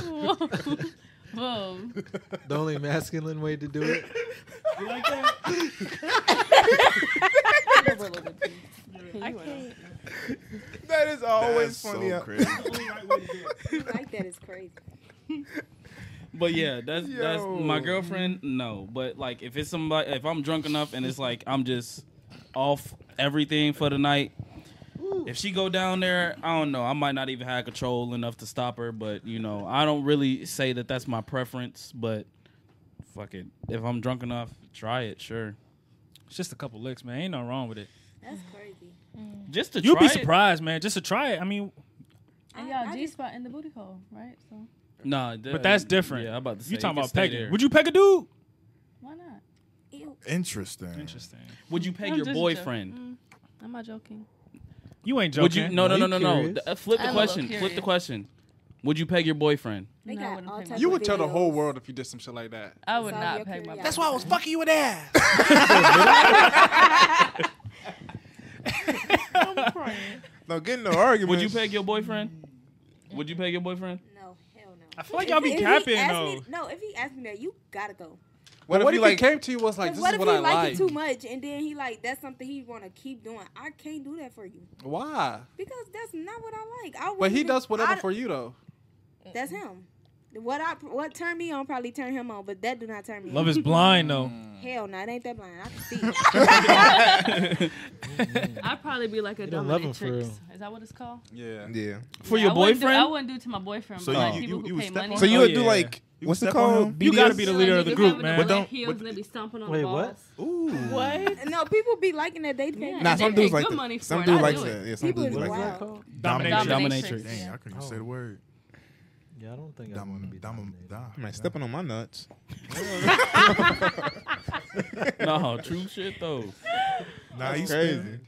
Whoa. Whoa.
The only masculine way to do it.
You like that?
I can't.
That is always
That's so
funny.
crazy.
like that is crazy.
But yeah, that's that's my
Yo.
girlfriend. No, but like if it's somebody, if I'm drunk enough and it's like I'm just off everything for the night. If she go down there, I don't know. I might not even have control enough to stop her. But you know, I don't really say that that's my preference. But fuck it, if I'm drunk enough, try it. Sure.
It's just a couple licks, man. Ain't nothing wrong with it.
That's crazy.
Mm.
Just to
You'll be
try it.
surprised, man. Just to try it. I mean,
And y'all G spot in the booty hole, right? So
No,
but that's different.
Yeah, I'm about to say
you talking
can
about
stay
pegging?
there.
Would you peg a dude?
why not?
Interesting.
Interesting.
Would you peg
I'm
your
just
boyfriend?
joking. Mm, am I joking?
You ain't joking.
Would you? No, no, no, no, no.
Curious.
Th- uh, Flip the
I'm a little
question. Flip the
curious.
question. Would you peg your boyfriend?
They
No, I
got
wouldn't
all
pay
types
You
of
would tell the
videos.
whole world if you did some shit like that.
I would
Solve
not
your
peg my.
curiosity.
That's
why I was fucking
you with ass.
No, getting no argument.
Would you peg your boyfriend? Would you peg your boyfriend?
No, hell no.
I feel like y'all be
If he
capping,
asked
though.
me- no, if he asked me that, you gotta go.
What,
if
if,
you
he
like-
came to you was like,
'Cause
this is
what if
what
he
I
like,
like?
it too much, and then he like that's something he want to keep doing? I can't do that for you
Why?
because that's not what I like. I
But
really
he
do-
does whatever
I-
for you though.
That's him. What I what turned me on probably turned him on, but that do not turn me.
Love
on.
is blind, though.
Hell no, it ain't that blind. I can see.
I'd probably be like a
You don't love him
dominatrix.
for
Is that what it's called?
Yeah.
Yeah.
For
Yeah,
your
I wouldn't Do, I
boyfriend?
wouldn't do it to my boyfriend,
So
but like
you-
people
you-
who pay
you would step
money.
on
So you
Oh,
would do
yeah.
like
You
what's it
step on
called?
him?
You gotta be the
BDS?
leader of the group, man.
But
But
don't
don't-
heels
but-
and they be stomping on
Wait,
the
what?
balls.
Ooh.
What?
no, people be liking that they think.
Yeah.
Nah, some
They
dudes
pay
like
good
that.
money for
some
it.
dudes
I
likes
do it.
that. Yeah, some
People
dudes
is
like
wild.
that.
called?
Dominatrix.
Dominatrix.
Dang,
Yeah.
I couldn't even
Oh.
say the word.
Yeah, I don't think I want to
Dom,
be
dom,
dominated.
dom.
Man, stepping on my nuts.
no, true shit though.
Nah, you
That's crazy.
crazy.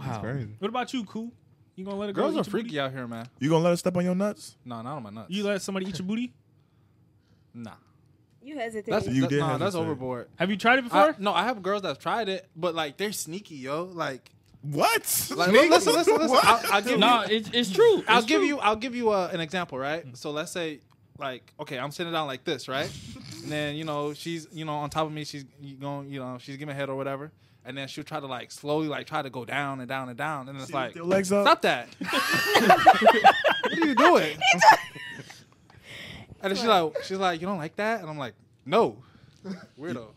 That's crazy.
What about you, Cool? You gonna let a girl
Girls are
eat your booty?
freaky out here, man.
You gonna let us step on your nuts?
No, not on my nuts.
You let somebody eat your booty?
nah.
You hesitate.
That's
You
that-
did
nah,
have
that's
to say.
overboard.
Have you tried it
I-
before?
no, I have girls that's tried it, but like they're sneaky, yo. Like,
What?
like li- listen, listen, listen.
What?
I'll, I'll give
No,
you,
it's it's true.
I'll
It's
give
true.
you, I'll give you uh, an example, right? So let's say, like, okay, I'm sitting down like this, right? and then you know she's, you know, on top of me, she's you going, you know, she's giving head or whatever, and then she'll try to like slowly like try to go down and down and down, and it's
She
like,
lift your legs up?
stop that. what are you doing? and then she's like, she's like, you don't like that, and I'm like, no, weirdo.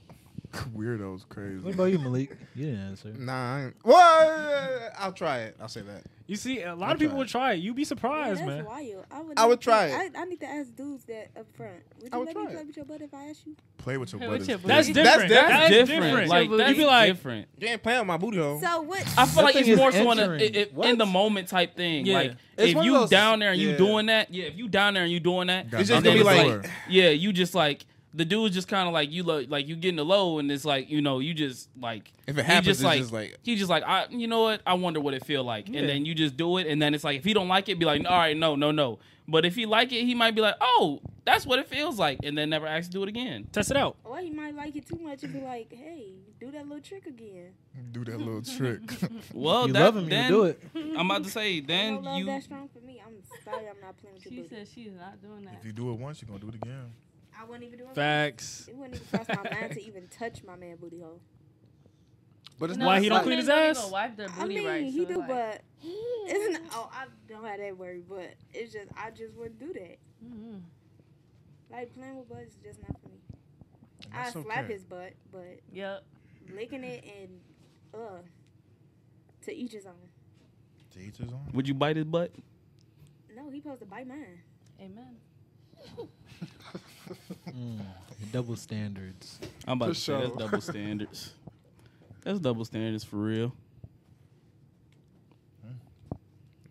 Weirdo's crazy.
What about you, Malik? You didn't answer.
Nah, I ain't- well, I'll try it. I'll say that.
You see, a lot
I'll
of people
try
would try it. You'd be
Yeah,
surprised,
that's
man.
wild. I would.
I would
never-
try
I,
it.
I need to ask dudes that up front. Would
I
you
would
let me
try
play
it.
with your butt if I asked you?
Play with your
Play with
butt.
your
is
butt.
That's
crazy.
different. That's,
That's
different.
Like
Like,
that's
you'd be like,
different.
You ain't playing with my booty hole.
So what?
I feel like
Nothing
it's
is
more so in, a,
entering.
it- it- in the moment type thing.
Yeah.
Like
It's
if
one of
you
those-
down there and you
yeah.
doing that, yeah. If you down there and you doing that,
It's
just
and
gonna
then
be
it's
like-
yeah. You just like the dude's just kind of like you lo- like you getting the low, and it's like you know you just like
If it
he
happens,
just
it's
like,
just like-
he just like I you know what I wonder what it feel like, and then you just do it, and then it's like if he don't like it, be like all right, no, no, no. But if he like it, he might be like, oh, that's what it feels like, and then never ask to do it again.
test it out.
Or you might like it too much and be like, "Hey, do that little trick again."
Do that little trick.
Well,
you
that,
love him,
then,
you do it.
I'm about to say
Ain't
then
no love
you
that strong for me. I'm sorry, I'm not playing with
She
your booty.
said she's not doing that.
if you do it once, you're gonna do it again.
I wouldn't even do it.
Facts.
It wouldn't even cross my mind to even touch my man booty hole.
But it's
No,
not
Why he don't
like-
clean
men
his
don't
ass?
even wipe their booty
I mean,
right,
he
so
do,
like,
but it's not, oh, I don't have that worry. But it's just I just wouldn't do that.
mm,
Like playing with butt is just not for me.
And
I
that's
slap
okay.
his butt, but
Yep.
licking it and uh, to each his own.
To each his own.
would you bite his butt?
No, he supposed to bite mine.
Amen.
Mm, Double standards.
I'm about
For
to say that's
sure.
double standards. That's double standards for real.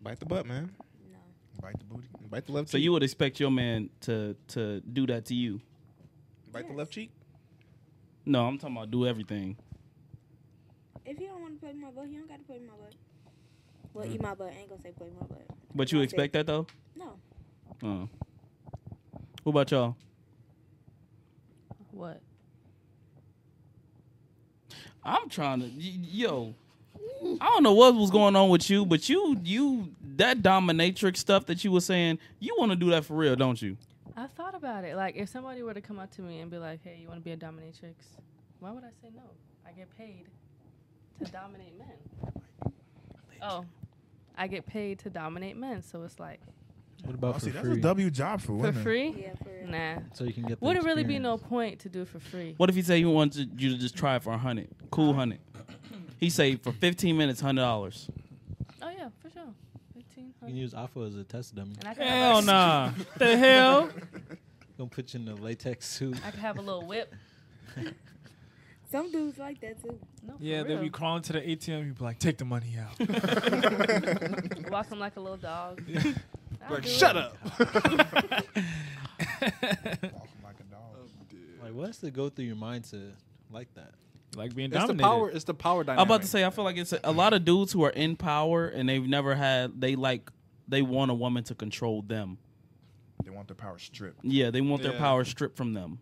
Bite the butt, man.
No.
Bite the booty.
Bite the left.
So
cheek.
you would expect your man to to do that to you?
bite the left cheek.
No, I'm talking about do everything.
If he don't want to play with my butt, he
Mm.
don't got to play with my butt. Well, eat my butt. I ain't gonna say play with my butt.
But you
That's it.
expect that though?
No.
Uh, what about y'all?
What?
I'm trying to, y- yo.
Mm.
I don't know what was going on with you, but you, you, that dominatrix stuff that you were saying, you want to do that for real, don't you?
I thought about it. Like, if somebody were to come up to me and be like, "Hey, you want to be a dominatrix?" Why would I say no? I get paid to dominate men. Oh, I get paid to dominate men, so it's like
What about
Oh,
for
see, that's
free?
a W job for
for
women.
free. Nah.
So you can get the
Would it really be no point to do for free?
What if he say he wants you to just try it for a hundred, cool hundred? He say for 15 minutes, hundred dollars.
Oh yeah, for sure. Fifteen
You can
hundred.
use Alpha as a test dummy.
And I can Hell have, like- nah.
The hell?
Gonna put you in a latex suit.
I could have a little whip.
Some dudes like that too.
No,
Yeah,
for
then
real.
you crawl into the ATM, you be like, take the money out.
Walk him like a little dog. I'll
Like,
do
"Shut
it."
up."
Like, what has to go through your mind to like that?
Like being
It's the dominated. power- it's the power
I'm about to say, I feel like it's a, a lot of dudes who are in power and they've never had. They like they want a woman to control them.
They want their power stripped.
Yeah, they want their
Yeah.
power stripped from them,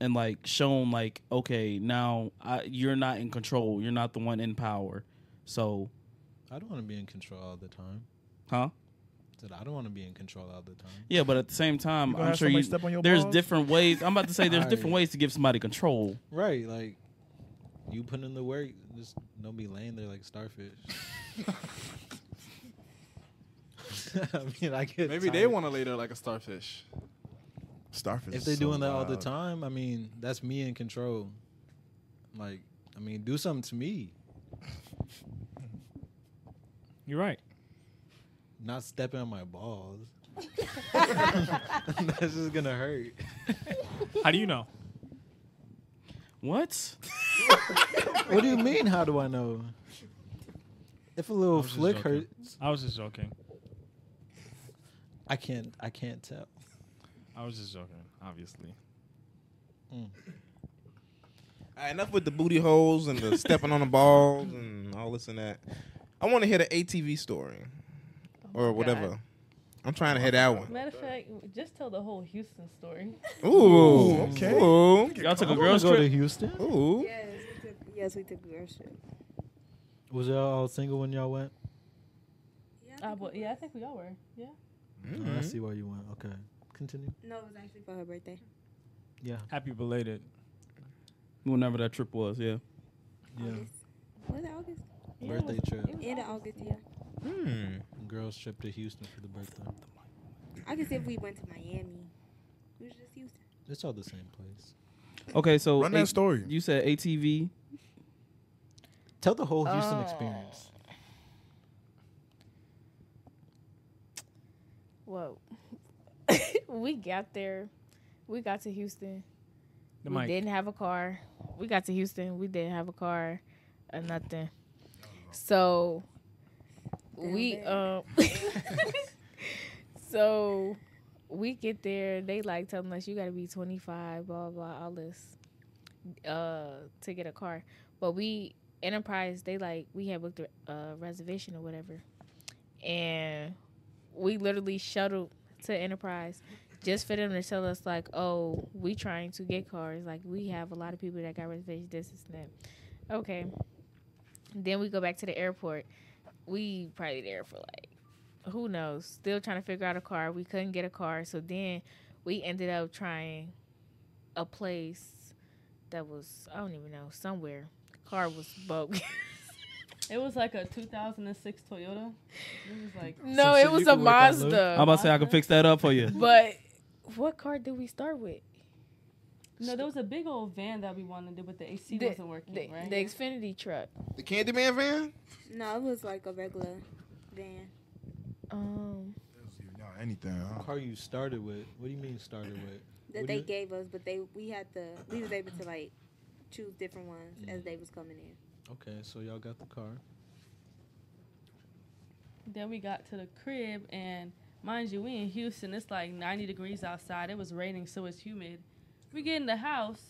and like shown like, okay, now I, you're not in control. You're not the one in power. So,
I don't want to be in control all the time.
huh?
Said I don't want to be in control all the time.
Yeah, but at the same time,
You gonna
I'm
have
sure
somebody
you,
step on your
there's
balls?
different ways. I'm about to say there's
Alright.
different ways to give somebody control.
Right, like you put in the work, just don't be laying there like starfish. I mean, I get
Maybe they
tired.
want to lay there like a starfish.
Starfish.
If
is
they're
so
doing that all the
wild.
time, I mean, that's me in control. Like, I mean, do something to me.
You're right.
Not stepping on my balls. that's just gonna hurt.
How do you know?
What?
what do you mean? How do I know? If a little
just
flick
joking.
hurts,
I was just joking.
I can't. I can't tell.
I was just joking, obviously.
Mm.
Alright, enough with the booty holes and the stepping on the balls and all this and that. I want to hear the ATV story or whatever. I'm trying to hear that one.
Matter of fact, w- just tell the whole Houston story.
Ooh,
okay.
Ooh.
Y'all took
I
a
wanna
girls
go
trip?
to Houston.
Ooh.
Yes, we took, yes, we took girl shit.
Was y'all all single when y'all went?
Uh, but yeah, I think we all were. Yeah.
Oh, I
Mhm.
see why you went. Okay, continue.
No, it was actually for her birthday.
Yeah.
Happy belated.
Whenever that trip was, yeah.
Yeah.
Was it August?
Yeah, it was- Birthday trip. it was
End of August, yeah.
Hmm.
Girls trip to Houston for the birthday.
I guess if we went to Miami, we was just Houston.
It's all the same place.
Okay, so
Run that
eight-
story.
You said ATV.
Tell the whole Houston
Oh.
experience.
Whoa. we got there. We got to Houston.
The
we
mic.
didn't have a car. We got to Houston. We didn't have a car or nothing. So we um so we get there, they like telling us you gotta be twenty five, blah blah blah, all this uh to get a car. But we Enterprise, they like we had booked a uh, reservation or whatever. And we literally shuttled to Enterprise just for them to tell us like, oh, we trying to get cars. Like we have a lot of people that got reservations. This is that. Okay. Then we go back to the airport. We probably there for like who knows. Still trying to figure out a car. We couldn't get a car. So then we ended up trying a place that was I don't even know somewhere. car was broke.
It was like a 2006 Toyota. It was like
no, it was a Mazda.
I'm about to say I can fix that up for you.
But what car did we start with?
No, there was a big old van that we wanted to do, but the AC
The-
wasn't working,
the-
right?
the Xfinity truck.
The Candyman van?
No, it was like a regular van.
Um,
Y'all anything? huh?
Car you started with? What do you mean started with?
that
What
they
do you-
gave us, but they we had to we was able to like choose different ones as they was coming in.
Okay, so y'all got the car.
then we got to the crib, and mind you, we in Houston. It's like 90 degrees outside. It was raining, so it's humid. We get in the house,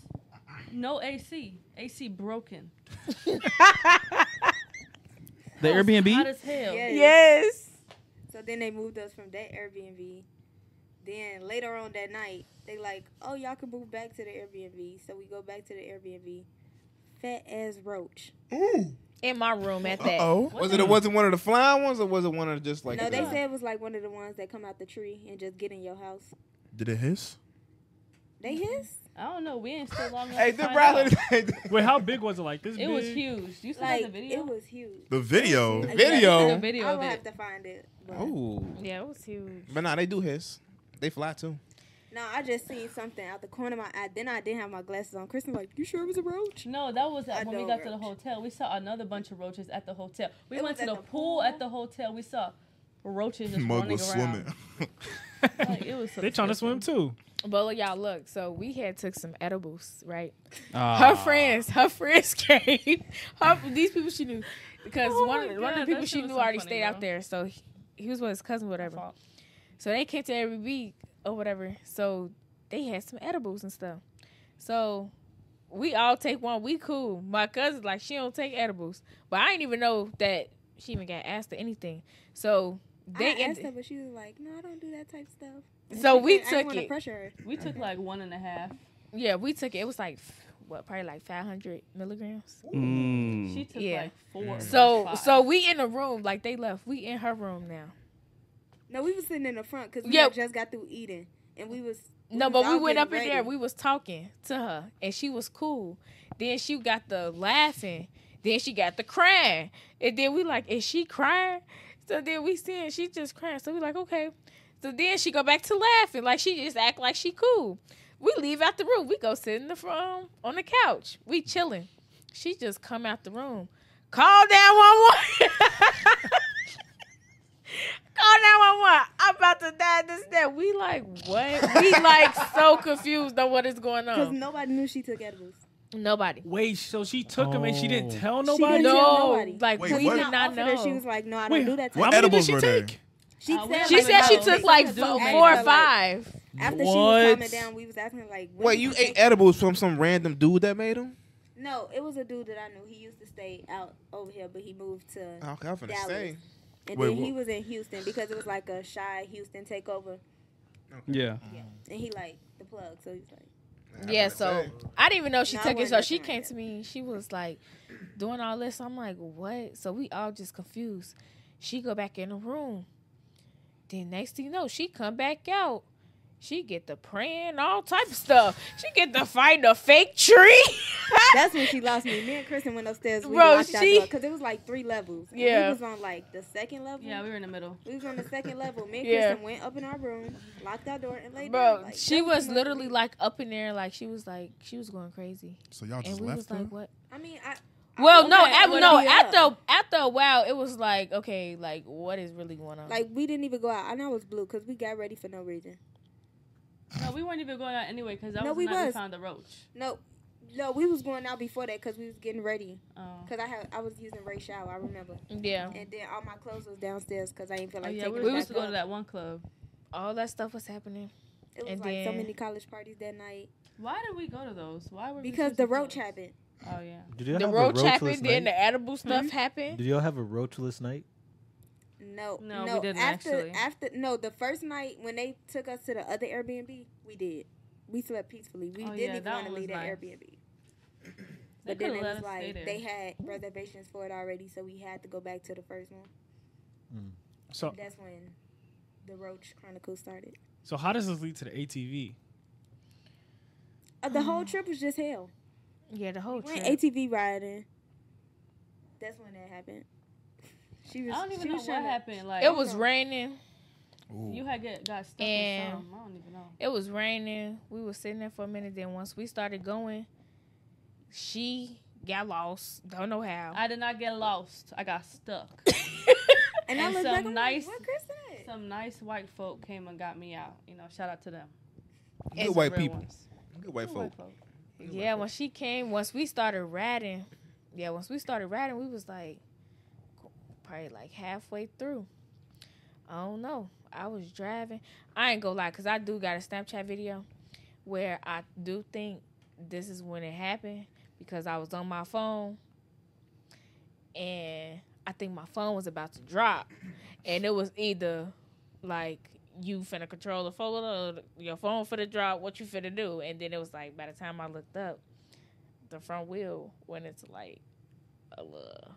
no AC. AC broken.
The
House Hot
Airbnb.
as hell.
Yes. So then they moved us from that Airbnb Then later on that night, they like, oh y'all can move back to the Airbnb. So we go back to the Airbnb. Fat ass roach.
Ooh.
In my room at that.
Oh, was it? It wasn't one of the flying ones, or was it one of just like?
no,
the-
they said it was like one of the ones that come out the tree and just get in your house.
Did it hiss?
They his?
Mm-hmm. I don't know. We ain't still long enough.
Hey,
to
this
find
brother-
out.
Wait, how big was it? Like this?
It was
big?
huge. You still
like,
have the video?
It was huge.
The video.
Exactly.
Video?
The video
I
of
will
it.
have to find it. but-
Ooh.
Yeah, it was huge.
But nah, they do hiss. They fly too.
No, I just seen something out the corner of my eye. Then I didn't have my glasses on. Kristen like, you sure it was a roach?
No, that was
I
when we
know
got to the hotel. We saw another bunch of roaches at the hotel. We
It
went
was
to
at
the,
the
pool at the hotel. We saw roaches just
Mug
running
was
around.
swimming.
Like, it was
They trying to swim too.
But look, y'all, look. So we had took some edibles, right?
Ah.
Her friends, her friends came. Her, these people she knew, because
Oh
one
my
one
God,
of the people
that
she
shit was
knew
so
already
funny,
stayed
though.
out there, so he, he was with his cousin, whatever. So they came to every week or whatever. So they had some edibles and stuff. So we all take one. We cool. My cousin's like she don't take edibles, but I didn't even know that she even got asked or anything. So they
I asked
ended-
her, but she was like, no, I don't do that type stuff. And
So
she
we
said, I didn't
took
wanna
it.
pressure her.
We took like one and a half.
Yeah, we took it. It was like f- what, probably like five hundred milligrams.
Mm.
She took like four. or
So
five.
so we in the room, like they left. We in her room now.
No, we was sitting in the front because we
Yeah.
had just got through eating, and we was
No,
was
but we
all
went
getting
up in there.
ready.
We was talking to her, and she was cool. Then she got the laughing. Then she got the crying, and then we like, is she crying? So then we seeing she just crying. So we like, okay. So then she go back to laughing, like she just act like she cool. We leave out the room. We go sit in the room on the couch. We chilling. She just come out the room. Call down one one. Call down one one. I'm about to die. This that we like what? We like so confused on what is going
because
on.
nobody knew she took edibles.
Nobody.
Wait, so she took them and she didn't tell
She
nobody.
didn't tell nobody.
like
Wait,
we
what?
did not
know.
know. She was like, no, I don't
Wait,
do that type.
what
of
edibles
stuff."
were there?
She
Uh,
said,
she
like,
said she
no,
took
she
like
took
four,
like-
four or
like-
five.
After she was
What?
calming down, we was asking her, like, what
Wait,
did
you
think?
ate edibles from some random dude that made them?
No, it was a dude that I knew. He used to stay out over here, but he moved to
Okay, I'm finna
Dallas.
say.
And
Wait,
then
wha-
he was in Houston because it was like a shy Houston takeover,
Yeah.
and he liked the plug, so he's like,
Yeah, so I didn't even know she
No, I
took it.
wasn't
So she
nothing
came to me. She was like doing all this. I'm like, what? So we all just confused. She go back in the room. Then next thing you know, she come back out. She get the praying, all type of stuff. She get to find a fake tree.
That's when she lost me. Me and Kristen went upstairs. We
Bro,
locked out
she-
because it was like three levels. And
Yeah.
we was on like the second level.
Yeah, we were in the middle.
We was on the second level. Me and
Yeah.
Kristen went up in our room, locked our door, and laid
Bro,
down. Like,
she
that
was
too much.
literally like up in there, like she was like she was going crazy.
So y'all
and
just
we
left
was
her?
like, what?
I mean, I.
Well, no,
Okay,
at,
well,
no.
yeah.
After after a while, it was like, okay, like what is really going on?
Like we didn't even go out. I know I was blue because we got ready for no reason.
No, we weren't even going out anyway because that
No,
was
we
the night we
was.
found the roach.
No, no, we was going out before that because we was getting ready.
Oh.
Because I had I was using Ray shower. I remember.
Yeah.
And then all my clothes was downstairs because I didn't feel
Oh,
like
yeah,
taking
we
it
were supposed
back
to go
up.
to that one club.
all that stuff was happening.
It was
and
like
then
so many college parties that night
Why did we go to those? Why were
because
we
the
choosing
roach
clubs?
happened.
Oh yeah.
Did y'all
the
have a
roach
roachless
happened, then
night?
the edible
Hmm?
stuff happened.
Did y'all have a roachless night?
No,
No, we didn't
after,
actually.
After no, the first night when they took us to the other Airbnb, we did. We slept peacefully. We
Oh,
didn't
yeah,
even
that
want
one
to
was
leave that
nice.
Airbnb.
could've
But then
let
it was
us stay
like
there.
they had reservations for it already, so we had to go back to the first one.
So
that's when the Roach Chronicles started.
so how does this lead to the ATV?
Uh, the whole trip was just hell.
Yeah, the whole
Went
trip.
ATV riding. That's when that happened. She was.
I don't even
she
know
was
what
tryna-
happened, like-
It was raining.
You had get got stuck in
And-
something. I don't even know.
It was raining. We were sitting there for a minute. Then once we started going, she got lost. Don't know how.
I did not get lost. I got stuck.
And I looked back, I'm
oh,
like, "Where
some nice white folk came and got me out. You know, shout out to them.
Good white people. Good white folk.
yeah, when she came, once we started riding, yeah, once we started riding, we was like probably like halfway through. I don't know. I was driving. I ain't gonna lie, cause I do got a Snapchat video where I do think this is when it happened because I was on my phone and I think my phone was about to drop, and it was either like you finna control the phone, your phone finna drop, what you finna do. And then it was like, by the time I looked up, the front wheel went into like a little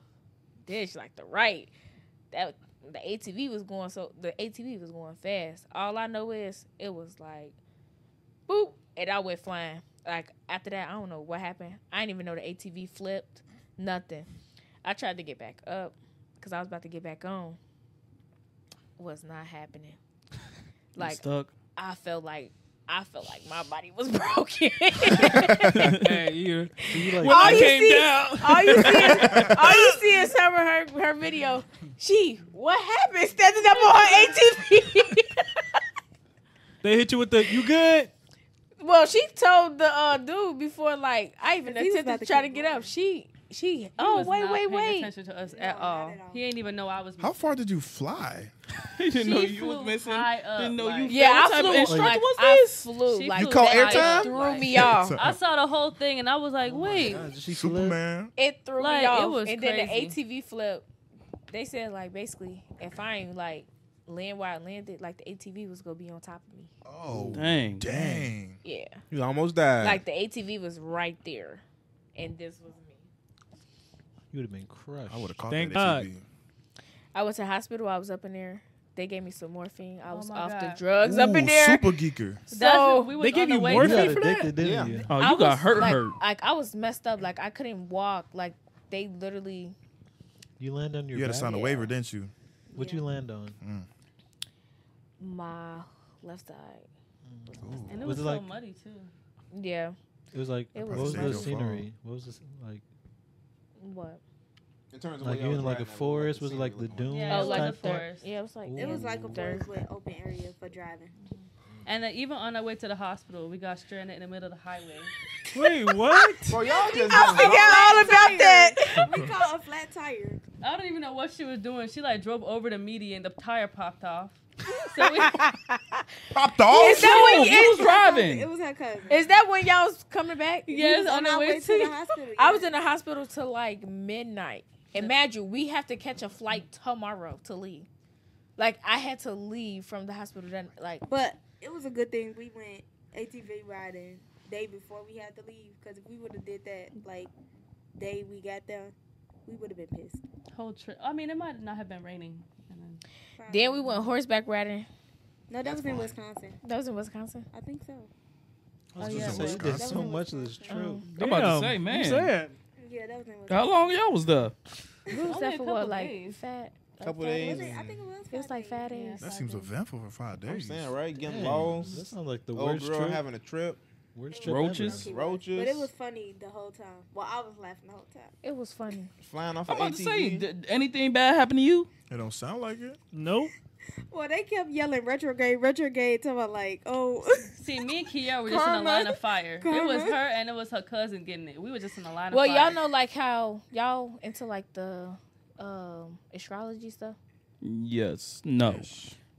ditch, like the right. That the ATV was going so the ATV was going fast. All I know is it was like boop, and I went flying. Like after that, I don't know what happened. I didn't even know the ATV flipped. Nothing. I tried to get back up because I was about to get back on. Was not happening. Like
stuck.
I felt like I felt like my body was broken.
hey, you. you like,
all, you see, all you see, is, all you see is her her her video. She, what happened? Standing up on her ATV.
They hit you with the you good.
well, she told the uh, dude before, like I even
He was
attempted
about
to
to
try to
keep
get up. She, she.
He
oh
was
wait,
not
wait,
paying
wait.
attention to us at all. He ain't even know I was.
How far did you fly?
He didn't
know you was missing.
Didn't know you
Yeah, I
What type
flew.
of instructor
like,
was
I
this?
flew.
She
like,
flew down.
that
Like,
Threw me off.
I saw the whole thing and I was like, wait.
Superman.
It threw
Like,
me
it
off.
was
and
crazy.
then the ATV flip. They said like basically, if I ain't like land where I landed, like the ATV was gonna be on top of me.
Oh,
dang.
Dang.
Yeah.
You almost died.
Like the ATV was right there, and this was me.
You would have been crushed.
I would have caught
Thank God.
that E ATV.
I went to hospital. I was up in there. They gave me some morphine. I was
my
off
God.
the drugs up in
Ooh,
there.
Super geeker.
So
we was They gave on the you way-
morphine
got
for that?
addicted, didn't
Yeah.
you?
Oh, you
I
got
was,
hurt,
like,
hurt.
Like I was messed up. Like I couldn't walk. Like they literally.
You land on your.
You had to
back?
sign a waiver, didn't you? Mm.
What you land on?
my left side.
And it
Was
was,
it
so
like-
muddy too.
Yeah.
It was like
It
what
was
was
Probably
the
saved your
scenery? What was this like?
What?
In terms
Like you in like a forest? Was it like the dunes?
Yeah, it was Oh, like a
type thing?
forest.
Yeah, it was like
It was like a
dirt.
forest with open area for driving.
And then even on our way to the hospital, we got stranded in the middle of the highway.
Wait, what?
Bro, y'all just.
I forgot all about that.
We caught a flat tire.
I don't even know what she was doing. She like drove over the median. The tire popped off. So we popped
off? Is that what- Who was driving?
It was her cousin.
Is that when y'all was coming back? We
Yes,
was
on
our
our way to-
the hospital.
I was in the hospital till like midnight. And mind you, we have to catch a flight tomorrow to leave. Like I had to leave from the hospital then like
But it was a good thing we went ATV riding day before we had to leave because if we would have did that like day we got there, we would have been pissed.
Whole trip. I mean, it might not have been raining. And then
then we went horseback riding.
No, that was in Wisconsin.
That was in Wisconsin.
I think so.
I was
Oh,
gonna
yeah,
say, you did
Wisconsin.
so much of this trip.
oh.
I'm about
Damn,
to say,
you
man.
said.
Yeah, that was in Wisconsin.
How long y'all was there?
We was
Only
there
a
for
couple
what, like
days.
fat like
Couple
five
days.
days?
I think it was.
It was like five days.
That seems eventful for five days.
I'm saying, right? Getting
Dang,
lost.
that sounds like the
Old
worst
girl
trip.
having a trip.
Worst
trip
Roaches?
ever. Roaches.
But it was funny the whole time. Well, I was laughing the whole time.
It was funny.
flying off
I'm
an
about
ATV.
to say, did anything bad happen to you?
It don't sound like it.
No.
Well, they kept yelling retrograde, retrograde, till I like, oh.
See, me and Kia were just in a
Karma.
line of fire. It was
Karma.
her and it was her cousin getting it. We were just in a line
Well,
of fire.
y'all know like how y'all into like the um astrology stuff.
Yes. No.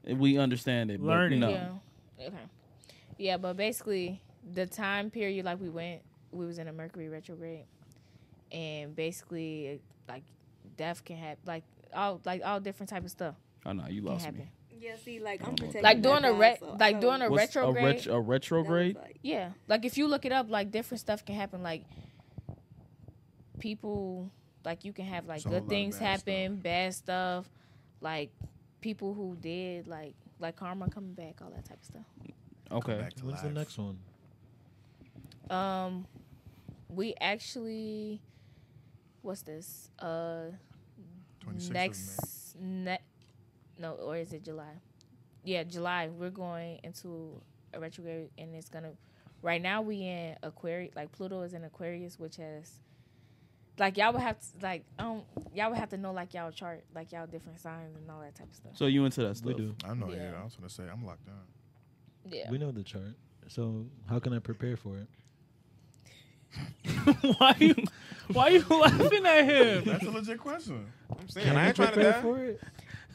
We understand it.
Learning.
But no.
Oh.
Yeah. Okay. Yeah, but basically the time period like we went, we was in a Mercury retrograde, and basically like death can happen, like all like all different type of stuff
Oh no, you
can
lost me.
happen.
yeah, see, like I'm protecting.
Like doing
my
a
guy,
re-
so I
like
know.
doing a
What's a,
retrograde.
ret- a retrograde?
yeah, like if you look it up, like different stuff can happen. Like people, like you can have like
It's a whole lot
good
of
things
bad
happen, bad stuff, like people who did like like karma coming back, all that type of stuff.
Okay.
When's the next one?
Um, we actually, what's this? Uh,
26th of
next ne- no, or is it July? Yeah, July. We're going into a retrograde, and it's gonna. Right now, we in Aquarius. Like Pluto is in Aquarius, which has, like y'all would have to like um y'all would have to know like y'all chart, like y'all different signs and all that type of stuff.
So you into that stuff?
We do.
I know. Yeah.
Yeah.
I was gonna say I'm locked down.
yeah.
We know the chart. So how can I prepare for it?
why you why you laughing at him?
That's a legit question.
I'm saying,
Can
I
I
ain't trying to
prepare
die.
for it?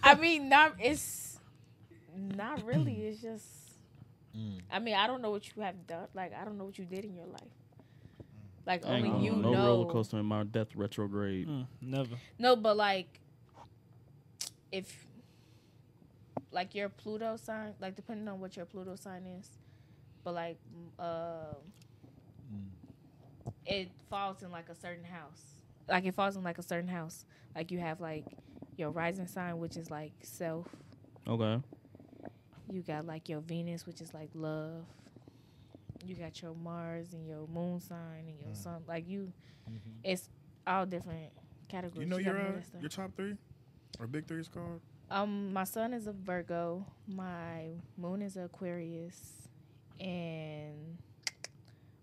I mean, not it's not really. It's just.
Mm.
I mean, I don't know what you have done. Like, I don't know what you did in your life. Like
I ain't
only
going
you
on no
know.
roller coaster in my death retrograde.
Mm, never.
No, but like, if like your Pluto sign, like depending on what your Pluto sign is, but like m- uh, it falls in like a certain house. Like it falls in like a certain house. Like you have like your rising sign, which is like self.
Okay.
You got like your Venus, which is like love. You got your Mars and your moon sign and
Mm.
your sun. Like you, it's all different categories.
Mm-hmm. You know
gotta
your uh,
that stuff.
your top three or big three is called.
Um, my sun is a Virgo. My moon is a Aquarius, and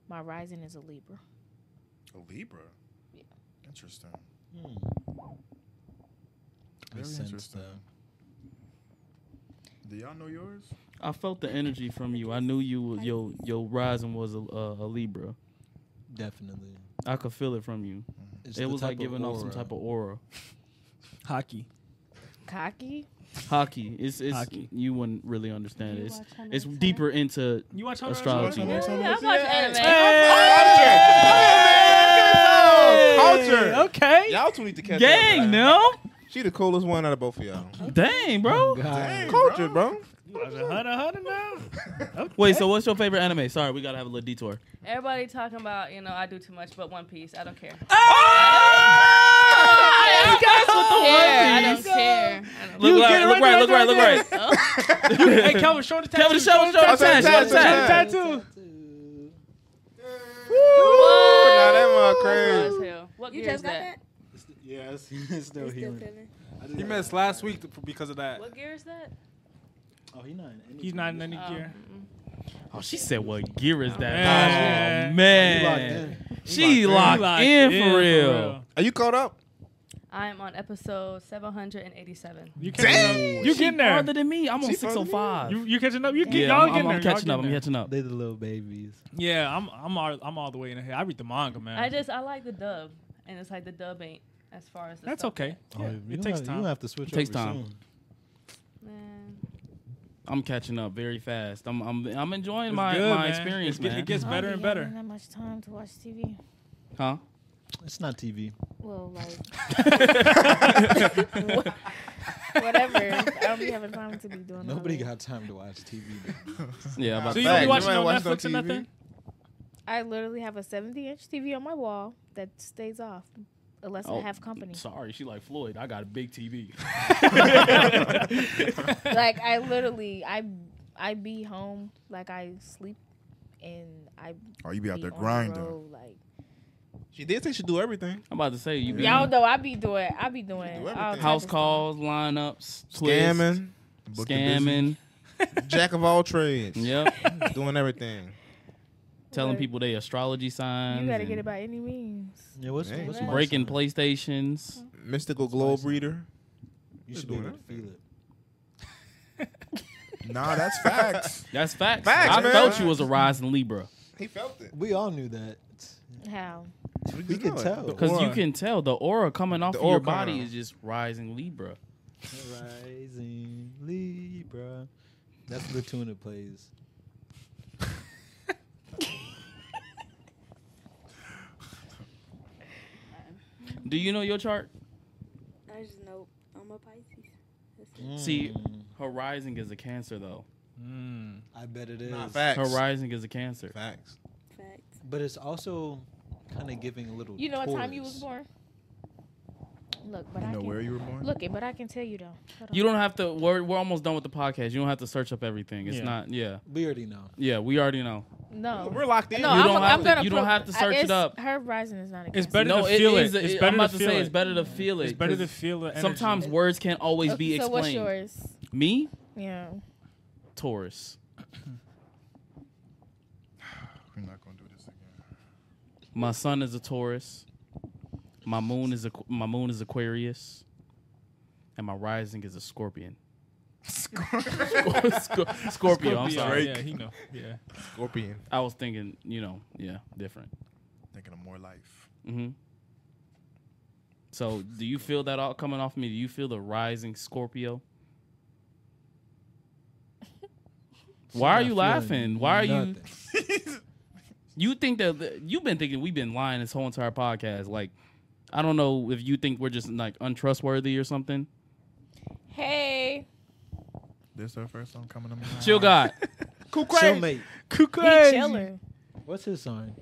my rising is a Libra.
A Libra. Yeah. Interesting. Hmm.
I
Very
sense
interesting. Do y'all know yours?
I felt the energy from you. I knew you was- your your rising was a, a, a Libra.
Definitely.
I could feel it from you.
It's
it
the
was like
type of
giving off some
aura.
type of aura. Hockey.
Cocky.
Hockey. It's it's you wouldn't really understand
You
it. It's,
watch Hunter
it's deeper into
You watch Hunter x Hunter?
astrology.
Yeah,
I watch anime.
Culture.
Okay.
Y'all two need to catch
Dang,
up.
no.
She the coolest one out of both of y'all.
Dang,
Oh,
bro.
Culture, bro.
Hunter, Hunter now.
Wait, so what's your favorite anime? Sorry, we gotta have a little detour.
Everybody talking about, you know, I do too much, but One Piece. I don't care.
Ah! I
don't
Piece.
care. I don't care.
Look right, look right, look right, look right.
hey, Kelvin, show the tattoo.
Kelvin, show- show the
the
tattoo,
tattoo.
show the
Show
tattoo.
the tattoo.
that
That's low as hell. What
You
gear
just
is
got
that?
Yeah, it's, it's still
It's still
healing.
feeling.
I just- He missed last week th- because of that.
What gear is that?
Oh, he's not in any.
He's not in any gear.
Oh, she said, "What gear is
Man.
that?" Oh man, she locked, in, for real.
Are you caught up?
I am on episode 787.
You catching up? You getting there?
Farther than me. I'm on
She
six oh five.
You, you catching up? You get,
Yeah,
y'all
I'm-
getting
I'm-
there.
I'm
y'all
catching up.
getting
I'm
there.
catching up.
They the little babies.
Yeah, I'm I'm all, I'm all the way in here. I read the manga, man.
I just I like the dub, and it's like the dub ain't as far as the
That's
stuff.
okay.
Oh,
Yeah,
you
it
don't
takes
have-
time.
You don't have to switch.
It takes
over
time.
soon.
Man.
I'm catching up very fast. I'm I'm, I'm enjoying
It's
my,
good,
my
man.
experience,
It's get-
man.
it gets
I don't
better
be
and better.
having That much time to watch TV.
Huh?
It's not TV.
Well, like wha- whatever. I don't be having time to be doing. all
Nobody
that.
got time to watch TV.
Yeah, about
So you
that.
don't be watching
You
no
ain't watching
Netflix
no
or
TV?
nothing?
I literally have a 70 inch TV on my wall that stays off unless
Oh.
I have company.
Oh, Sorry, she like Floyd. I got a big TV.
like I literally, I I be home, like I sleep, and I.
Oh, you be out there
on the
grinding.
road, like
She did say she do everything.
I'm about to say you be
y'all know, I be doing, I be doing all
do everything.
type
house
of
calls, lineups, twists,
Scamming.
scamming,
Jack of all trades.
Yep.
Doing everything.
telling
Right.
people they astrology
stuff.
signs.
You gotta get
and
it by any means.
Yeah, what's,
Hey.
what's
breaking PlayStations.
Mystical globe reader.
You should be able to feel it.
Nah, that's facts.
That's facts.
Facts,
I
man.
felt you was a rising Libra
He felt it.
We all knew that.
How?
We could tell.
because you can tell the aura coming off
The
of your
aura coming
body
off.
is just rising Libra.
Rising Libra. That's the tune it plays.
Do you know your chart?
I just know I'm a Pisces. That's it.
See,
Mm.
her rising is a Cancer though.
Mm.
I bet it is.
Nah, facts.
Her rising is a Cancer.
Facts.
Facts.
But it's also kind of giving a little.
You know what time you was born?
Taurus.
Look, but
You
I
know
can
where you were born?
look it, but I can tell you though. Hold on.
You don't have to. We're, we're almost done with the podcast. You don't have to search up everything. It's
Yeah.
not. Yeah.
We already know.
Yeah. We already know.
No,
We're locked in.
No,
You
I'm,
don't
I'm
have to-
gonna.
you don't
pro-
have to
I-
search it
it's-
up.
Her rising is not a.
It's
cancer.
better
No,
to
it
feel it.
is. a-
It's
it-
better
I'm about
to
to
feel
say
it.
it's better to feel it.
It's better to
'cause
feel the energy.
Sometimes words can't always
Okay,
be
So what's
explained.
yours?
Me,
Yeah.
Taurus.
We're not gonna do this again.
My sun is a Taurus. My moon is a my moon is Aquarius, and my rising is a Scorpion. Scor- Scorpio.
Scorpio,
I'm sorry.
Yeah, he know. Yeah.
Scorpion.
I was thinking, you know, yeah, different.
Thinking of more life.
hmm So, do you feel that all coming off me? Do you feel the rising Scorpio? Why are
not
you
feeling
laughing? Why are you?
nothing.
You think that that- you've been thinking we've been lying this whole entire podcast? Like, I don't know if you think we're just like untrustworthy or something.
Hey.
This This her first song coming to mind.
Chill God.
Cool
Chillmate.
Cool
crazy. chilling.
What's his sign?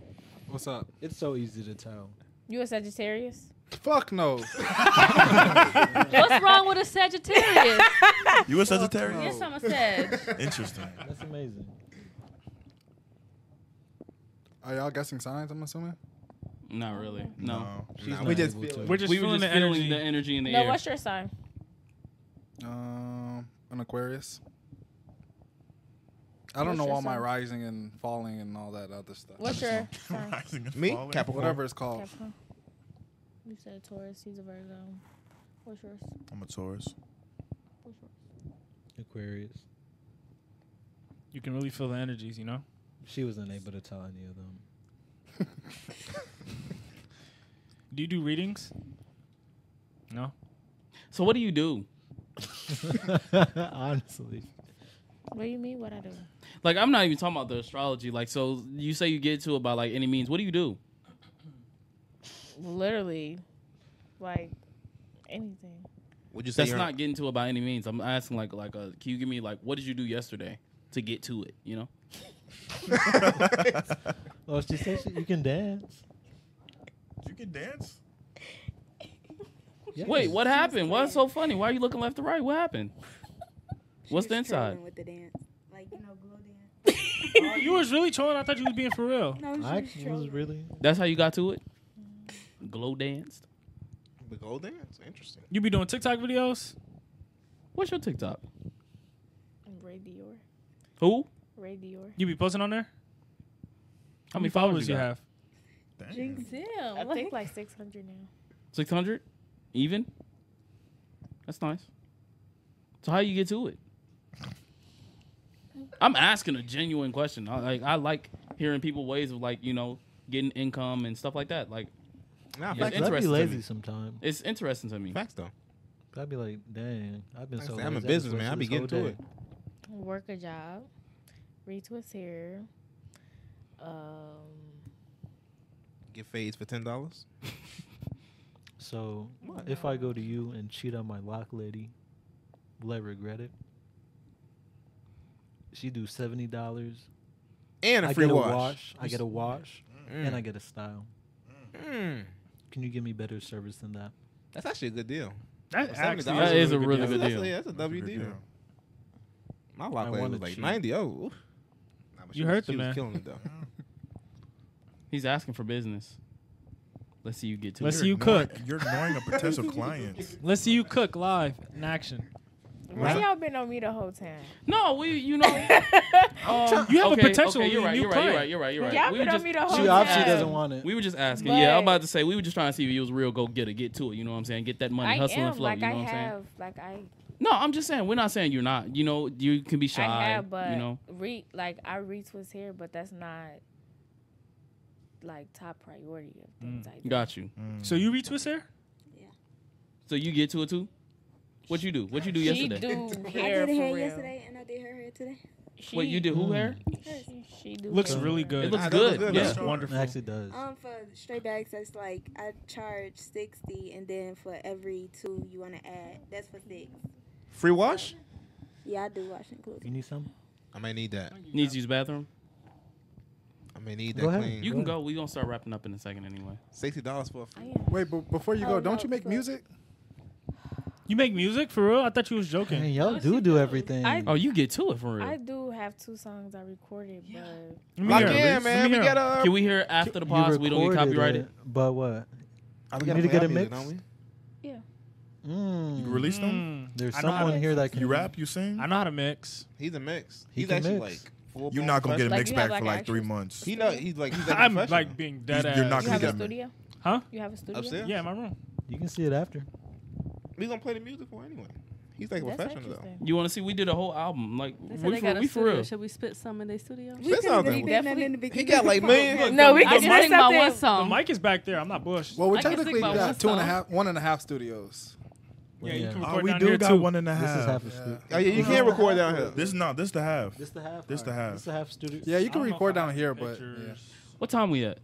What's up?
It's so easy to tell.
You a Sagittarius?
Fuck no.
What's wrong with a Sagittarius?
You a Sagittarius?
Yes, I'm a Sag.
Interesting.
That's amazing.
Are y'all guessing signs? I'm assuming.
Not really. No.
No.
She's
Nah,
not
we just
able
feel
to.
it. We're just
we were
feeling
just
the
feeling
energy.
the energy in the
no,
air.
what's your sign?
Um, an Aquarius. I don't
What's
know
your
all my
sign?
rising and falling and all that other stuff.
What's your sign?
Rising and
Me?
falling.
Capricorn. Whatever it's called.
Capricorn. You said Taurus. He's a Virgo. What's yours?
I'm a Taurus.
What's yours?
Aquarius.
You can really feel the energies, you know?
She was unable to tell any of them.
Do you do readings? No.
So what do you do?
Honestly.
What do you mean? What I do?
Like I'm not even talking about the astrology. Like so you say you get to it by like any means. What do you do?
Literally, like anything.
Would you say
That's
you're-
not getting to it by any means. I'm asking like like uh can you give me like what did you do yesterday to get to it, you know?
Well, oh, she said she, you can dance.
You can dance.
Wait, what happened? What's so funny? Why are you looking left to right? What happened? What's the inside?
With the dance, like you know, glow dance.
Uh, you was really trolling. I thought you was being for real.
No, she was trolling. Mm-hmm.
really.
That's how you got to it? Glow danced.
The gold dance? Interesting.
You be doing TikTok videos?
What's your TikTok?
And Ray Dior.
Who?
Ray Dior.
You be posting on there? How many
many followers
followers
you
you
got?
have?
Jinx him. I think like 600 now.
Six hundred? Even? That's nice. So how you get to it? I'm asking a genuine question. I like I like hearing people ways of like, you know, getting income and stuff like that. Like
Nah,
it's
facts.
I'd be
interesting to
lazy
me.
sometimes.
It's interesting to me.
Facts though.
I'd be like, dang, I've been
Like I
so.
said, I'm
lazy.
a
I've been
businessman.
posting
I be
this
getting
whole
to
day.
it.
Work a job. Retwist here. Um,
Get fades for ten dollars.
So if I go to you and cheat on my lock lady, will I regret it? She do seventy dollars
And a
I
free
get
wash.
A wash. I
You
get
s-
a wash and
Mm.
I get a style.
Mm.
Can you give me better service than that?
That's actually a good deal.
That
For
actually-
$70
that is a really
that's-
good
that's
deal.
a- yeah, that's a
That's a
W
good
deal.
deal.
My lock
I
lady
wanna
was like
cheat.
ninety. Oh, oof. Nah, but she
You
was-
heard
she
the
was
man.
Killing it though.
He's asking for business. Let's see you get to
Let's
it.
see you
ignoring-
cook.
You're ignoring a potential client.
Let's see you cook live in action.
why y'all been on me the whole time?
No, we you know um,
You have a
okay,
potential
Okay, you're right,
new
you're right, you're
client.
right, you're right, you're right.
Y'all
We
been
were
on
just-
me the whole
She obviously
time.
doesn't want it.
We were just asking. yeah, I'm
But-
about to say we were just trying to see if you was a real go getter, get to it. You know what I'm saying? Get that money,
I
hustle
am
and flow.
like
you know
I
what I'm saying?
have like I
No, I'm just saying we're not saying you're not. You know, you can be shy.
I have, but
you know,
re like I retwist here, but that's not like top priority of
Mm.
things I do.
got you.
Mm.
So you retwist her?
So you get to it too. What you do? What you do
She
yesterday?
do
I
hair
did
for
her hair
real.
yesterday, and I did her hair today.
She,
What you do? Who
Mm.
hair?
She, she do
Looks
hair
really
for
good.
It looks
Ah, that looks
good.
good.
Yeah.
That's-
Wonderful.
It actually does.
Um, for straight bags, that's like I charge sixty, and then for every two you want to add, that's for six.
Free wash?
Yeah, I do wash and
you
clothing.
need some?
I may need that.
Needs to use bathroom.
I may need
Go
that
ahead.
clean.
You can
Good.
go. We gonna start wrapping up in a second anyway.
Sixty dollars for a free.
real. I am.
Wait, but before you go,
Oh,
don't
no,
you make
so-
music?
You make music for real? I thought you was joking.
Man, y'all
Oh,
No,
do
she
do
does.
everything.
I-
Oh, you get to it for real.
I do have two songs I recorded, but
Let me
Lock
hear it,
in,
Reese.
man.
Let
We
me hear it.
got a.
can we hear after the
You
pause? We don't get
recorded
copyrighted.
it, but what?
Uh, I
You need to get a mix?
yeah.
You
Mm,
release them.
there's
I know how
someone
to-
here that can.
You rap. You sing.
I know how to mix.
He's a mix.
He
he's
can
actually
mix.
like. full
You're not gonna get a
Like,
mix
you have,
back
like,
for like three
actual-
months.
He know. He's like. He's like
I'm
professional.
like being dead
You're
ass.
not
You have
gonna get
a
a mix.
studio?
Huh?
You have a studio?
Upstairs?
Yeah, in my room.
You can see it after.
We gonna play the music for anyway. He's like a
That's
professional though.
interesting.
You want to see? We did a whole album. Like
They said
we
they
for,
got a
we for
studio.
real.
Should we split some of their studio?
Say something. He got like millions.
No, we can
I just
sing
sing
my
something.
one
The
song.
mic is back there. I'm not bush.
Well, we
I can think
technically
about one
got two and a
song.
half, one and a half studios.
Yeah.
Yeah, you can
Oh,
record
we
down
do
here
got
too.
one and a
This is
half.
half a studio.
Oh yeah, you can't record down here.
This is not. This is the half.
This the half.
This the
Alright.
half.
This the half studio.
Yeah, you
I
can
don't know if
record
I
down
have
here, but yeah.
pictures.
What time we at?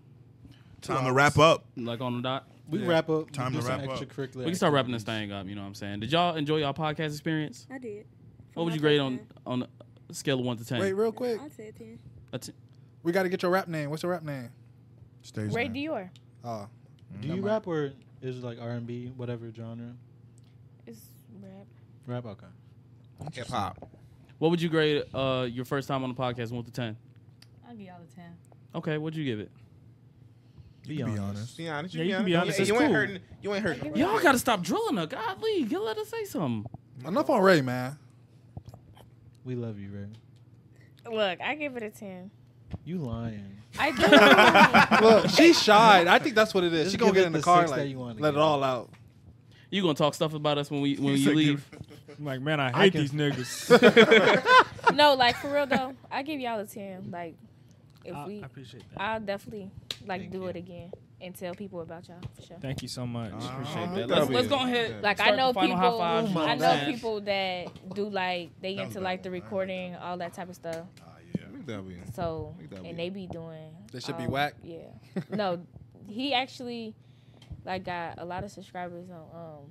Time to wrap up.
Like on the dot.
We
Yeah.
wrap up.
Time
do
to
some
wrap up.
extracurricular
We can start wrapping this
activities.
thing up. You know what I'm saying? Did y'all enjoy y'all podcast experience?
I did.
What would you grade on on a scale of one to ten?
Wait, real quick.
I said ten.
A ten.
We got to get your rap name. What's your rap name?
Stage
Ray Dior.
Oh.
Do
Never
you
mind.
rap or is it like R and B, whatever genre?
It's rap.
Rap, okay.
Hip hop.
What would you grade uh, your first time on the podcast one to ten?
I'll give y'all a ten.
Okay, what'd you give it?
Be honest.
Be honest.
Yeah, you can be honest. It's
You ain't
cool.
hurting. You ain't hurting.
Y'all gotta stop drilling her. Godly, you let her say something.
Enough on Ray, man.
We love you, Ray.
Look, I give it a ten.
You lying.
I do.
Look, she's shy. I think that's what it is.
Just
She gonna
give
get
it
in the
the
car
six
and
that
like,
you wanna
let it
give.
all out.
You gonna talk stuff about us when we when
He
you
said
leave?
I'm like, man, I hate
I can-
these niggas.
no, like for real though, I give y'all a ten. Like if
I-
we,
I appreciate
that. I'll definitely like do it again and tell people about y'all for sure.
Thank you so much.
Uh-huh.
Appreciate that. Let's- let's go ahead.
Like I
Start
know
the final
people,
high fives, you know what
I
I'm
know
saying?
people that do like they into like the recording, all that type of stuff.
Ah,
So and they be doing.
They should be
um,
whack?
Yeah. No, he actually like got a lot of subscribers on um,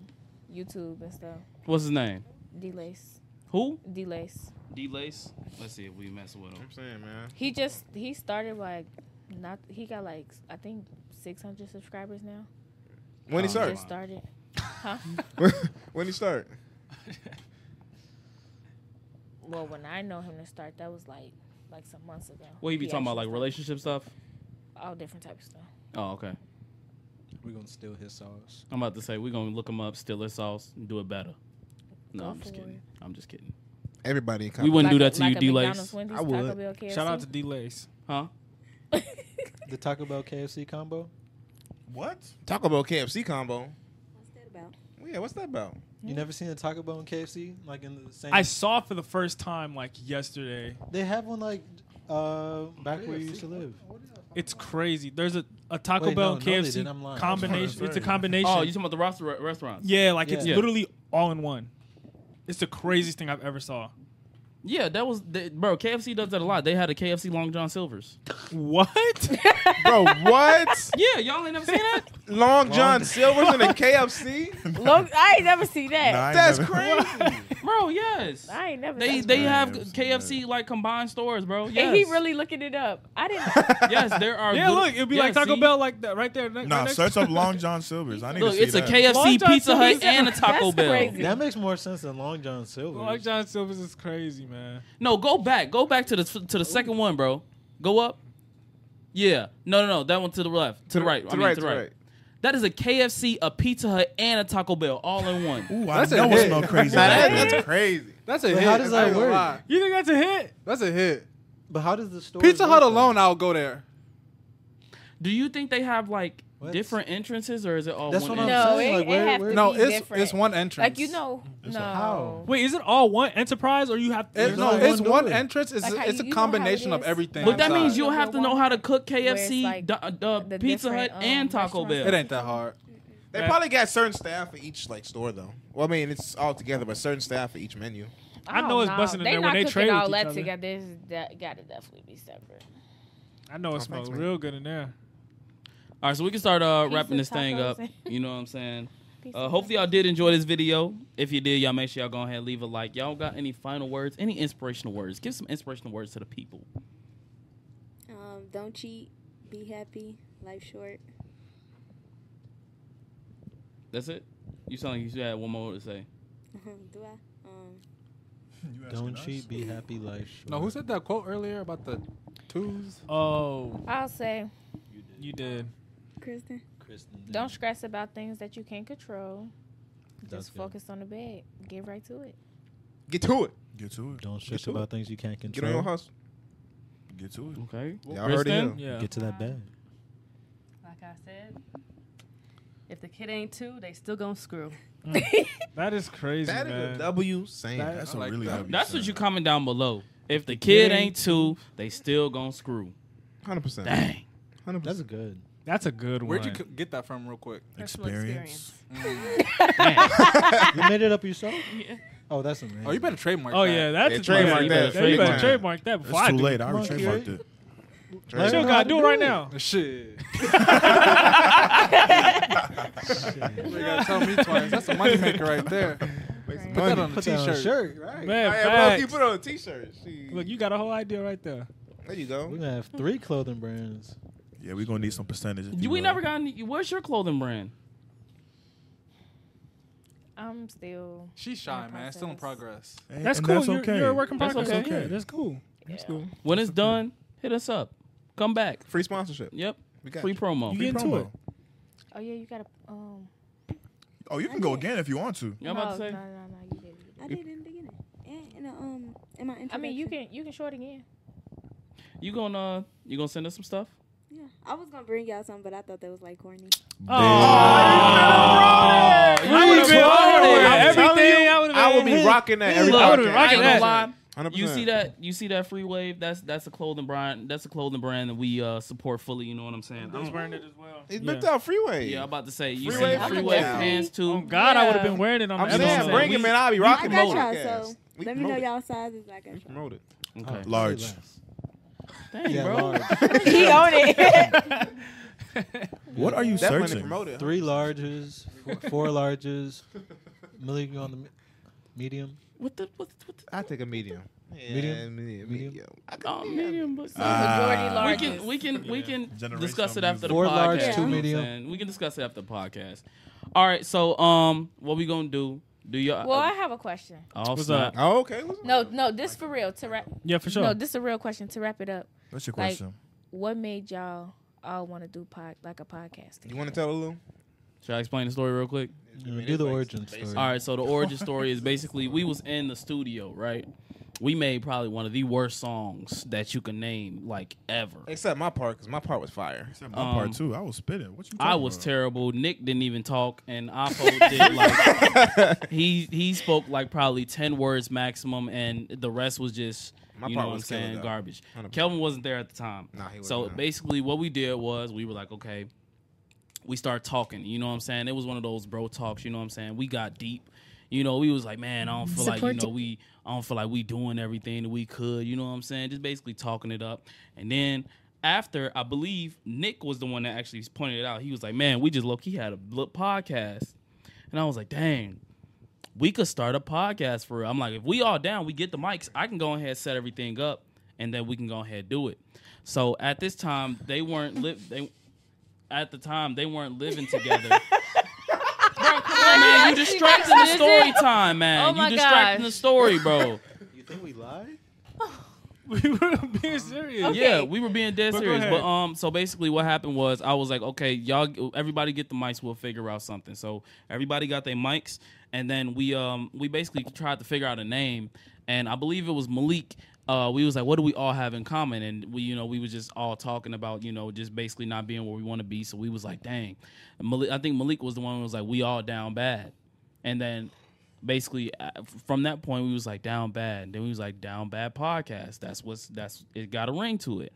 YouTube and stuff.
What's his name?
D Lace.
Who?
D Lace.
D Lace. Let's see if we messing with him. I'm
saying, man.
He just he started like not he got like I think six hundred subscribers now. Um,
When he started?
Just started. Huh?
when you start?
well, when I know him to start, that was like like some months ago.
What he be talking about,
actually
like relationship stuff?
started all different types of stuff.
Oh, okay.
We're gonna steal his sauce.
I'm about to say we're gonna look him up, steal his sauce, and do it better. No,
Go
I'm just
for
kidding. I'm just kidding.
Everybody.
We wouldn't do
Like a-
that to
like
you,
a
D
McDonald's,
Lace.
Wendy's,
I would.
Taco Bell, KFC.
Shout out to D Lace.
Huh?
The Taco Bell KFC combo.
What?
Taco Bell KFC combo.
What's that about?
Yeah, what's that about?
You never seen a Taco Bell and KFC like in the same?
I saw for the first time like yesterday.
They have one like uh, back where you used to live.
It's crazy. There's a, a Taco
Wait,
Bell
no, no, they
KFC
didn't. I'm lying.
combination. It's a combination.
Oh, you talking about the roster re- restaurants?
yeah, like it's
Yeah.
literally all in one. It's the craziest thing I've ever saw.
Yeah, that was they, bro. KFC does that a lot. They had a KFC Long John Silver's.
What?
Bro, what?
yeah, y'all ain't never seen that.
Long John Silver's in a KFC?
Look, I ain't never seen that.
Nah, I ain't That's never-
bro. Yes,
I ain't never.
they
seen
they
that.
have KFC like combined stores, bro. Yes,
And he really looking it up. I didn't.
yes, there are.
yeah,
good-
look, it'd be
yeah,
like Taco
see?
Bell, like that right there.
Nah, search up Long John Silver's. I need
Look,
to see
it's a
that.
KFC,
Long John
Pizza Hut,
Silver's-
and a Taco
That's
Bell.
crazy.
That makes more sense than Long John Silver.
Long John Silver's is crazy, man.
No, go back. Go back to the to the second one, bro. Go up. Yeah. No, no, no. That one to the left. To the right. I mean, to the right. That is a KFC, a Pizza Hut, and a Taco Bell all in one.
Ooh,
That's a
I know it
hit.
smell crazy.
Nah,
like
that-
that.
that's crazy.
That's a
But
hit.
how does
I ain't
that
gonna
work?
lie.
You think that's a hit?
That's a hit.
But how does the store
Pizza Hut alone, I'll go there.
Do you think they have like different entrances, or is it all
That's
one?
what I'm
entrance?
No,
saying,
it,
like,
it
where-
have
where-
to
No,
be
it's-
different.
it's one entrance.
Like you know, no.
how?
Wait, is it all one enterprise or you have to?
It-
there's
no,
only
it's
one
one
door?
entrance. It's,
Like how
a, it's a
you know how it
combination of
is?
everything.
But that
inside.
means you'll have to know how to cook
it's
KFC,
like
du- uh, uh,
the
Pizza Hut,
different,
and
um,
Taco
restaurants.
Bell.
It ain't that hard.
They
Yeah.
probably got certain staff for each like store though. Well, I mean, it's all together, but certain staff for each menu.
I know
don't
it's busting in
They
there when
not
they
cooking
trade with
all
each
that
other.
together. This is that gotta definitely be separate.
I know it smells
Oh, man.
real good in there.
All right, so we can start uh,
Pizza,
wrapping this thing
tacos,
up.
and-
You know what I'm saying?
Pizza,
Uh, hopefully, y'all did enjoy this video. If you did, y'all make sure y'all go ahead and leave a like. Y'all got any final words? Any inspirational words? Give some inspirational words to the people.
Um, don't cheat. Be happy. Life short.
That's it. You sound like you had one more to say.
Do I? Um,
Don't cheat, be happy, life. Short.
No, who said that quote earlier about the twos?
Oh,
I'll say,
you did.
Kristen.
Kristen,
don't stress about things that you can't control.
That's
Just
good.
focus on the bed. Get right to it.
Get to it.
Get to it.
Don't stress
to
about things you can't
Get on your
control.
hustle.
Get to it.
Okay.
Y'all heard it.
Kristen?
here.
Yeah.
Get to that bed.
Like I said, if the kid ain't two, they still gonna screw.
Mm.
That is crazy,
That is a
man.
W saying.
That-
That's
I
a
like
really
that.
heavy
That's what
saying.
you comment down below. If the kid ain't two, they still gonna screw.
Hundred percent.
Dang.
Hundred
That's
percent.
good.
That's a good
Where'd
one.
you c- get that from, real quick?
Personal
Experience.
Mm. You made it up yourself. Oh, that's amazing.
Oh, you better trademark.
oh
that.
yeah, that's
Yeah,
a
trademark
you
that.
better- You better
Trademark.
trademark that before
It's
I
too
do.
late. I already
Come on,
trademarked
kid.
it.
Learn
Chill,
how
God,
to
do it right now.
Shit. You ain't gotta tell me twice. That's a moneymaker right there.
Make
Put that on a Put that on a t-shirt. shirt, right.
Man,
Hey, bro,
facts.
you put on a t-shirt. She-
Look, you got a whole idea right there.
There you go.
We gonna have three clothing brands.
Yeah, we're gonna need some percentages.
You, we never got any. Where's your clothing brand?
I'm still.
She's shy, man. Still in progress.
That's cool. you're, you're a work in progress. Yeah, that's cool. That's cool.
When it's done, hit us up. Come back.
Free sponsorship.
Yep.
We got
Free
you.
promo.
You Free get into promo. it.
Oh yeah, you gotta. Um,
Oh, you can go again if you want to.
Yeah, I'm about
no,
to say.
No, no, no, you did. You
I did in the beginning. And in the, um, in my
did. I mean, you
introduction.
can you can show it again.
You gonna uh, you gonna send us some stuff?
Yeah, I was gonna bring y'all something, but I thought that was like corny.
Oh,
Oh,
Uh, You would've been on it. I'm telling you,
I would be rocking that every
I would be
podcast.
rocking
I ain't
that.
gonna lie.
You
100%.
see that? You see that free wave? That's that's a clothing brand. That's a clothing brand that we uh, support fully. You know what I'm saying?
Those
I'm-
wearing it as well.
It's been out freeway.
Yeah, I'm about to say you
Freeway,
see the
I'm
free wave
down.
pants too.
Oh, God, I would've been wearing it on
I'm the saying, episode. bring it, man. I'll be
I
rocking it.
got y'all,
Podcast.
so
We
let me know
promote it.
y'all sizes. I got y'all.
Promote it.
Okay.
Large.
Dang,
Yeah,
bro.
large.
He on it.
What are you
Definitely
searching?
promote it,
Three larges, four, four larges. Millie, you on the me- medium?
What the what? the- what the,
I take a medium.
Medium?
medium. medium.
Oh, medium, but
Ah.
we can we can we can
Generational
discuss it after the
Four
podcast.
large, two
you know what I'm
medium.
saying? We can discuss it after the podcast. All right, so um, what we gonna do? Do your
Well, I have a question.
Oh,
What's
snap.
up?
Oh, okay.
No, no, this for real. To wrap.
Yeah, for sure.
No, this is a real question. To wrap it up.
What's your
like,
question?
What made y'all all want to do pod like a podcast?
You want to tell a little?
Should I explain the story real quick?
do the origin story.
All right, so the origin story is basically we was in the studio, right? We made probably one of the worst songs that you can name, like ever. Um,
Except my part, because my part was fire.
Except my part too. I was spitting. What you?
I
talking
was
about?
terrible. Nick didn't even talk, and Oppo did like he he spoke like probably ten words maximum, and the rest was just
My
you
part
know what I'm
was killer,
saying
though.
garbage.
100%.
Kelvin wasn't there at the time,
Nah, he wasn't,
so
nah.
basically what we did was we were like, okay, we start talking. You know what I'm saying? It was one of those bro talks. You know what I'm saying? We got deep. You know, we was like, man, I don't feel like you
Support
know we I don't feel like we doing everything that we could. You know what I'm saying? Just basically talking it up. And then after, I believe Nick was the one that actually pointed it out. He was like, man, we just low key had a bl- podcast. And I was like, dang, we could start a podcast for real. I'm like, if we all down, we get the mics. I can go ahead and set everything up, and then we can go ahead and do it. So at this time, they weren't live. They at the time they weren't living together. Bro, come on, man, you distracting the story time, man.
Oh my
you distracting
gosh.
the story, bro.
You think we lied?
we were being serious.
Yeah, we were being dead
But go
serious.
ahead.
But um, so basically, what happened was I was like, okay, y'all, everybody get the mics. We'll figure out something. So everybody got their mics, and then we um, we basically tried to figure out a name, and I believe it was Malik. Uh, we was like, what do we all have in common? And we, you know, we was just all talking about, you know, just basically not being where we want to be. So we was like, dang, Malik, I think Malik was the one who was like, we all down bad, and then basically uh, f- from that point we was like down bad and then we was like down bad podcast that's what's that's it got a ring to it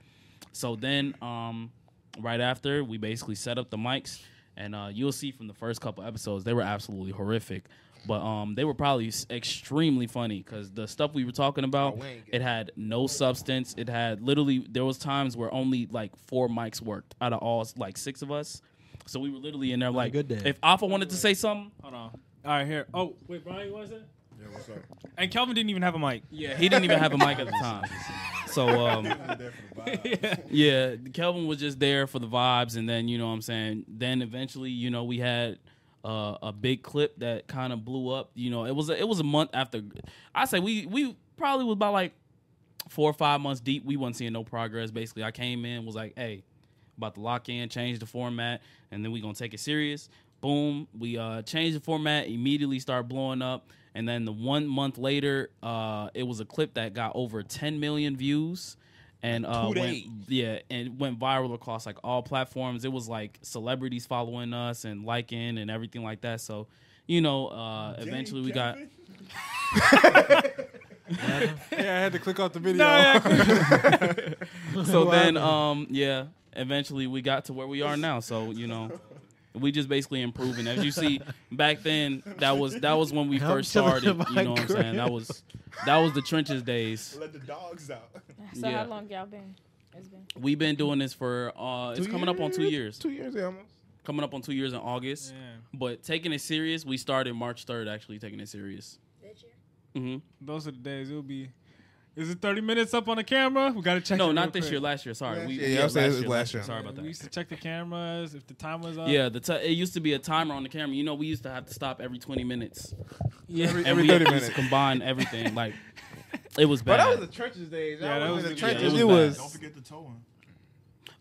so then um right after we basically set up the mics and uh you'll see from the first couple episodes they were absolutely horrific but um they were probably s- extremely funny because the stuff we were talking about
Oh, we ain't
it had no substance it had literally there was times where only like four mics worked out of all like six of us so we were literally in there like
good day.
if alpha wanted to say something
Hold on. All right, here. Oh, wait, Brian, you want to say?
Yeah, what's up?
And Kelvin didn't even have a mic.
Yeah, he didn't even have a mic at the time. So um
yeah.
yeah, Kelvin was just there for the vibes and then you know what I'm saying, then eventually, you know, we had uh, a big clip that kind of blew up, you know. It was a, it was a month after I say we we probably was about like 4 or 5 months deep. We wasn't seeing no progress basically. I came in was like, "Hey, about to lock in, change the format, and then we gonna take it serious. Boom, we uh changed the format, immediately start blowing up, and then the one month later, uh, it was a clip that got over 10 million views, and uh,
Two
went,
days.
yeah, and went viral across like all platforms. It was like celebrities following us and liking and everything like that. So, you know, uh, eventually we got.
yeah, I had to click off the video.
so then um yeah eventually we got to where we are now so you know we just basically improving as you see back then that was that was when we
I'm
first
chilling
started
in my
you know what i'm saying that
crib.
was that was the trenches days
Let the dogs out.
So
Yeah.
Oh, how long y'all been? It's been.
we've been doing this for uh it's coming up on two years
Two years, yeah, almost.
coming up on two years in August. But taking it serious, we started March third. Actually, taking it serious. hmm
Those are the days it'll be. Is it 30 minutes up on the camera? We got to check
No,
it
not
real
this
quick.
year, last year, sorry. Last We- year, yeah,
yeah, last year, last year.
Sorry about that.
We used to check the cameras if the time was up.
Yeah, the t- it used to be a timer on the camera. You know, we used to have to stop every twenty minutes.
Yeah. Every-
and
every
we
30
used to
minutes.
combine everything. Like it was
But
bad.
that was the church's days.
Yeah, that was
in the
the-
churches.
yeah, it was
it
bad.
was.
Don't forget the towing.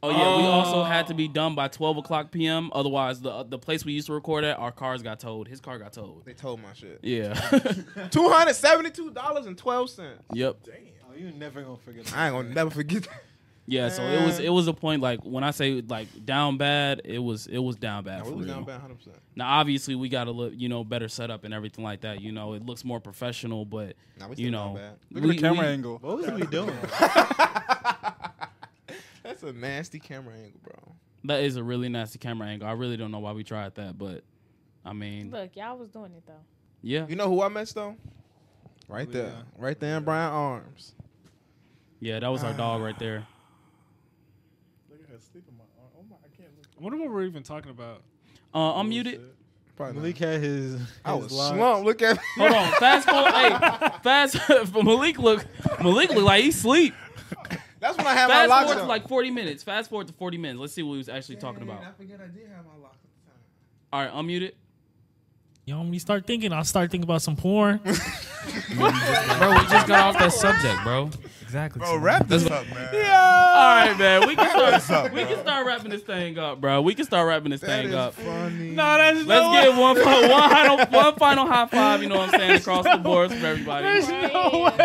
Oh yeah, we also had to be done by twelve o'clock p.m. Otherwise, the the place we used to record at, our cars got towed. His car got towed.
They towed my shit.
Yeah.
Two hundred seventy-two dollars and twelve cents.
yep.
Oh, you never gonna forget.
I ain't gonna never forget that.
Yeah. So it was it was a point like when I say like down bad, it was it was down bad.
No,
for
it was
real.
down bad 100%.
Now obviously we got a look you know better setup and everything like that. You know it looks more professional, but
Nah, we still
you
down
know
bad.
Look at the camera
we-
angle. What was we doing?
That's a nasty camera angle, bro.
That is a really nasty camera angle. I really don't know why we tried that, but I mean,
Look, y'all was doing it though.
yeah.
You know who I messed though? Right there, right there in Brian Arms.
Yeah, that was our dog right there.
Look at her sleeping my arm. Oh my, I can't look.
I wonder what we're even talking about.
Uh, I'm muted.
Malik had his.
I
his
was
locks.
slumped. Look at me.
Hold on, fast forward. hey, fast. Malik look, Malik look like he sleep.
That's when I had my
fast
locks
forward to
up.
like 40 minutes. Fast forward to 40 minutes. Let's see what he was actually talking about.
I forget I did have my locks.
All right, unmute it.
You know, when you start thinking, I'll start thinking about some porn. bro, we
just got off that subject,
bro. Exactly.
Bro, wrap
That's
this
what-
up,
man.
All right, man. We
Wrap
can
this
start.
up,
we
bro.
can start wrapping this thing up, bro. We can start wrapping this thing
is
up.
funny.
No, that's
Let's
no
get
way.
one, fi- one, final, one final high five. You know what I'm saying? Across the board for everybody.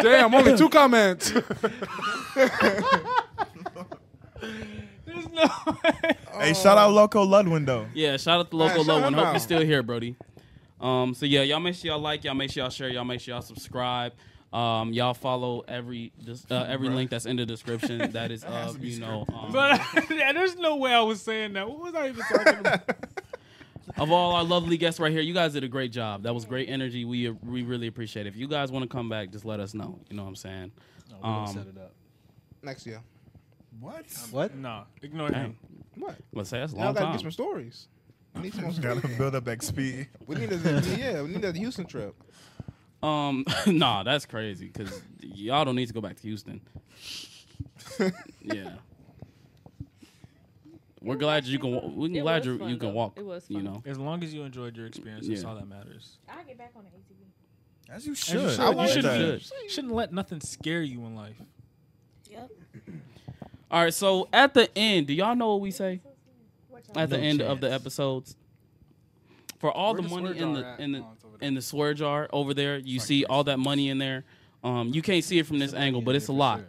Damn, only two comments.
There's no way.
Hey, shout out Loco Ludwin though.
Yeah, shout out to
Man,
local
shout
low one.
him
Hope you're
out.
still here, Brody. Um, so yeah, y'all make sure y'all like, y'all make sure y'all share, y'all make sure y'all subscribe. Um, y'all follow every dis- uh, every link that's in the description. That is of you know um,
But yeah, there's no way I was saying that. What was I even talking about?
of all our lovely guests right here. You guys did a great job. That was great energy. We uh, we really appreciate it. If you guys want to come back, just let us know. You know what I'm saying? Um,
No, we gonna set it up.
Next year.
What?
Um, What?
No, ignore him.
What?
Let's say that's a
Now I
long
gotta
time.
get some stories. We need some more stories.
Gotta build up XP.
We need a yeah. We need a Houston trip.
Um, nah, that's crazy because y'all don't need to go back to Houston. yeah, we're glad you can. wa- We're
It
glad
was
you
fun,
you can
though.
walk.
It was
You
fun.
know,
As long as you enjoyed your experience, that's
Yeah.
all that matters.
I'll get back on the ATV.
As you
And
should. I like
You shouldn't,
that.
should. shouldn't let nothing scare you in life.
Yep.
All right, so at the end, do y'all know what we say? At the
No
end of the episodes, for all
Where
the
the
money
swear
in
jar
the
at? Oh,
in the in the swear jar over there, you see all that money in there. Um, you can't see it from this angle, but it's a lot.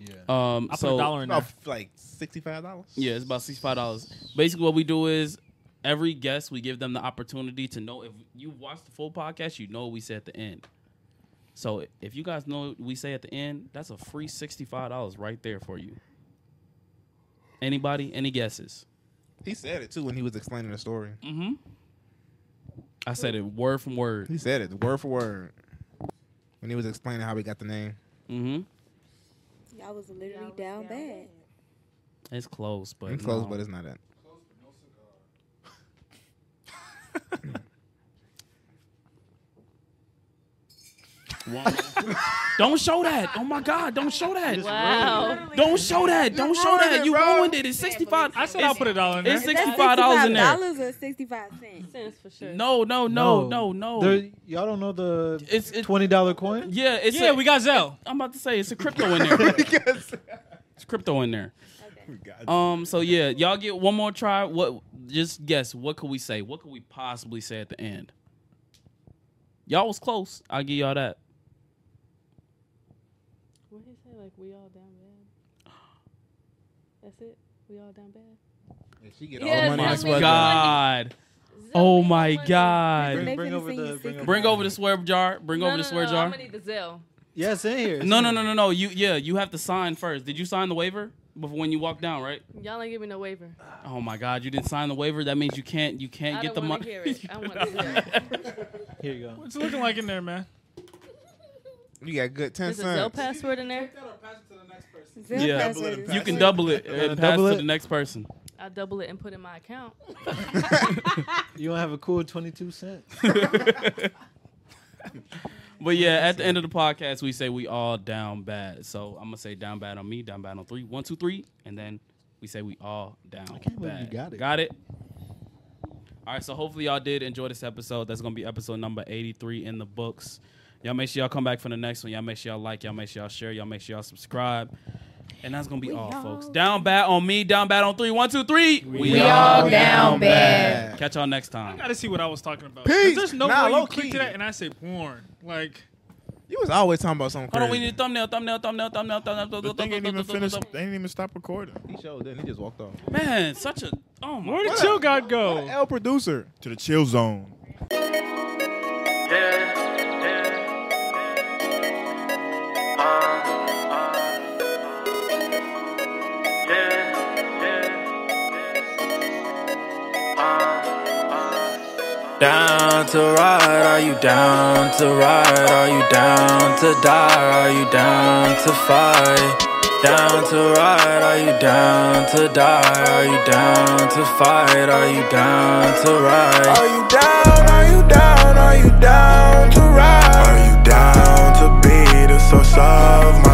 Yeah. Um,
I
so
About, Like sixty-five dollars.
Yeah, it's about sixty-five dollars. Basically, what we do is every guest we give them the opportunity to know if you watch the full podcast, you know what we say at the end. So if you guys know what we say at the end, that's a free sixty-five dollars right there for you. Anybody? Any guesses?
He said it too when he was explaining the story.
Mm-hmm. I said it word from word.
He said it word for word when he was explaining how we got the name.
Mm-hmm.
Y'all was literally down, bad.
It's close, but
It's close,
no.
but it's not it.
don't show that. Oh my God! Don't show that.
Wow. ruined it.
Don't show that. Don't show
ruined
that.
it,
You
bro.
ruined it. It's sixty-five. I
said I'll put a dollar in
It's
there.
Oh, sixty-five dollars in there.
Dollars or sixty-five cents.
Cents for sure.
No, no, no, no, no.
There- y'all don't know the twenty dollar coin.
yeah, it's
Yeah,
we got Zell. I'm about to say it's a crypto in there. it's crypto in there. Um. So yeah, y'all get one more try. What? Just guess. What could we say? What could we possibly say at the end? Y'all was close. I'll give y'all that.
What he say? Like we all down bad. That's it. We all down bad.
she
get all the Yes, money.
my
Zell make
god. Oh my god.
Bring- They bring finna over sing the- you bring over
bring over the swear jar. Bring over the swear
no,
jar.
I'm gonna need the Zell.
Yeah, it's in here.
No, no, no, no, no. You yeah, you have to sign first. Did you sign the waiver before when you walk down, right?
Y'all ain't give me no waiver.
Oh my God, you didn't sign the waiver. That means you can't you can't
I
get the
don't wanna
money.
hear it. I want to hear it.
Here you go.
What's it looking like in there, man?
You got good ten
There's a Zell
cents.
password in there.
yeah, you can double it and
Uh,
pass
double
to
it.
the next person.
I double it and put it in my account.
You gonna have a cool twenty-two cent.
But yeah, at the end of the podcast, we say we all down bad. So I'm gonna say down bad on me, down bad on three, one, two, three, and then we say we all down
believe
bad.
you got it.
Got it. All right, so hopefully y'all did enjoy this episode. That's gonna be episode number 83 in the books. Y'all make sure y'all come back for the next one. Y'all make sure y'all like. Y'all make sure y'all share. Y'all make sure y'all subscribe. And that's gonna be all, folks. Down bad on me. Down bad on three. One, two, three.
We all down bad.
Catch y'all next time.
I gotta see what I was talking about.
Peace.
'Cause There's no
Nah,
way you
low
clicked
key.
to that and I say porn. Like
You was always talking about something.
Hold on, we
crazy.
need a thumbnail, thumbnail, thumbnail, thumbnail, thumbnail.
The thing ain't even finished. They ain't even stop recording.
He showed it. He just walked off.
Man, such a oh my.
Where
God.
did Chill
God go?
L producer.
To the chill zone.
Ah,
Down to ride, are you down to ride? Are you down to die? Are you down to fight? Down to ride, are you down to die? Are you down to fight? Are you down to ride? Are you down? Are you down? Are you down to ride? Are you down to be the source of my